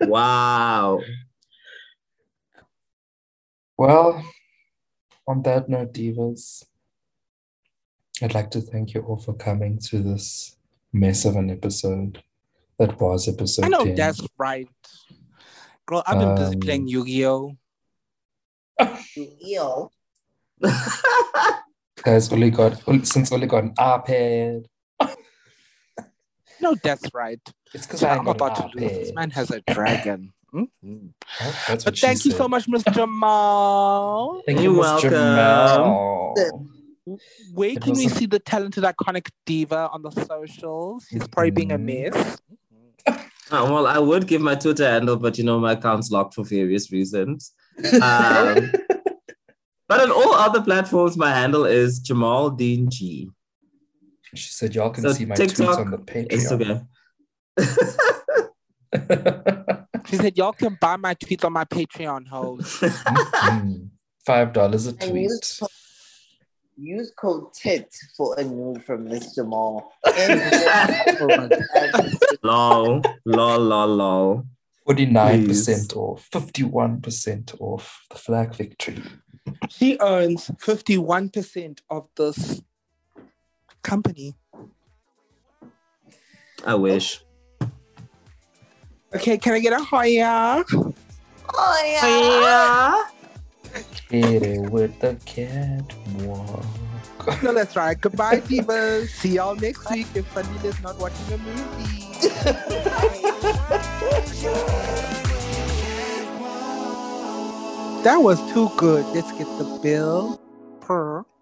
[SPEAKER 4] wow. [laughs]
[SPEAKER 1] Well, on that note, divas, I'd like to thank you all for coming to this mess of an episode that was episode
[SPEAKER 3] I know
[SPEAKER 1] 10.
[SPEAKER 3] that's right. Girl, I've been busy
[SPEAKER 1] Um,
[SPEAKER 3] playing Yu-Gi-Oh.
[SPEAKER 4] [laughs]
[SPEAKER 2] Yu-Gi-Oh!
[SPEAKER 1] Guys, Oli got Oli- since Oli got an iPad.
[SPEAKER 3] No, that's right.
[SPEAKER 1] It's because I ain't
[SPEAKER 3] I'm
[SPEAKER 1] got
[SPEAKER 3] about
[SPEAKER 1] an
[SPEAKER 3] to lose. This
[SPEAKER 1] iPad.
[SPEAKER 3] man has a
[SPEAKER 1] [coughs]
[SPEAKER 3] dragon. Mhm.
[SPEAKER 1] Huh? That's what
[SPEAKER 3] But
[SPEAKER 1] she
[SPEAKER 3] thank you
[SPEAKER 1] said.
[SPEAKER 3] so much,
[SPEAKER 1] [coughs]
[SPEAKER 3] Mr. Mao.
[SPEAKER 1] Thank
[SPEAKER 4] You're
[SPEAKER 1] you, Mr.
[SPEAKER 4] welcome.
[SPEAKER 1] Mao.
[SPEAKER 3] Where
[SPEAKER 1] It
[SPEAKER 3] can we
[SPEAKER 1] was a-
[SPEAKER 3] see the talented, iconic diva on the socials? She's probably being a
[SPEAKER 1] Mhm.
[SPEAKER 3] mess.
[SPEAKER 4] Uh, well, I would give my Twitter handle, but you know, my account's locked for various reasons. Um, but on all other platforms, my handle is Jamal Dean G.
[SPEAKER 1] She said, Y'all can
[SPEAKER 4] So
[SPEAKER 1] see my
[SPEAKER 4] TikTok,
[SPEAKER 1] tweets on the Patreon.
[SPEAKER 4] Instagram.
[SPEAKER 3] She said, Y'all can buy my tweets on my Patreon, hoes.
[SPEAKER 1] Mm, [laughs] Five dollars a
[SPEAKER 2] And use
[SPEAKER 1] tweet.
[SPEAKER 2] code, use code TIT for a nude from Miss Jamal. [laughs] And-
[SPEAKER 4] lol, lol, lol, lol.
[SPEAKER 1] 49%
[SPEAKER 4] Please.
[SPEAKER 1] off, 51% off the flag victory.
[SPEAKER 3] She owns 51% of this company.
[SPEAKER 4] I wish.
[SPEAKER 3] Okay, can I get a higher?
[SPEAKER 2] oh, yeah.
[SPEAKER 4] Yeah.
[SPEAKER 1] Hit it with the catwalk.
[SPEAKER 3] No, that's right. Goodbye, divas. See y'all next week if Sunny is not watching a movie. [laughs] that was too good. Let's get the bill per.